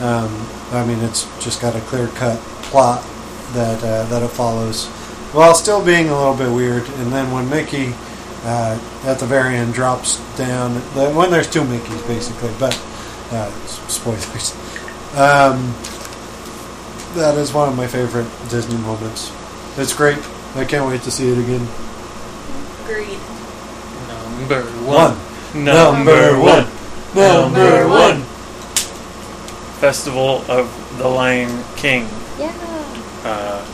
[SPEAKER 2] Um, I mean, it's just got a clear-cut plot that uh, that it follows, while still being a little bit weird. And then when Mickey uh, at the very end drops down, the- when there's two Mickeys basically, but uh, s- spoilers. Um, that is one of my favorite Disney moments. It's great. I can't wait to see it again.
[SPEAKER 3] Agreed.
[SPEAKER 5] Number one.
[SPEAKER 2] Number one.
[SPEAKER 5] Number one. Festival of the Lion King.
[SPEAKER 4] Yeah.
[SPEAKER 5] Uh,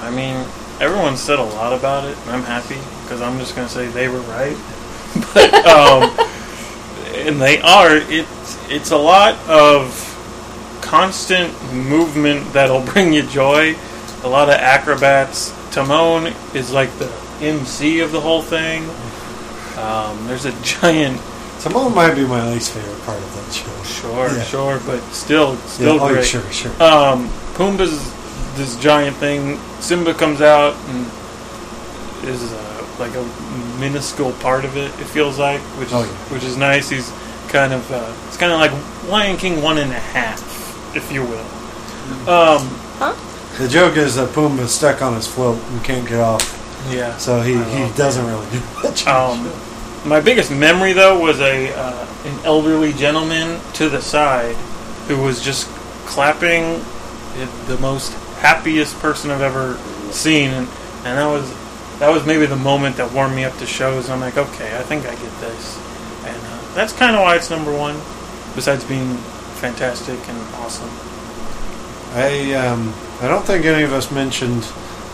[SPEAKER 5] I mean, everyone said a lot about it, and I'm happy because I'm just going to say they were right. [LAUGHS] but, um, and they are. It, it's a lot of constant movement that'll [LAUGHS] bring you joy. A lot of acrobats. Timon is like the MC of the whole thing. Um, there's a giant.
[SPEAKER 2] Timon might be my least favorite part of that show.
[SPEAKER 5] Sure,
[SPEAKER 2] Yeah.
[SPEAKER 5] sure, but still,
[SPEAKER 2] Yeah,
[SPEAKER 5] still
[SPEAKER 2] oh,
[SPEAKER 5] great.
[SPEAKER 2] sure, sure.
[SPEAKER 5] Um, Pumbaa's this giant thing. Simba comes out and is uh, like a minuscule part of it. It feels like, which
[SPEAKER 2] Oh,
[SPEAKER 5] is,
[SPEAKER 2] yeah.
[SPEAKER 5] which is nice. He's kind of uh, it's kind of like Lion King one and a half, if you will. Um,
[SPEAKER 2] The joke is that Pumbaa's stuck on his float and can't get off,
[SPEAKER 5] yeah.
[SPEAKER 2] so he,
[SPEAKER 5] I
[SPEAKER 2] he
[SPEAKER 5] love
[SPEAKER 2] doesn't really do much.
[SPEAKER 5] Um, my biggest memory though was a uh, an elderly gentleman to the side who was just clapping, the- the most happiest person I've ever seen, and, and that was that was maybe the moment that warmed me up to shows. And I'm like, okay, I think I get this, and uh, that's kind of why it's number one. Besides being fantastic and awesome,
[SPEAKER 2] I um, I don't think any of us mentioned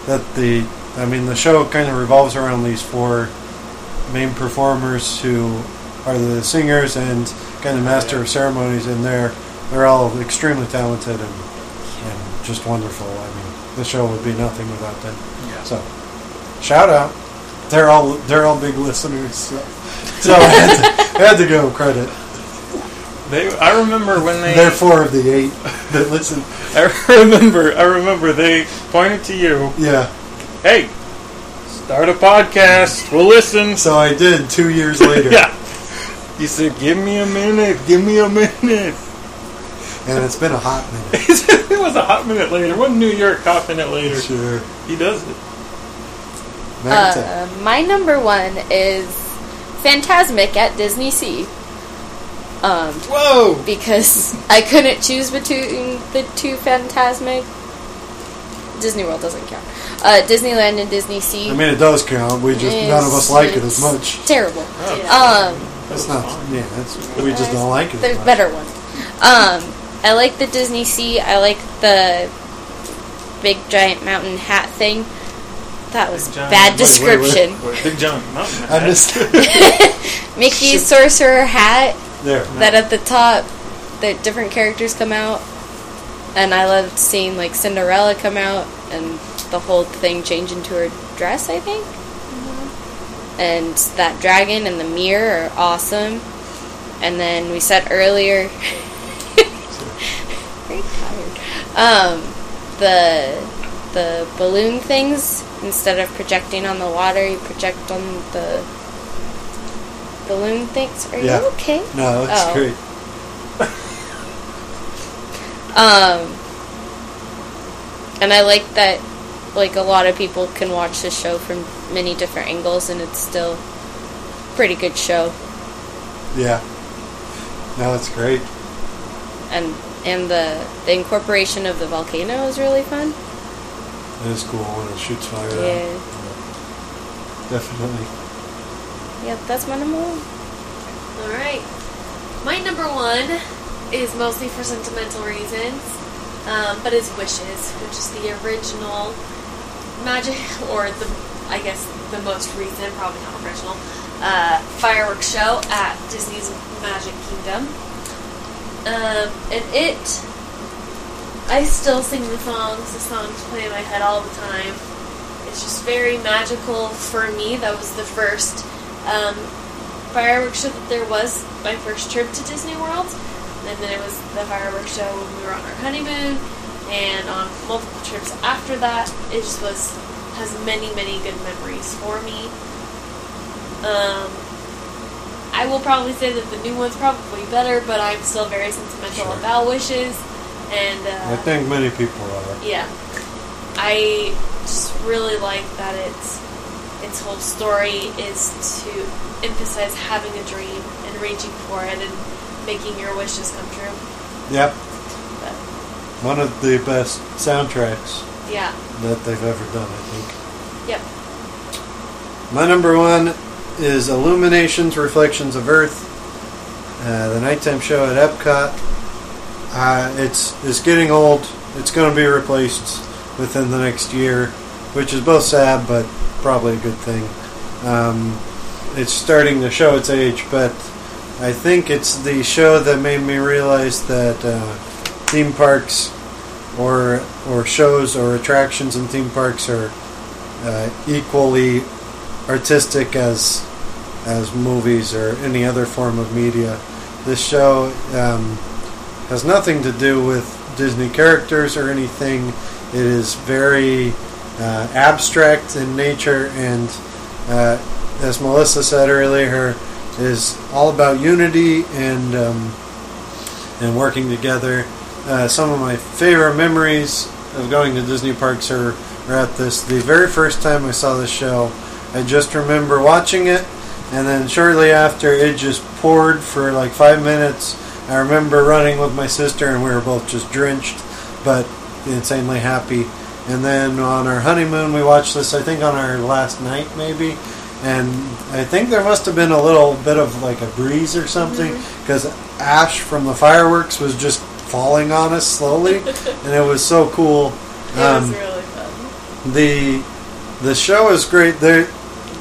[SPEAKER 2] that the I mean the show kind of revolves around these four main performers who are the singers and kind of master of ceremonies and they're they're all extremely talented and, and just wonderful. I mean the show would be nothing without them.
[SPEAKER 5] yeah.
[SPEAKER 2] So shout out. They're all they're all big listeners. So, so I, had to, I had to give them credit.
[SPEAKER 5] They, I remember when they
[SPEAKER 2] They're four of the eight that listen.
[SPEAKER 5] [LAUGHS] I remember I remember they pointed to you
[SPEAKER 2] Yeah.
[SPEAKER 5] hey, start a podcast. We'll [LAUGHS] listen.
[SPEAKER 2] So I did two years later.
[SPEAKER 5] [LAUGHS] yeah. You said, give me a minute. Give me a [LAUGHS] minute.
[SPEAKER 2] And it's been a hot minute.
[SPEAKER 5] it was a hot minute later. One New York hot minute later.
[SPEAKER 2] Sure.
[SPEAKER 5] He does it.
[SPEAKER 2] Magnetic.
[SPEAKER 4] Uh, my number one is Fantasmic at Disney Sea. Um,
[SPEAKER 5] Whoa.
[SPEAKER 4] because I couldn't choose between the two Fantasmic. Disney World doesn't count. Uh, Disneyland and Disney Sea.
[SPEAKER 2] I mean, it does count. We just none of us
[SPEAKER 4] is-
[SPEAKER 2] like it as
[SPEAKER 4] it's
[SPEAKER 2] much.
[SPEAKER 4] Terrible.
[SPEAKER 3] Yeah.
[SPEAKER 4] Um,
[SPEAKER 2] That's not. Yeah, that's, we just don't like it. as
[SPEAKER 4] There's
[SPEAKER 2] much.
[SPEAKER 4] better ones. Um, I like the Disney Sea. I like the big giant mountain hat thing. That was
[SPEAKER 5] Big John.
[SPEAKER 2] wait,
[SPEAKER 5] Wait,
[SPEAKER 4] bad
[SPEAKER 2] wait.
[SPEAKER 4] description.
[SPEAKER 5] Big John Mountain
[SPEAKER 2] [LAUGHS] I
[SPEAKER 5] Hat. [LAUGHS]
[SPEAKER 2] missed
[SPEAKER 4] Mickey's sorcerer hat
[SPEAKER 2] there.
[SPEAKER 4] that at the top that different characters come out and I loved seeing like Cinderella come out and the whole thing change into her dress, I think. And that dragon and the mirror are awesome. And then we said earlier very tired. Um the the balloon things instead of projecting on the water, you project on the balloon things. Are
[SPEAKER 2] Yeah.
[SPEAKER 4] you okay?
[SPEAKER 2] No, that's
[SPEAKER 4] Oh.
[SPEAKER 2] great.
[SPEAKER 4] Um, and I like that, like a lot of people can watch this show from many different angles, and it's still a pretty good show.
[SPEAKER 2] Yeah. No, that's great.
[SPEAKER 4] And and the, the incorporation of the volcano is really fun.
[SPEAKER 2] It is cool when it shoots fire. out.
[SPEAKER 4] Yeah.
[SPEAKER 2] Definitely.
[SPEAKER 4] Yep, that's my number one.
[SPEAKER 3] All right. My number one is mostly for sentimental reasons, um, but is Wishes, which is the original magic, [LAUGHS] or the I guess the most recent, probably not original, uh, fireworks show at Disney's Magic Kingdom. Um, and it, I still sing the songs. The songs play in my head all the time. It's just very magical for me. That was the first um, fireworks show that there was my first trip to Disney World, and then it was the fireworks show when we were on our honeymoon, and on multiple trips after that. It just was has many many good memories for me. Um, I will probably say that the new one's probably better, but I'm still very sentimental
[SPEAKER 2] Sure.
[SPEAKER 3] about wishes, and uh,
[SPEAKER 2] I think many people are.
[SPEAKER 3] yeah. I just really like that it's its whole story is to emphasize having a dream and reaching for it and making your wishes come true.
[SPEAKER 2] Yep.
[SPEAKER 3] But
[SPEAKER 2] One of the best soundtracks
[SPEAKER 3] yeah.
[SPEAKER 2] that they've ever done, I think.
[SPEAKER 3] Yep.
[SPEAKER 2] My number one is Illuminations Reflections of Earth, uh, the nighttime show at Epcot. Uh, it's, it's getting old. It's going to be replaced within the next year, which is both sad but probably a good thing. Um, it's starting to show its age, but I think it's the show that made me realize that uh, theme parks or or shows or attractions in theme parks are uh, equally artistic as as movies or any other form of media. This show um, has nothing to do with Disney characters or anything. It is very uh, abstract in nature, and uh, as Melissa said earlier, is all about unity and. Um, and working together. Uh, some of my favorite memories of going to Disney parks are, are at this. The very first time I saw this show, I just remember watching it, and then shortly after, it just poured for like five minutes. I remember running with my sister, and we were both just drenched, but insanely happy. And then on our honeymoon, we watched this, I think on our last night, maybe. And I think there must have been a little bit of like a breeze or something
[SPEAKER 3] Mm-hmm.
[SPEAKER 2] because ash from the fireworks was just falling on us
[SPEAKER 3] [LAUGHS]
[SPEAKER 2] slowly. and it was so cool.
[SPEAKER 3] It
[SPEAKER 2] Um,
[SPEAKER 3] was really fun.
[SPEAKER 2] the The show is great. There,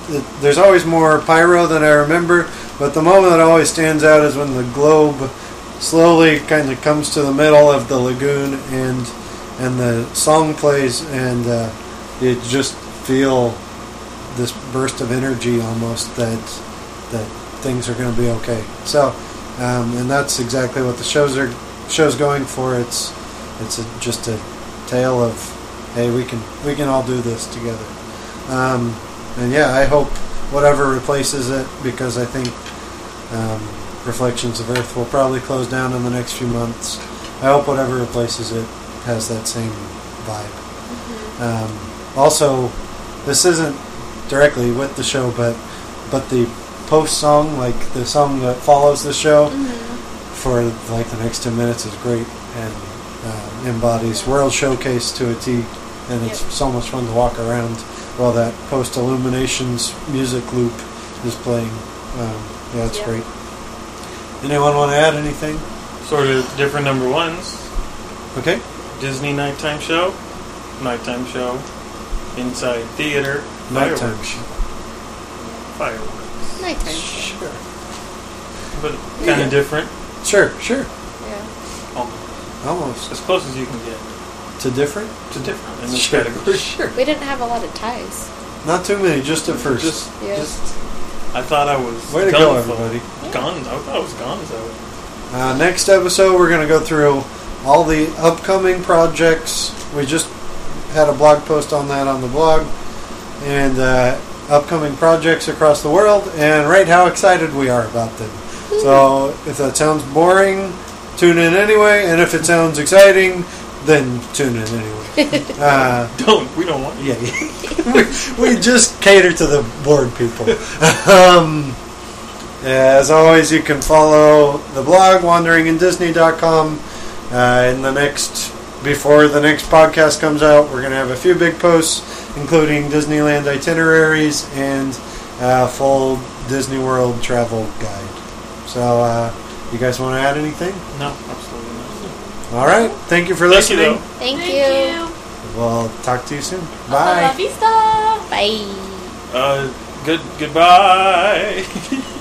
[SPEAKER 2] th- there's always more pyro than I remember, but the moment that always stands out is when the globe slowly kind of comes to the middle of the lagoon and and the song plays and uh, you just feel this burst of energy almost that that things are going to be okay. So, um, and that's exactly what the shows are shows going for. It's it's a, just a tale of hey, we can we can all do this together. Um, and yeah, I hope whatever replaces it because I think um, Reflections of Earth will probably close down in the next few months. I hope whatever replaces it has that same vibe.
[SPEAKER 4] Mm-hmm.
[SPEAKER 2] Um, also, this isn't directly with the show, but but the post song, like the song that follows the show,
[SPEAKER 3] Mm-hmm.
[SPEAKER 2] for like the next ten minutes is great and uh, embodies World Showcase to a T, and it's
[SPEAKER 3] Yep.
[SPEAKER 2] so much fun to walk around while that post illuminations music loop is playing. Um, yeah, it's
[SPEAKER 3] Yeah.
[SPEAKER 2] great. Anyone want to add anything?
[SPEAKER 5] Sort of different number ones.
[SPEAKER 2] Okay.
[SPEAKER 5] Disney nighttime show, nighttime show, Inside theater.
[SPEAKER 2] Nighttime
[SPEAKER 5] Fireworks.
[SPEAKER 2] show.
[SPEAKER 5] Fireworks.
[SPEAKER 4] Nighttime. show.
[SPEAKER 2] Sure.
[SPEAKER 5] But kind
[SPEAKER 2] Yeah.
[SPEAKER 5] of different.
[SPEAKER 2] Sure, sure.
[SPEAKER 4] Yeah.
[SPEAKER 5] Almost.
[SPEAKER 2] Almost.
[SPEAKER 5] As close as you can get
[SPEAKER 2] To different?
[SPEAKER 5] to different in this
[SPEAKER 2] Sure,
[SPEAKER 5] [LAUGHS] category.
[SPEAKER 2] sure.
[SPEAKER 4] We didn't have a lot of ties. [LAUGHS]
[SPEAKER 2] Not too many, just at first.
[SPEAKER 5] Just,
[SPEAKER 4] Yeah.
[SPEAKER 5] just. I thought I was.
[SPEAKER 2] Way to go,
[SPEAKER 5] gonzo.
[SPEAKER 2] everybody.
[SPEAKER 5] Gonzo. I thought I was gonzo.
[SPEAKER 2] Uh, next episode, we're going to go through all the upcoming projects. We just had a blog post on that on the blog, and uh, upcoming projects across the world, and rate how excited we are about them. So, if that sounds boring, tune in anyway, and if it sounds exciting, then tune in
[SPEAKER 4] [LAUGHS]
[SPEAKER 2] anyway. uh,
[SPEAKER 5] Don't. We don't want you.
[SPEAKER 2] yeah, we, we just cater to the bored people. um, uh, as always, you can follow the blog wanderingindisney.com. Uh, in the next, before the next podcast comes out, we're going to have a few big posts, including Disneyland itineraries and uh, full Disney World travel guide. So, uh, you guys want to add anything?
[SPEAKER 5] No, absolutely not.
[SPEAKER 2] All right. Thank you for
[SPEAKER 5] Thank
[SPEAKER 2] listening.
[SPEAKER 5] you, though.
[SPEAKER 4] Thank, you.
[SPEAKER 3] Thank
[SPEAKER 2] we'll talk to you soon.
[SPEAKER 3] Hasta
[SPEAKER 2] Bye.
[SPEAKER 3] la vista.
[SPEAKER 4] Bye.
[SPEAKER 5] Uh, good. Goodbye. [LAUGHS]